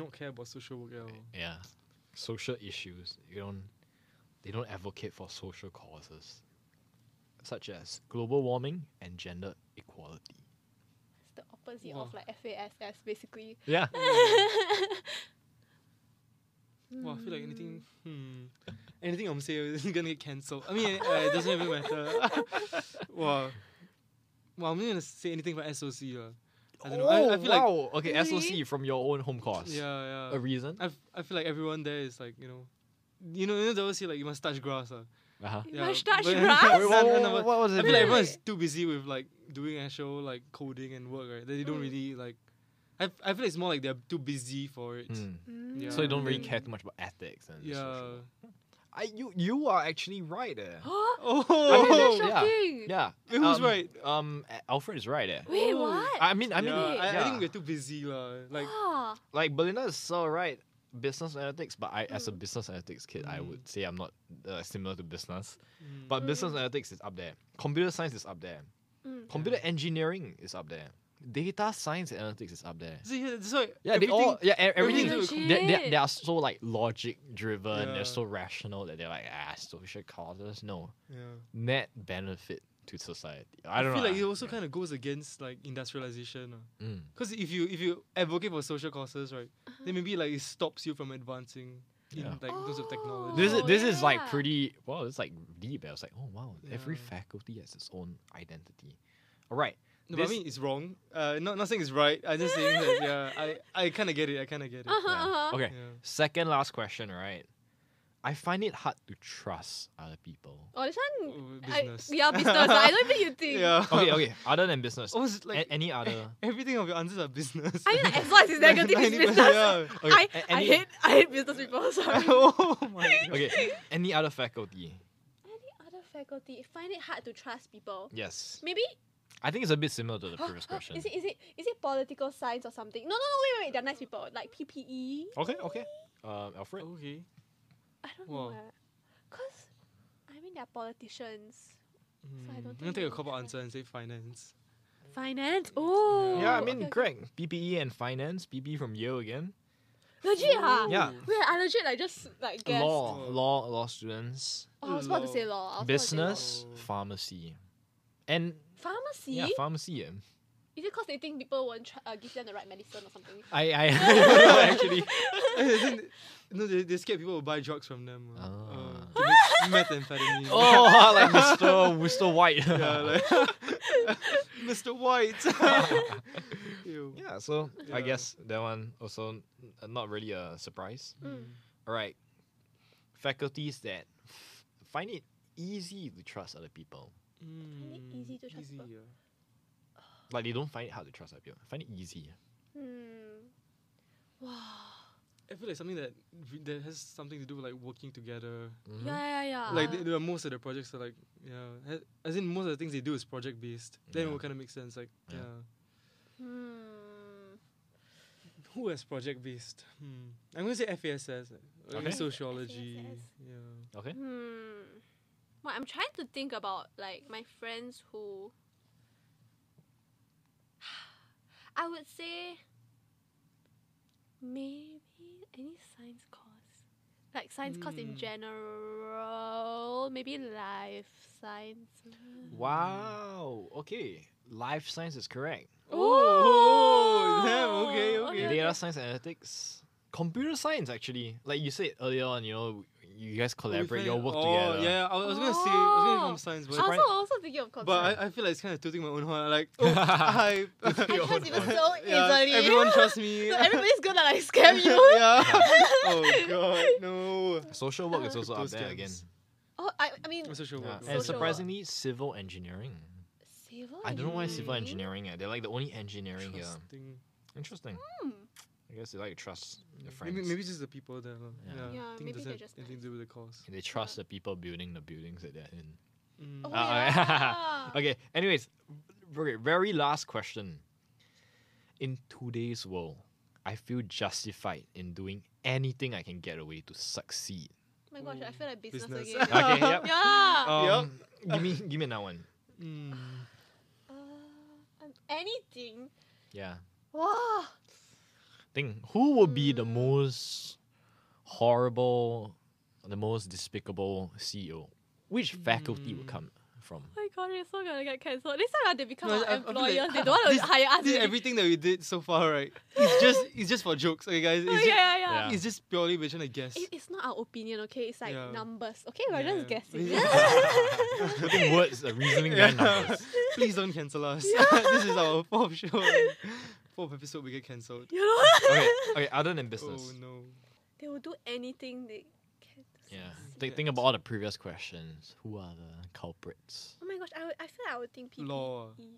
[SPEAKER 6] Not care about social work at all.
[SPEAKER 5] Yeah, social issues. You don't. They don't advocate for social causes, such as global warming and gender equality.
[SPEAKER 4] It's the opposite of
[SPEAKER 6] Wow.
[SPEAKER 4] like FASS basically.
[SPEAKER 6] (laughs)
[SPEAKER 5] Yeah. Mm.
[SPEAKER 6] Wow, I feel like anything, hmm, anything I'm saying is (laughs) gonna get cancelled. I mean, uh, it doesn't even matter. wow, well, I'm not gonna say anything about SOC. Uh. I don't know. I, I feel like
[SPEAKER 5] Oh, wow. okay,
[SPEAKER 4] Really?
[SPEAKER 5] SOC from your own home course.
[SPEAKER 6] yeah,
[SPEAKER 5] A
[SPEAKER 6] yeah.
[SPEAKER 5] reason?
[SPEAKER 6] I, f- I feel like everyone there is like you know, you know, you know they always say like you must touch grass. Uh. (laughs)
[SPEAKER 5] Uh-huh.
[SPEAKER 4] You
[SPEAKER 6] Yeah,
[SPEAKER 4] must touch
[SPEAKER 6] but-
[SPEAKER 5] (laughs)
[SPEAKER 4] grass?
[SPEAKER 6] Wait, what- what- what-
[SPEAKER 5] was
[SPEAKER 6] I feel like everyone is
[SPEAKER 4] Really?
[SPEAKER 6] too busy with like doing actual like coding and work, right? That they don't
[SPEAKER 4] Mm.
[SPEAKER 6] really like. I, f- I feel it's more like they're too busy for it.
[SPEAKER 5] Mm.
[SPEAKER 6] Hmm. Yeah.
[SPEAKER 5] So you don't really
[SPEAKER 4] (gasps)
[SPEAKER 6] Mm.
[SPEAKER 5] care too much about ethics and
[SPEAKER 6] Yeah.
[SPEAKER 5] social. work. I you you are actually right (gasps) there.
[SPEAKER 6] (laughs) Oh,
[SPEAKER 5] mean,
[SPEAKER 4] oh,
[SPEAKER 5] Oh,
[SPEAKER 4] that's
[SPEAKER 5] yeah.
[SPEAKER 4] shocking.
[SPEAKER 5] yeah.
[SPEAKER 6] Wait, who's
[SPEAKER 5] um,
[SPEAKER 6] right?
[SPEAKER 5] Um, A- Alfred is right there.
[SPEAKER 4] Wait,
[SPEAKER 6] Oh.
[SPEAKER 4] what? Uh-huh,
[SPEAKER 5] I mean, I mean,
[SPEAKER 6] yeah, I, I think
[SPEAKER 5] yeah.
[SPEAKER 6] we're too busy, lah. Like,
[SPEAKER 4] Wow.
[SPEAKER 5] like Belinda is so right. Business analytics, but I, as a business analytics kid, I
[SPEAKER 6] Mm.
[SPEAKER 5] would say I'm not uh, similar to business.
[SPEAKER 6] mm.
[SPEAKER 5] But business analytics is up there. Computer science is up there.
[SPEAKER 4] Mm.
[SPEAKER 5] Computer engineering is up there. Data science and analytics is up there.
[SPEAKER 6] mm. So, yeah, so
[SPEAKER 5] Yeah, they all yeah e- everything.
[SPEAKER 6] everything
[SPEAKER 5] They,
[SPEAKER 6] is
[SPEAKER 4] legit.
[SPEAKER 5] they, they are so like logic driven.
[SPEAKER 6] Yeah.
[SPEAKER 5] They're so rational that they're like ah social causes. No
[SPEAKER 6] Yeah.
[SPEAKER 5] net benefit to society. I don't
[SPEAKER 6] feel
[SPEAKER 5] know.
[SPEAKER 6] like it also kind of goes against like industrialization.
[SPEAKER 5] of. Mm.
[SPEAKER 6] Because if you if you advocate for social causes, right,
[SPEAKER 4] Uh-huh.
[SPEAKER 6] then maybe like it stops you from advancing in
[SPEAKER 5] Yeah.
[SPEAKER 6] like terms of technology.
[SPEAKER 5] This is
[SPEAKER 4] Oh,
[SPEAKER 5] this is like
[SPEAKER 4] yeah.
[SPEAKER 5] pretty wow. It's like deep. I was like, oh wow, every
[SPEAKER 6] Yeah.
[SPEAKER 5] faculty has its own identity. All right,
[SPEAKER 6] no, but I
[SPEAKER 5] this-
[SPEAKER 6] mean it's wrong. Uh, not not saying it's right. I just saying that yeah, I I kind of get it. I kind of get it.
[SPEAKER 4] Uh-huh,
[SPEAKER 5] Yeah.
[SPEAKER 4] (laughs) uh-huh.
[SPEAKER 5] okay.
[SPEAKER 6] Yeah.
[SPEAKER 5] Second last question, right? I find it hard to trust other people.
[SPEAKER 4] Oh, this one.
[SPEAKER 6] Oh,
[SPEAKER 4] I,
[SPEAKER 6] business.
[SPEAKER 5] (laughs)
[SPEAKER 4] yeah, business. I don't
[SPEAKER 6] (laughs)
[SPEAKER 4] think you think.
[SPEAKER 6] yeah.
[SPEAKER 5] Okay,
[SPEAKER 6] (laughs)
[SPEAKER 5] okay. Other than business,
[SPEAKER 6] Almost Oh, like
[SPEAKER 5] a- any other?
[SPEAKER 6] (laughs) everything of your answers are business.
[SPEAKER 4] I mean, like, as long
[SPEAKER 6] (laughs)
[SPEAKER 4] as it's negative, it's
[SPEAKER 6] 90%
[SPEAKER 4] business. (laughs)
[SPEAKER 5] Okay,
[SPEAKER 6] yeah.
[SPEAKER 4] I,
[SPEAKER 5] a-
[SPEAKER 4] I
[SPEAKER 5] any,
[SPEAKER 4] hate I hate business people. (laughs) Sorry.
[SPEAKER 6] (laughs)
[SPEAKER 5] (laughs)
[SPEAKER 6] oh my. God.
[SPEAKER 5] Okay, any other faculty?
[SPEAKER 4] Any other faculty find it hard to trust people?
[SPEAKER 5] Yes,
[SPEAKER 4] Maybe
[SPEAKER 5] I think it's a bit similar to the previous
[SPEAKER 4] (gasps)
[SPEAKER 5] question.
[SPEAKER 4] is it is it is it political science or something? No, no, no. Wait, wait. wait, They're nice people. Like E? PPE.
[SPEAKER 5] Okay, okay. Uh, Alfred.
[SPEAKER 6] Okay.
[SPEAKER 4] I don't
[SPEAKER 6] Wow.
[SPEAKER 4] know. eh. Cause I mean they're politicians. I
[SPEAKER 6] Mm.
[SPEAKER 4] don't
[SPEAKER 6] I'm gonna
[SPEAKER 4] think
[SPEAKER 6] take
[SPEAKER 4] I
[SPEAKER 6] a
[SPEAKER 4] can
[SPEAKER 6] couple
[SPEAKER 4] try.
[SPEAKER 6] answer and say finance.
[SPEAKER 4] Finance. Oh.
[SPEAKER 5] Yeah, I
[SPEAKER 4] okay,
[SPEAKER 5] mean,
[SPEAKER 4] okay.
[SPEAKER 5] Greg, BPE E and finance. BPE from Yale again.
[SPEAKER 4] Legit, huh?
[SPEAKER 5] Yeah.
[SPEAKER 4] Wait, I legit like just like guess.
[SPEAKER 5] Law,
[SPEAKER 6] Oh.
[SPEAKER 5] law, law students.
[SPEAKER 4] Oh, I was about to say
[SPEAKER 6] Law.
[SPEAKER 4] law. I was about to say law.
[SPEAKER 5] business,
[SPEAKER 6] Oh.
[SPEAKER 5] pharmacy, and
[SPEAKER 4] Pharmacy.
[SPEAKER 5] yeah, pharmacy. um,
[SPEAKER 4] Is it because they think people won't tr- uh, give them the right medicine or something?
[SPEAKER 5] I, I (laughs) actually.
[SPEAKER 6] (laughs) Eh, then- no, they, they scared people will buy drugs from them. Uh,
[SPEAKER 5] Ah.
[SPEAKER 6] uh, (laughs) to make methamphetamine.
[SPEAKER 5] (laughs) Oh, (laughs) like Mr. Mr. White.
[SPEAKER 6] (laughs) Yeah,
[SPEAKER 5] Yeah, (laughs)
[SPEAKER 6] like, (laughs) Mr. White. (laughs) Ew.
[SPEAKER 5] so I
[SPEAKER 6] Yeah.
[SPEAKER 5] guess that one also uh, not really a surprise.
[SPEAKER 6] Hmm.
[SPEAKER 4] Mm.
[SPEAKER 5] All right, faculties that f- find it easy to trust other people,
[SPEAKER 6] Mm.
[SPEAKER 4] easy to trust
[SPEAKER 6] Easy,
[SPEAKER 4] people.
[SPEAKER 6] yeah.
[SPEAKER 5] like they don't find it hard to trust other people. Find it easy.
[SPEAKER 4] Hmm. Wow.
[SPEAKER 6] I feel like something that re- that has something to do with like working together.
[SPEAKER 5] Mhm.
[SPEAKER 4] Yeah, yeah, yeah.
[SPEAKER 6] Like the, the, most of the projects are like yeah, ha- as in most of the things they do is project based. Then it
[SPEAKER 5] Yeah.
[SPEAKER 6] will kind of make sense. Like yeah,
[SPEAKER 5] Yeah.
[SPEAKER 4] Hmm.
[SPEAKER 6] who has project based? Hmm. I'm gonna say FASS, uh, or
[SPEAKER 5] Okay.
[SPEAKER 6] sociology.
[SPEAKER 4] FASS.
[SPEAKER 6] Yeah.
[SPEAKER 5] Okay.
[SPEAKER 4] Hmm. Well, I'm trying to think about like my friends who. (sighs) I would say. Maybe any science course, like science course in
[SPEAKER 5] Hmm.
[SPEAKER 6] Mm.
[SPEAKER 4] general, maybe life science.
[SPEAKER 5] Wow. Okay. Life science is correct.
[SPEAKER 6] Oh, damn, okay,
[SPEAKER 4] Oh,
[SPEAKER 6] okay.
[SPEAKER 4] yeah,
[SPEAKER 5] data
[SPEAKER 4] yeah.
[SPEAKER 5] science analytics computer science actually like you said earlier on you know you guys collaborate, you
[SPEAKER 6] We've
[SPEAKER 5] all
[SPEAKER 6] had-
[SPEAKER 5] work
[SPEAKER 6] oh,
[SPEAKER 5] together.
[SPEAKER 6] Yeah, I was, I was gonna say, I was gonna
[SPEAKER 4] Oh.
[SPEAKER 6] come science,
[SPEAKER 4] I
[SPEAKER 6] but,
[SPEAKER 4] also, I also thinking of concert.
[SPEAKER 6] but I, I feel like it's kind of tooting my own
[SPEAKER 5] (laughs)
[SPEAKER 6] horn. Like, oh, I, (laughs)
[SPEAKER 4] I
[SPEAKER 5] your
[SPEAKER 4] trust
[SPEAKER 5] own
[SPEAKER 4] people
[SPEAKER 5] voice.
[SPEAKER 4] so
[SPEAKER 6] yeah,
[SPEAKER 4] easily.
[SPEAKER 6] everyone trusts
[SPEAKER 4] (laughs)
[SPEAKER 6] me.
[SPEAKER 4] no,
[SPEAKER 6] (laughs)
[SPEAKER 5] (laughs)
[SPEAKER 4] everybody's gonna like scam you.
[SPEAKER 6] yeah. oh god, no.
[SPEAKER 5] Social work is also up
[SPEAKER 6] Those
[SPEAKER 5] there again.
[SPEAKER 6] scams.
[SPEAKER 4] (laughs) Oh, I, I mean,
[SPEAKER 6] I'm so sure.
[SPEAKER 5] Yeah.
[SPEAKER 6] we'll go.
[SPEAKER 5] And
[SPEAKER 4] Social work.
[SPEAKER 5] surprisingly, civil engineering.
[SPEAKER 4] civil
[SPEAKER 5] I don't know why civil engineering. eh, They're like the only engineering here.
[SPEAKER 6] Trusting.
[SPEAKER 5] Interesting. I guess they like trust the friends.
[SPEAKER 6] Maybe, maybe just the people there. huh?
[SPEAKER 5] Yeah.
[SPEAKER 6] Yeah,
[SPEAKER 4] Yeah,
[SPEAKER 6] I think
[SPEAKER 4] maybe
[SPEAKER 6] doesn't
[SPEAKER 4] they're
[SPEAKER 6] have
[SPEAKER 4] just
[SPEAKER 6] anything to do with the cause.
[SPEAKER 5] They trust the people building the buildings that they're in.
[SPEAKER 6] Mm.
[SPEAKER 5] (laughs)
[SPEAKER 4] Oh,
[SPEAKER 5] Uh, okay.
[SPEAKER 4] yeah.
[SPEAKER 5] (laughs) Okay. Anyways, very, very last question. In today's world, I feel justified in doing anything I can get away to succeed.
[SPEAKER 4] Oh my gosh, I feel like business,
[SPEAKER 6] Business.
[SPEAKER 4] again.
[SPEAKER 5] (laughs) Okay.
[SPEAKER 4] (laughs)
[SPEAKER 5] Yep.
[SPEAKER 4] yeah.
[SPEAKER 5] Um, Give me, give me another one.
[SPEAKER 6] Mm.
[SPEAKER 4] Uh, um, anything. Oh
[SPEAKER 5] Yeah.
[SPEAKER 4] Wow.
[SPEAKER 5] Think who would be the
[SPEAKER 6] Hmm.
[SPEAKER 5] most horrible, the most despicable CEO? Which faculty would come
[SPEAKER 6] Hmm.
[SPEAKER 5] from?
[SPEAKER 4] Oh my god, it's so gonna get cancelled. This time they become
[SPEAKER 6] No,
[SPEAKER 4] our
[SPEAKER 6] I- I feel like-
[SPEAKER 4] employers. they don't want to
[SPEAKER 6] this-
[SPEAKER 4] hire us.
[SPEAKER 6] This,
[SPEAKER 4] already.
[SPEAKER 6] everything that we did so far, right? It's just it's just for jokes, okay, guys. It's,
[SPEAKER 4] Oh,
[SPEAKER 6] ju-
[SPEAKER 4] yeah, yeah, yeah.
[SPEAKER 5] Yeah.
[SPEAKER 6] it's just purely we're trying to guess. (laughs)
[SPEAKER 4] It, it's not our opinion, okay? It's like
[SPEAKER 6] Yeah.
[SPEAKER 4] numbers, okay? We're
[SPEAKER 6] Yeah.
[SPEAKER 4] just guessing. (laughs)
[SPEAKER 5] Putting words, a reasoning
[SPEAKER 6] Yeah.
[SPEAKER 5] behind numbers.
[SPEAKER 6] Please don't
[SPEAKER 4] (laughs)
[SPEAKER 6] cancel us. (laughs) this is our fourth show. fourth episode, we get cancelled.
[SPEAKER 4] you know?
[SPEAKER 5] Okay, okay. Other than
[SPEAKER 6] Oh
[SPEAKER 5] business.
[SPEAKER 6] no.
[SPEAKER 4] (laughs) They will do anything they can.
[SPEAKER 5] Yeah.
[SPEAKER 6] Yeah.
[SPEAKER 5] Think, think about all the previous questions. Who are the culprits?
[SPEAKER 4] Oh my gosh, I, would, I feel like I would think PPE
[SPEAKER 6] Law.
[SPEAKER 4] again.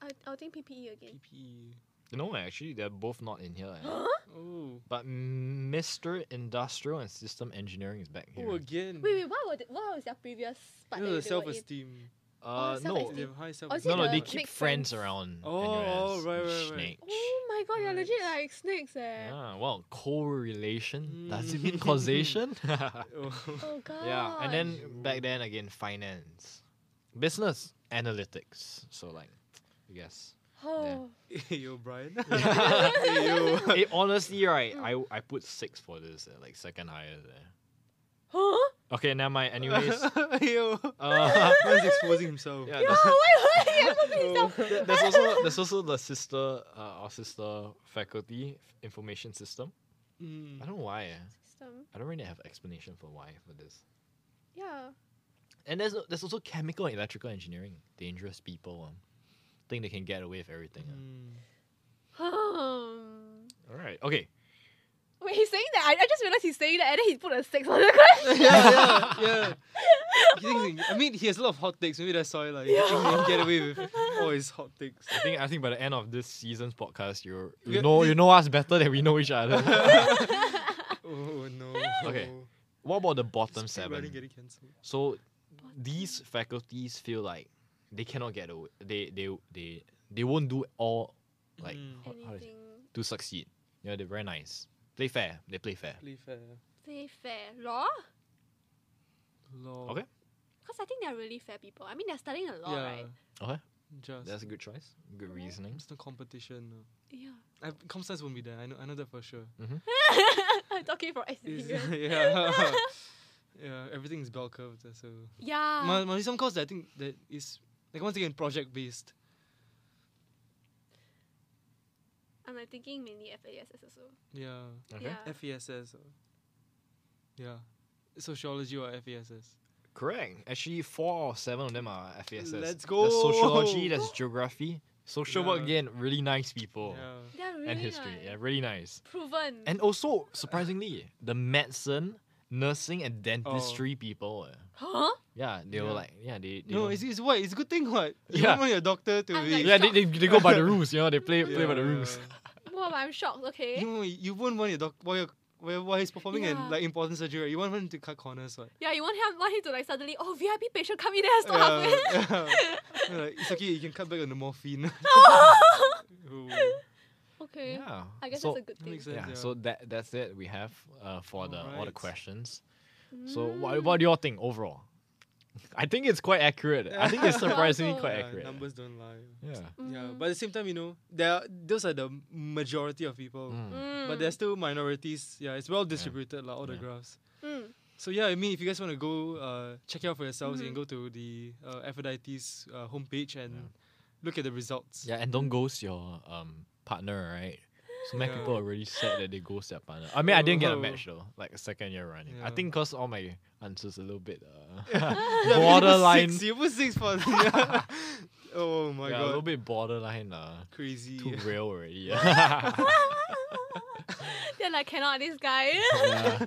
[SPEAKER 4] I, would- I would think PPE again.
[SPEAKER 6] PPE.
[SPEAKER 5] You know, actually, they're both not in
[SPEAKER 6] E.
[SPEAKER 5] here. eh.
[SPEAKER 6] (gasps) Oh.
[SPEAKER 5] But Mr. Industrial and System Engineering is back here.
[SPEAKER 6] Oh again.
[SPEAKER 4] Wait, wait, what, were the, what was their previous part?
[SPEAKER 6] You know
[SPEAKER 4] that
[SPEAKER 6] the
[SPEAKER 4] they were in?
[SPEAKER 6] self esteem.
[SPEAKER 5] Uh,
[SPEAKER 4] Oh,
[SPEAKER 5] no,
[SPEAKER 4] self-esteem.
[SPEAKER 6] They have high self
[SPEAKER 4] is
[SPEAKER 5] no,
[SPEAKER 6] esteem.
[SPEAKER 4] it
[SPEAKER 5] no,
[SPEAKER 4] the
[SPEAKER 5] they keep
[SPEAKER 4] make
[SPEAKER 5] friends,
[SPEAKER 4] friends?
[SPEAKER 5] around.
[SPEAKER 6] Oh,
[SPEAKER 5] NUS,
[SPEAKER 6] oh, right,
[SPEAKER 5] you
[SPEAKER 6] right, right.
[SPEAKER 5] snake.
[SPEAKER 4] Oh my god, you're legit like snakes eh.
[SPEAKER 5] Yeah, well, correlation. Does it mean
[SPEAKER 6] Mm. (laughs)
[SPEAKER 5] causation? (laughs)
[SPEAKER 6] Oh. (laughs)
[SPEAKER 4] Oh god.
[SPEAKER 5] yeah, and then back then again, finance, business, analytics. So like, I
[SPEAKER 6] (laughs)
[SPEAKER 5] guess.
[SPEAKER 4] Oh.
[SPEAKER 6] Hey, yo, Brian. (laughs)
[SPEAKER 5] (laughs)
[SPEAKER 6] hey, yo.
[SPEAKER 5] Eh, honestly, right,
[SPEAKER 4] Mm.
[SPEAKER 5] I I put six for this, eh, like second highest. There.
[SPEAKER 4] Huh?
[SPEAKER 5] Okay, never mind. Anyways,
[SPEAKER 6] (laughs)
[SPEAKER 5] (laughs)
[SPEAKER 6] Hey, yo.
[SPEAKER 5] uh,
[SPEAKER 6] Man's exposing himself.
[SPEAKER 5] (laughs) yeah,
[SPEAKER 4] Yeah,
[SPEAKER 5] that's-
[SPEAKER 4] why why you put yourself?
[SPEAKER 5] There- (laughs) there's
[SPEAKER 4] (laughs)
[SPEAKER 5] also there's also the sister uh, our sister faculty information system.
[SPEAKER 6] Mm.
[SPEAKER 5] I don't know why. eh.
[SPEAKER 4] System.
[SPEAKER 5] I don't really have explanation for why for this.
[SPEAKER 4] Yeah.
[SPEAKER 5] And there's there's also chemical and electrical engineering. Dangerous people. Um, think they can get away with everything. ah.
[SPEAKER 6] Mm.
[SPEAKER 4] Um.
[SPEAKER 5] All right. Okay.
[SPEAKER 4] Wait, he's saying that. I, I just realized he's saying that, and then he put a six on the (laughs) question.
[SPEAKER 6] (laughs) yeah, yeah,
[SPEAKER 4] (laughs)
[SPEAKER 6] yeah. He thinks- I mean, he has a lot of hot takes. Maybe that's why, like, he can get away with all his hot takes.
[SPEAKER 5] I think I think by the end of this season's podcast, you you
[SPEAKER 6] Yeah,
[SPEAKER 5] know
[SPEAKER 6] thi-
[SPEAKER 5] you know us better than we know each (laughs) other.
[SPEAKER 6] Oh no.
[SPEAKER 5] Okay.
[SPEAKER 6] Oh.
[SPEAKER 5] what about the bottom
[SPEAKER 6] Speed running
[SPEAKER 5] seven?
[SPEAKER 6] getting cancelled.
[SPEAKER 5] So these faculties feel like they cannot get away. They they they they won't do all like
[SPEAKER 6] Mm.
[SPEAKER 5] how- how do you-
[SPEAKER 4] Anything.
[SPEAKER 5] to succeed. You know, they're very nice. Play fair. They play fair.
[SPEAKER 6] Play fair.
[SPEAKER 4] Say fair law,
[SPEAKER 6] Law.
[SPEAKER 5] Okay.
[SPEAKER 4] because I think they're really fair people. I mean, they're studying a law,
[SPEAKER 6] Yeah.
[SPEAKER 4] right?
[SPEAKER 5] Okay.
[SPEAKER 6] Just.
[SPEAKER 5] That's a good choice. Good reasoning.
[SPEAKER 6] it's no competition. no.
[SPEAKER 4] Yeah. (laughs)
[SPEAKER 6] I, comp science won't be there. I know. I know that for sure.
[SPEAKER 4] I'm talking from
[SPEAKER 6] It's-
[SPEAKER 4] experience.
[SPEAKER 6] (laughs) yeah. yeah. Everything is bell curved. eh, So.
[SPEAKER 4] (laughs) Yeah.
[SPEAKER 6] Must must be some course that I think that is like once again project based.
[SPEAKER 4] I'm like thinking mainly FASS also.
[SPEAKER 5] Uh-huh.
[SPEAKER 6] Yeah.
[SPEAKER 5] Okay.
[SPEAKER 4] Yeah.
[SPEAKER 6] FESS. or- Yeah. Sociology or E FESS.
[SPEAKER 5] Correct. Actually, four or seven of them are FASS.
[SPEAKER 6] Let's
[SPEAKER 5] That's sociology.
[SPEAKER 6] go.
[SPEAKER 5] That's geography. Social work
[SPEAKER 6] Yeah.
[SPEAKER 5] again. Really nice people.
[SPEAKER 6] Yeah.
[SPEAKER 4] They're really
[SPEAKER 5] and history.
[SPEAKER 4] nice.
[SPEAKER 5] Yeah, really nice.
[SPEAKER 4] Proven.
[SPEAKER 5] And also, surprisingly, the medicine, nursing, and dentistry people. eh,
[SPEAKER 4] huh?
[SPEAKER 5] Yeah, they
[SPEAKER 6] Oh. Yeah.
[SPEAKER 5] were like, yeah, they. they
[SPEAKER 6] No,
[SPEAKER 5] don't-
[SPEAKER 6] it's, it's what? It's a good thing, what? You
[SPEAKER 5] Yeah.
[SPEAKER 6] don't want your doctor to
[SPEAKER 4] I'm
[SPEAKER 6] be.
[SPEAKER 4] like-
[SPEAKER 5] (laughs) yeah, they, they, they go
[SPEAKER 6] (laughs)
[SPEAKER 5] by the rules. You know, they play play by the
[SPEAKER 6] Yeah.
[SPEAKER 5] rules.
[SPEAKER 4] Wow, I'm shocked. Okay.
[SPEAKER 6] You, won't- you won't want your doc while, you're, while, while he's performing
[SPEAKER 4] Yeah.
[SPEAKER 6] an like important surgery. You want him to cut corners, what?
[SPEAKER 4] Yeah, you want him want him to like suddenly oh VIP patient come in there stop (laughs) halfway.
[SPEAKER 6] (laughs) yeah.
[SPEAKER 4] (laughs)
[SPEAKER 6] You're like, it's okay. You can cut back on the morphine. (laughs) Ooh.
[SPEAKER 4] Okay.
[SPEAKER 5] Yeah.
[SPEAKER 4] I guess
[SPEAKER 5] so,
[SPEAKER 4] that's a good thing.
[SPEAKER 6] makes sense.
[SPEAKER 5] Yeah,
[SPEAKER 6] Yeah.
[SPEAKER 5] so that that's it we have uh, for the all the
[SPEAKER 6] Alright.
[SPEAKER 5] questions. So
[SPEAKER 4] Mm.
[SPEAKER 5] what what do y'all think overall? I think it's quite accurate. I
[SPEAKER 6] (laughs)
[SPEAKER 5] think it's
[SPEAKER 4] Yeah,
[SPEAKER 5] surprisingly
[SPEAKER 4] also-
[SPEAKER 5] quite
[SPEAKER 6] Yeah,
[SPEAKER 5] accurate. Mm.
[SPEAKER 6] numbers don't lie.
[SPEAKER 5] Yeah.
[SPEAKER 6] Yeah,
[SPEAKER 4] Mm.
[SPEAKER 6] but at the same time, you Mm. know, there are, those are the majority of people,
[SPEAKER 4] Mm.
[SPEAKER 6] but there's still minorities. Yeah, it's well distributed, like all the
[SPEAKER 5] Mm. Yeah.
[SPEAKER 6] graphs. (laughs)
[SPEAKER 4] Mm. (laughs)
[SPEAKER 6] So yeah, I mean, if you guys want to go uh, check it out for yourselves, you can go
[SPEAKER 4] Mm-hmm.
[SPEAKER 6] to the uh, Aphrodite's uh, homepage and look at the results.
[SPEAKER 5] Yeah, and don't ghost your um partner, right? So many
[SPEAKER 6] Yeah.
[SPEAKER 5] people are really sad that they ghost their partner. I mean, I didn't get a
[SPEAKER 6] Oh.
[SPEAKER 5] match though, like second year running. I
[SPEAKER 6] Yeah.
[SPEAKER 5] think cause all my answers a little bit
[SPEAKER 6] (laughs)
[SPEAKER 5] uh,
[SPEAKER 6] Yeah, but you put
[SPEAKER 5] (laughs) borderline.
[SPEAKER 6] six, (laughs) You put six for (laughs)
[SPEAKER 5] (laughs)
[SPEAKER 6] yeah. Oh my
[SPEAKER 5] yeah, a little
[SPEAKER 6] god.
[SPEAKER 5] bit borderline uh,
[SPEAKER 6] Crazy.
[SPEAKER 5] (laughs) too real
[SPEAKER 6] (laughs)
[SPEAKER 5] already. yeah.
[SPEAKER 4] They're like, cannot this guy.
[SPEAKER 5] Yeah.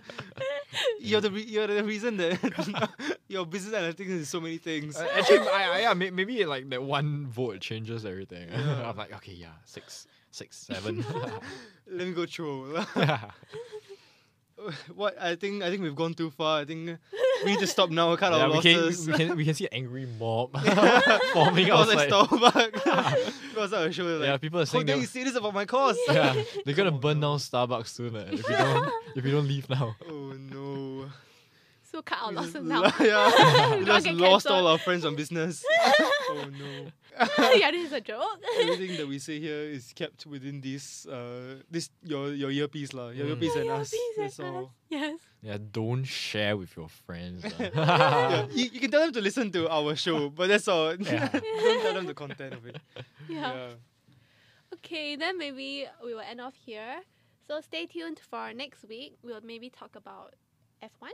[SPEAKER 6] You're the re- you're the reason that (laughs) your business analytics is so many things.
[SPEAKER 5] Uh, (laughs) actually, I, I, yeah, may- maybe like that one vote changes everything. (laughs)
[SPEAKER 6] Yeah.
[SPEAKER 5] I'm like, okay, yeah, six, six,
[SPEAKER 6] (laughs)
[SPEAKER 5] seven.
[SPEAKER 6] (laughs)
[SPEAKER 5] (laughs)
[SPEAKER 6] Let me go troll.
[SPEAKER 5] yeah,
[SPEAKER 6] (laughs) what I think I think we've gone too far. I think we need to stop now. Cut our
[SPEAKER 5] we can,
[SPEAKER 6] losses.
[SPEAKER 5] we can we can see an angry
[SPEAKER 6] (laughs)
[SPEAKER 5] mob (laughs) forming
[SPEAKER 6] I was like,
[SPEAKER 5] outside. (laughs)
[SPEAKER 6] Starbucks. (laughs) because I was sure like,
[SPEAKER 5] Yeah, people are
[SPEAKER 6] how
[SPEAKER 5] saying
[SPEAKER 6] dare you
[SPEAKER 5] they
[SPEAKER 6] say this about my course?
[SPEAKER 5] yeah, they're gonna
[SPEAKER 6] Oh,
[SPEAKER 5] burn
[SPEAKER 6] no.
[SPEAKER 5] down Starbucks soon eh, if you don't if you don't leave now.
[SPEAKER 6] (laughs) Oh no.
[SPEAKER 4] (laughs) so cut our
[SPEAKER 6] We just
[SPEAKER 4] losses
[SPEAKER 6] (laughs) lo-
[SPEAKER 4] now.
[SPEAKER 6] yeah,
[SPEAKER 4] Don't
[SPEAKER 6] we just
[SPEAKER 4] get
[SPEAKER 6] lost
[SPEAKER 4] cancelled.
[SPEAKER 6] all our friends on business. oh no.
[SPEAKER 4] yeah, this is a joke.
[SPEAKER 6] Everything that we say here is kept within this uh this your your earpiece lah. Your
[SPEAKER 5] Mm.
[SPEAKER 4] (laughs)
[SPEAKER 6] earpiece and
[SPEAKER 4] Yeah,
[SPEAKER 6] us.
[SPEAKER 4] please,
[SPEAKER 6] That's
[SPEAKER 4] yes,
[SPEAKER 6] all.
[SPEAKER 4] Yes.
[SPEAKER 5] Yeah, don't share with your
[SPEAKER 6] (laughs)
[SPEAKER 5] friends. eh.
[SPEAKER 6] Yeah, (laughs) you, you can tell them to listen to our show, but that's (laughs) all.
[SPEAKER 5] Yeah.
[SPEAKER 6] Don't tell them the content of it.
[SPEAKER 4] (laughs) yeah. Okay, then maybe we will end off here. So stay tuned for next week. We'll maybe talk about F1,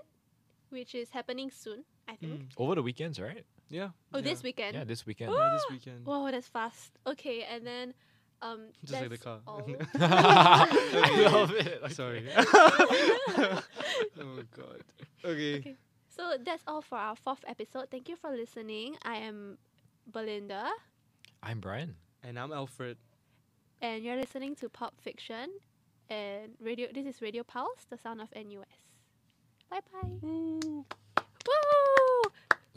[SPEAKER 4] which is happening soon, I think.
[SPEAKER 6] Mm.
[SPEAKER 5] Over the weekends, right?
[SPEAKER 6] Yeah.
[SPEAKER 4] Oh, this
[SPEAKER 6] Yeah.
[SPEAKER 4] weekend.
[SPEAKER 5] Yeah, this weekend.
[SPEAKER 6] Yeah, this weekend.
[SPEAKER 4] Whoa, that's fast. Okay, and then um,
[SPEAKER 6] Just like the
[SPEAKER 4] that's
[SPEAKER 6] car. (laughs)
[SPEAKER 4] all.
[SPEAKER 5] (laughs)
[SPEAKER 4] (laughs)
[SPEAKER 5] I love it. okay.
[SPEAKER 6] Sorry. (laughs) oh god. Okay.
[SPEAKER 4] Okay. so that's all for our fourth episode. Thank you for listening. I am Belinda,
[SPEAKER 5] I'm Brian.
[SPEAKER 6] And I'm Alfred.
[SPEAKER 4] and you're listening to Pop Fiction, and radio. This is Radio Pulse, the sound of NUS. Bye bye. Woo!